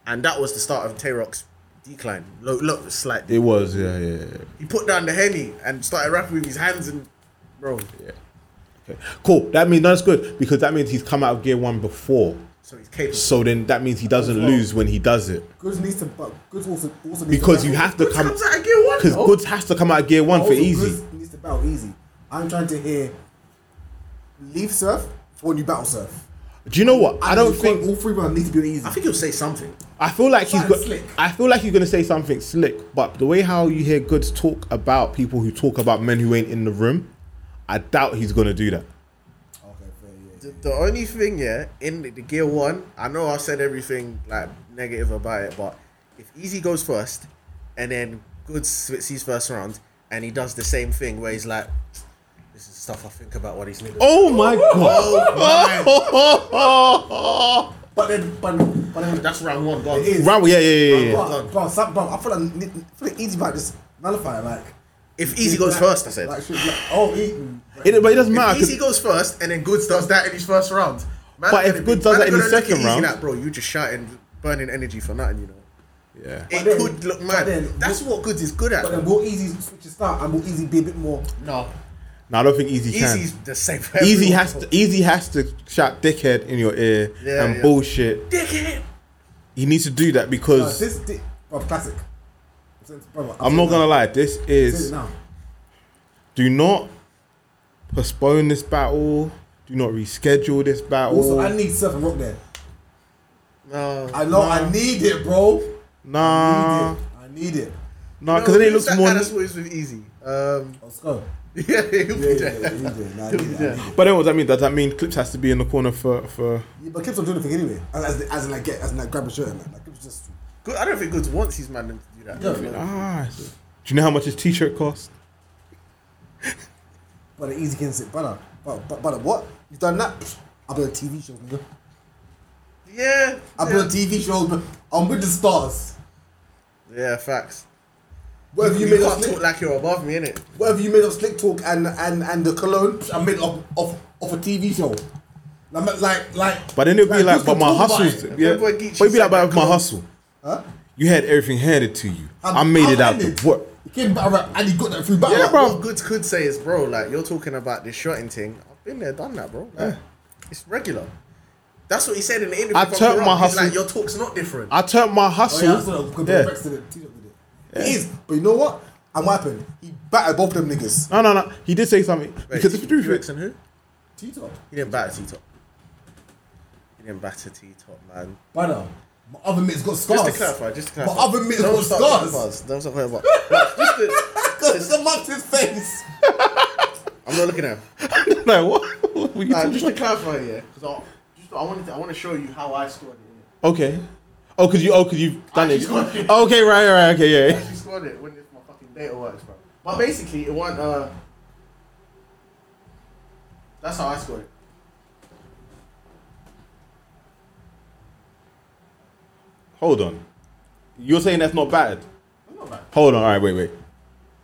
and that was the start of Tay Rock's decline. Look, look, slight. It was, yeah, yeah, yeah. He put down the henny and started rapping with his hands and, bro. Okay. Cool. That means that's good because that means he's come out of gear one before. So he's capable. So then that means he doesn't lose when he does it Goods needs to, but Goods also also needs because to you battle. have to Goods come comes out of gear one, because though. Goods has to come out of gear one for Also, easy. Goods needs to battle easy. I'm trying to hear leave surf for when you battle surf. Do you know what? I don't Because think all three rounds need to be easy. I think he'll say something. I feel like he's Something got. slick. I feel like he's gonna say something slick, but the way how you hear Goods talk about people who talk about men who ain't in the room, I doubt he's gonna do that. okay, fair, yeah. The, the only thing, yeah, in the, the gear one, I know I said everything like negative about it, but if Easy goes first, and then Goods splits his first round, and he does the same thing where he's like, "This is stuff I think about while these niggas." Oh my god! But then, but, but then That's round one. Gone. it is. Round, yeah, yeah, yeah, yeah. But, but, some- but I feel like, I feel like easy about just nullify like. If Easy goes like- first, I said. Like, shit, like, oh, Eaton. It, but it doesn't matter. If 'cause- Easy goes first, and then Goods does that in his first round. Man's But if gonna Goods man's does that in gonna his look at second Easy round- like, bro, you just shouting, burning energy for nothing, you know. yeah. It then- could look but mad. then- That's what Goods is good But at. then will easy switch his style and will easy be a bit more. uh, No, No, I don't think Easy can. Easy's the same. for everyone. Easy has to. Easy has to shout "dickhead" in your ear Yeah, and yeah. bullshit. Dickhead. He needs to do that Uh, because this di- bro, classic. Bro, I'm not gonna lie. This This is. now. Do not postpone this battle. Do not reschedule this battle. Oh. Also, I need surf and rock there. No. I know. I need it, bro. I Nah, need it. I need it. nah, because then who's it looks that more. guy that's always with Easy. Um, Let's go. yeah, he'll Yeah, be yeah, there. yeah, he's doing it. Nah, I need it. I need it. But then what does that mean? Does that mean clips has to be in the corner for for? Yeah, but Kip's not doing anything anyway. As, as, as in like get, as in like grab a shirt and like, like Kip's just. Good. I don't think Goods wants his man to do that. Yeah, man. Ah, I see. do you know how much his t-shirt cost? But the easy can sit, brother. But but but what? You've done that? Pfft, I'll be on TV shows, nigga. Yeah. I'll be yeah. on TV shows. man. I'm with the stars. Yeah, facts. Whatever you, You made can't up, talk slick, like you're above me, innit? whatever you made up, slick talk and and and the cologne, pfft, I made it off off off a TV show. Like like like. But then it'd be like, who's but gonna my talk about hustle's it? yeah. Remember But when it'd Geechee be said like, but that my cologne- hustle. Huh? You had everything handed to you. I I'm- made I'm it out ended. the work. He came back around and he got that through battle. Yeah, bro. What Goods could say is, bro, like you're talking about this shotting thing. I've been there, done that, bro. Like, It's regular. That's what he said in the interview. I from turned Corrupt. my He's hustle- Like your talk's not different. I turned my hustle. Oh, yeah, that's what I'm comparing yeah. Rex to the T-shirt with it. It is, but you know what? And what happened? He battered both of them niggas. No, no, no. He did say something because if you do T-Rex and who? T-top. He didn't batter T top. He didn't batter T top, man. Brother, my other mate's got scars. Just to clarify, just to clarify. My other mate's got scars. That was Just to, Because the mugged his face. I'm not looking at him. no, what? what were you Nah, talking just to clarify, yeah, because I, just- I wanted, to, I want to show you how I scored it. Okay. Oh, cause you, oh, cause you've done it. just got it. Okay, right, right, okay, yeah. She scored it when it's my fucking data works, bro. But basically, it wasn't. Uh, that's how I scored it. Hold on. You're saying that's not bad. I'm not bad. Hold on. All right, wait, wait,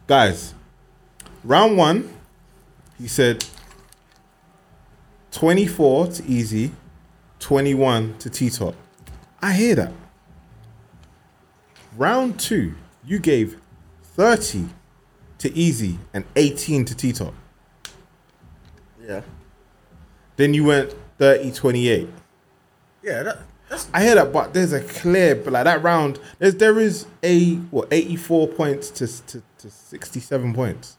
guys. Round one, he said twenty-four to easy, twenty-one to T top. I hear that. Round two, you gave thirty to easy and eighteen to T top. Yeah. Then you went 30 28. Yeah. That, that's I hear that, but there's a clear, but like that round, there's there is a what 84 points to to, to 67 points.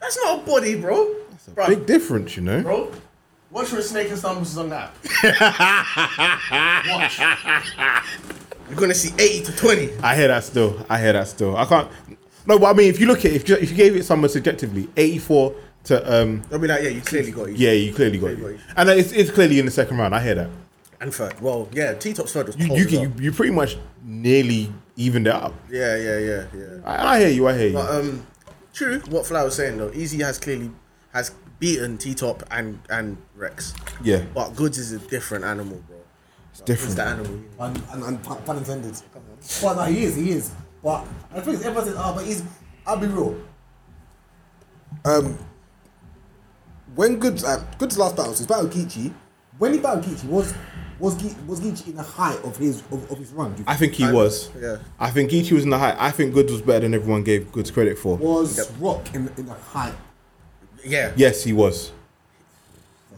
that's not a body, bro. That's It's a bro, big difference, you know. bro. Watch when Snake and Stumbles is on that. Watch. You're gonna see eighty to twenty. I hear that still. I hear that still. I can't. No, but I mean, if you look at if you, if you gave it someone subjectively, 84 to um, They'll be like, yeah, you clearly got it. yeah, you clearly got it, and uh, it's, it's clearly in the second round. I hear that. And third, well, yeah, T top third was You cold you as can well. you, you pretty much nearly evened it up. Yeah, yeah, yeah, yeah. I, I hear you. I hear you. But um, true. What Fly was saying though, Easy has clearly has beaten T Top and and Rex. Yeah. But Goods is a different animal, bro. It's different. the animal. you know. And, and, and pun, pun intended. But no, he is, he is. But I think everyone says, oh, but he's, I'll be real. Um, when Goods, uh, Goods last battle, so his battle Geechee, when he battled Geechee, was was Geechee, was Geechee in the height of his of, of his run? Do you I think he was. yeah. I think Geechee was in the height. I think Goods was better than everyone gave Goods credit for. was Rock in, in the height. Yeah. Yes, he was.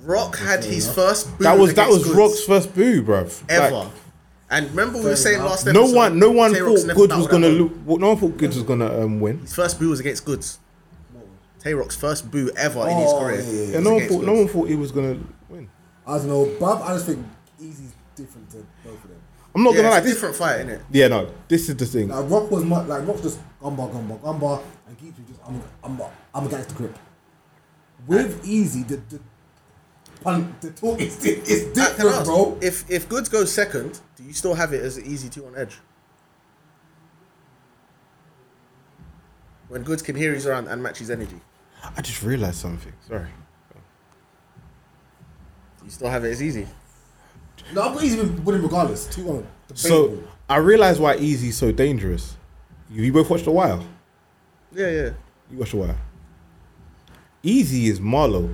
Rock had his first. Boom That was that was against Goods Rock's first boo, bruv. ever. Like, and remember we were saying enough. last no episode, one, no one Tay-Rock's thought never Goods was battled gonna that lose. No one thought Goods was gonna um, win. His first boo was against Goods. Tay Rock's first boo ever in his Oh, career. yeah, yeah, yeah. Yeah, was no one against thought, no Goods. one thought he was gonna win. I don't know, but I just think Easy's different to both of them. I'm not Yeah, gonna it's lie. a This, different fight, innit? yeah, no, this is the thing. Like Rock was much like Rock's just gumba gumba gumba and Geechee was just I'm I'm I'm against the grip. With Easy the the pun, the talk is di- is Uh, can I different, ask, bro. If if Goods goes second, do you still have it as an easy two on edge? When Goods can hear his around and match his energy, I just realized something. Sorry. do you still have it as easy? No, I've got Easy with- winning regardless. Two one. So I realized why Easy's so dangerous. You, you both watched The Wire. Yeah, yeah. You watched The Wire. Easy is Marlowe.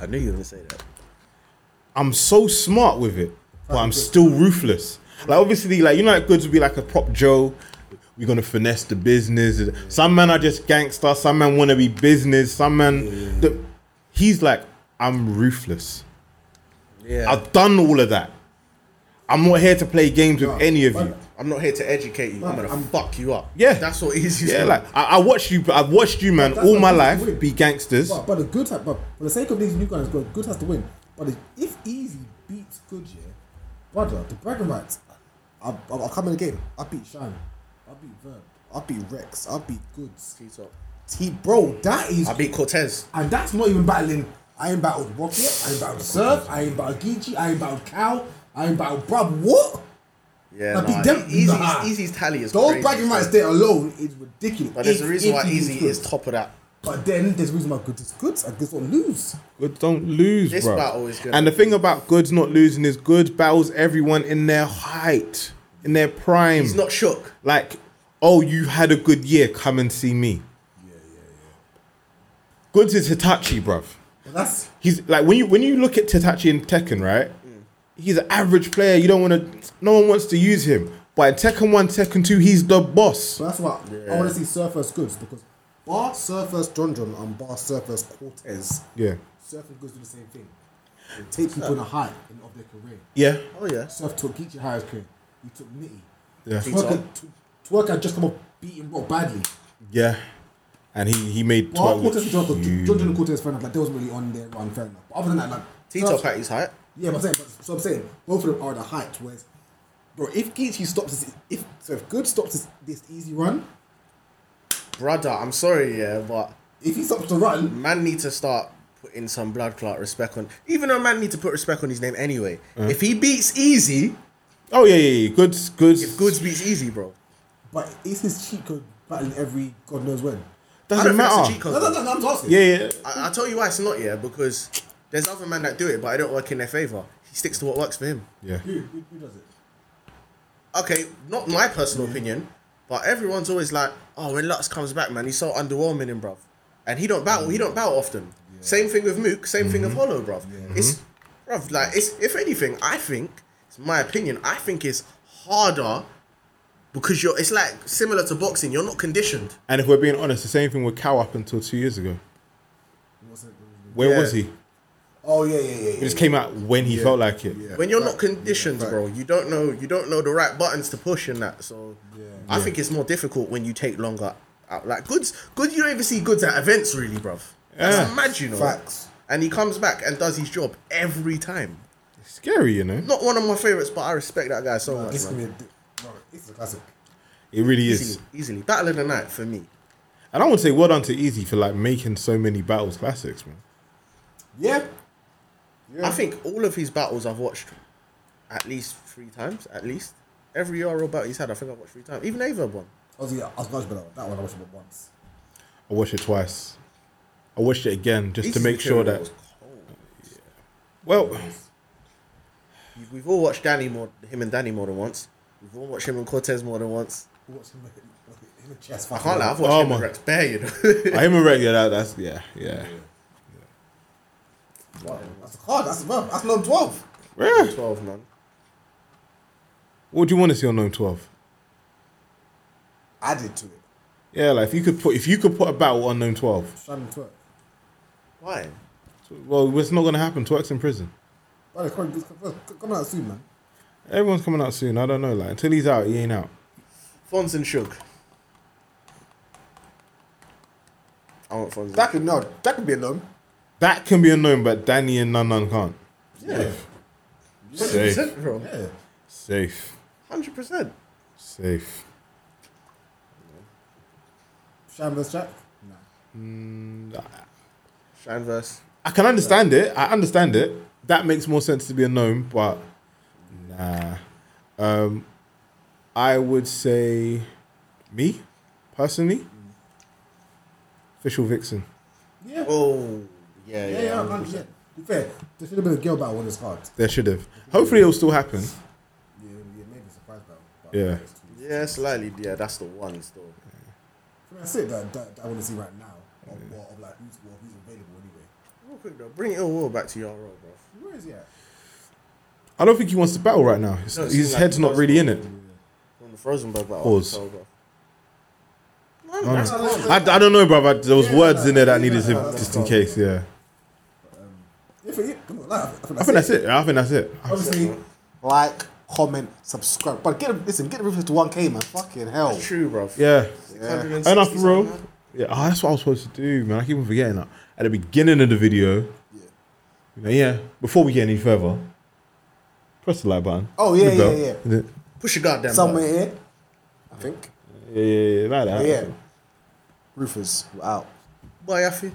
I knew you were gonna say that. I'm so smart with it, but I'm still ruthless. Like obviously, like you know, like goods would be like a prop Joe. We're gonna finesse the business. Some men are just gangster. Some men want to be business. Some men, the, he's like, I'm ruthless. Yeah, I've done all of that. I'm not here to play games with any of you. I, am not here to educate you. I'm gonna I'm- fuck you up. Yeah. that's what easy. Yeah, like I, I watched you. I've watched you, man, That's all not my what life we do. be gangsters. But, but the good type, but for the sake of these new guys, good good has to win. But if Easy beats Good, yeah, brother, the bragging rights are I'll, I'll, I'll come in the game. I'll beat Shine. I'll beat Verb. I'll beat Rex. I'll beat Goods. T-top. T, bro, that is I beat Cortez. and that's not even battling. I ain't battled Rocket, I ain't battled Surf, I ain't battled Geechee, I ain't battled Cow, I ain't battled Bruv. What? Yeah, I beat nah, them- Easy, nah. Easy's tally is Those crazy, bragging so- rights there alone is ridiculous. But there's If- a reason if why he was Easy good. is top of that. But then there's a reason why Goods is good and Goods don't lose. Good, don't lose, This bro. battle is gonna and the thing about Goods not losing is Goods battles everyone in their height, in their prime. He's not shook. like, oh, you had a good year. Come and see me. Goods is Hitachi, bruv. But that's He's like when you when you look at Hitachi in Tekken, right? Mm. He's an average player. You don't want to. No one wants to use him. But in Tekken One, Tekken Two, he's the boss. so that's why I want to see Surf versus Goods because bar Surf versus John John and bar Surf versus Cortez, Yeah. Surf and Goods do the same thing. They take people in a high in, of their career. Yeah. Oh yeah. Surf took Geechee highest career. He took Nitty. Yeah. Twerk had, Twerk had just come up beating Rock badly. Yeah. And he he made Well, twelve. Cortez and Jordan, Jordan and Cortez, fair enough. Like, they wasn't really on their run, fair enough. But other than that, like, T-top Surf- at his height. Yeah, but I'm saying, but, so I'm saying, both of them are the height. Whereas, bro, if Geechee stops this, if so, if Good stops this, this easy run, Brother, I'm sorry, yeah, but if he stops the run, man need to start putting some blood clot respect on. Even though man need to put respect on his name anyway. Uh-huh. If he beats Easy, Oh yeah, yeah, yeah. Goods, goods. if Goods beats Easy, bro. but is his cheat code battling every God knows when? I Doesn't don't think it's a matter. cheat No, code. no, no, no I'm just asking. Yeah, yeah. I, I'll tell you why it's not, yeah, because there's other men that do it, but it don't work in their favour. He sticks to what works for him. Yeah. Who, who, who does it? Okay, not my personal opinion, but everyone's always like, oh, when Lux comes back, man, he's so underwhelming in bruv. And he don't battle, he don't battle often. Same thing with Mook, same thing with Hollow, bruv. It's, bruv, like, it's, if anything, I think, it's my opinion, I think it's harder because you're, it's like similar to boxing, you're not conditioned. And if we're being honest, the same thing with Cow up until two years ago. What's it? Where Yeah. was he? Oh yeah, yeah, yeah. It yeah. just came out when he felt like it. Yeah. when you're Right. not conditioned, Yeah, right. bro, you don't know you don't know the right buttons to push and that. So Yeah. I think it's more difficult when you take longer. Out. Like goods, good. You don't even see goods at events, really, bruv. That's Yeah. mad, you know. Facts. And he comes back and does his job every time. It's scary, you know. Not one of my favorites, but I respect that guy so Like, much. this is man. gonna be a, di- bro, this is a classic. It really is. Easily, easily, battle of the night for me. And I would say well done to Easy for like making so many battles classics, man. Yeah. I think all of his battles I've watched at least three times, at least every RO battle he's had, I think I've watched three times. Even Averb one. I was, yeah, I was much better. That one I watched about once. I watched it twice. I watched it again just to Easy's make sure material that. was cold. Well, We've all watched Danny more, him and Danny more than once. We've all watched him and Cortez more than once. What's him? Him and Chess. I can't lie, I've watched Oh him and my- Rex Bear, you know. I remember yeah, that, that's yeah, yeah, That's hard. That's bro, That's number twelve. yeah. 12, man. What do you want to see on Gnome Twelve? Added to it. Yeah, like if you could put if you could put a battle on Gnome Twelve, Shannon Twerk. Why? well, it's not gonna happen. Twerk's in prison. Bro, it's coming, it's coming- it's coming out soon, man. Everyone's coming out soon. I don't know. Like until he's out, he ain't out. Fons and Shug. I want Fons. That could no, that could be a no. That can be unknown, but Danny and Nun Nun can't. Yeah. Safe, 100%, bro. Yeah. safe, 100%. safe. Shannon versus Jack. Nah. Shine verse. I can understand it. I understand it. That makes more sense to be a gnome, but nah. Um, I would say me personally, official vixen. Yeah. Oh, yeah, yeah. yeah, yeah, 100%. Be fair. There should have been a girl battle on this card. There should have. Hopefully, it'll still happen. Yeah, yeah, maybe a surprise battle. But Yeah. it's too- Yeah, slightly. Yeah, that's the one still. That's it that, that, that I want to see right now. Of, what- of like who's, well, who's available anyway. Real quick, though. Bring Ill Will back to your role, bro. Where is he at? I don't think he wants to battle right now. His, No, it seems his like head's he not does really in want it. On the Frozenberg battle. Pause. so, bruv. No, no, that's cool. I, I don't know, brother. There was Yeah, words no, in there that I no, needed no, to, that's just in cool. case. Yeah, Yeah, for, yeah, come on, like, I think I think that's it. I think that's it. Obviously, Like, comment, subscribe. But get listen, get the reviews to 1k, man. Fucking hell. True, bro. Yeah. Yeah. And after all, yeah, oh, that's what I was supposed to do, man. I keep on forgetting that. At the beginning of the video, yeah, yeah, before we get any further, press the like button. Oh, yeah, the bell, yeah, yeah. and then Push your goddamn somewhere button. here. I think. Yeah, yeah, yeah, like But that. yeah. Roofers were out. Boy, I feel.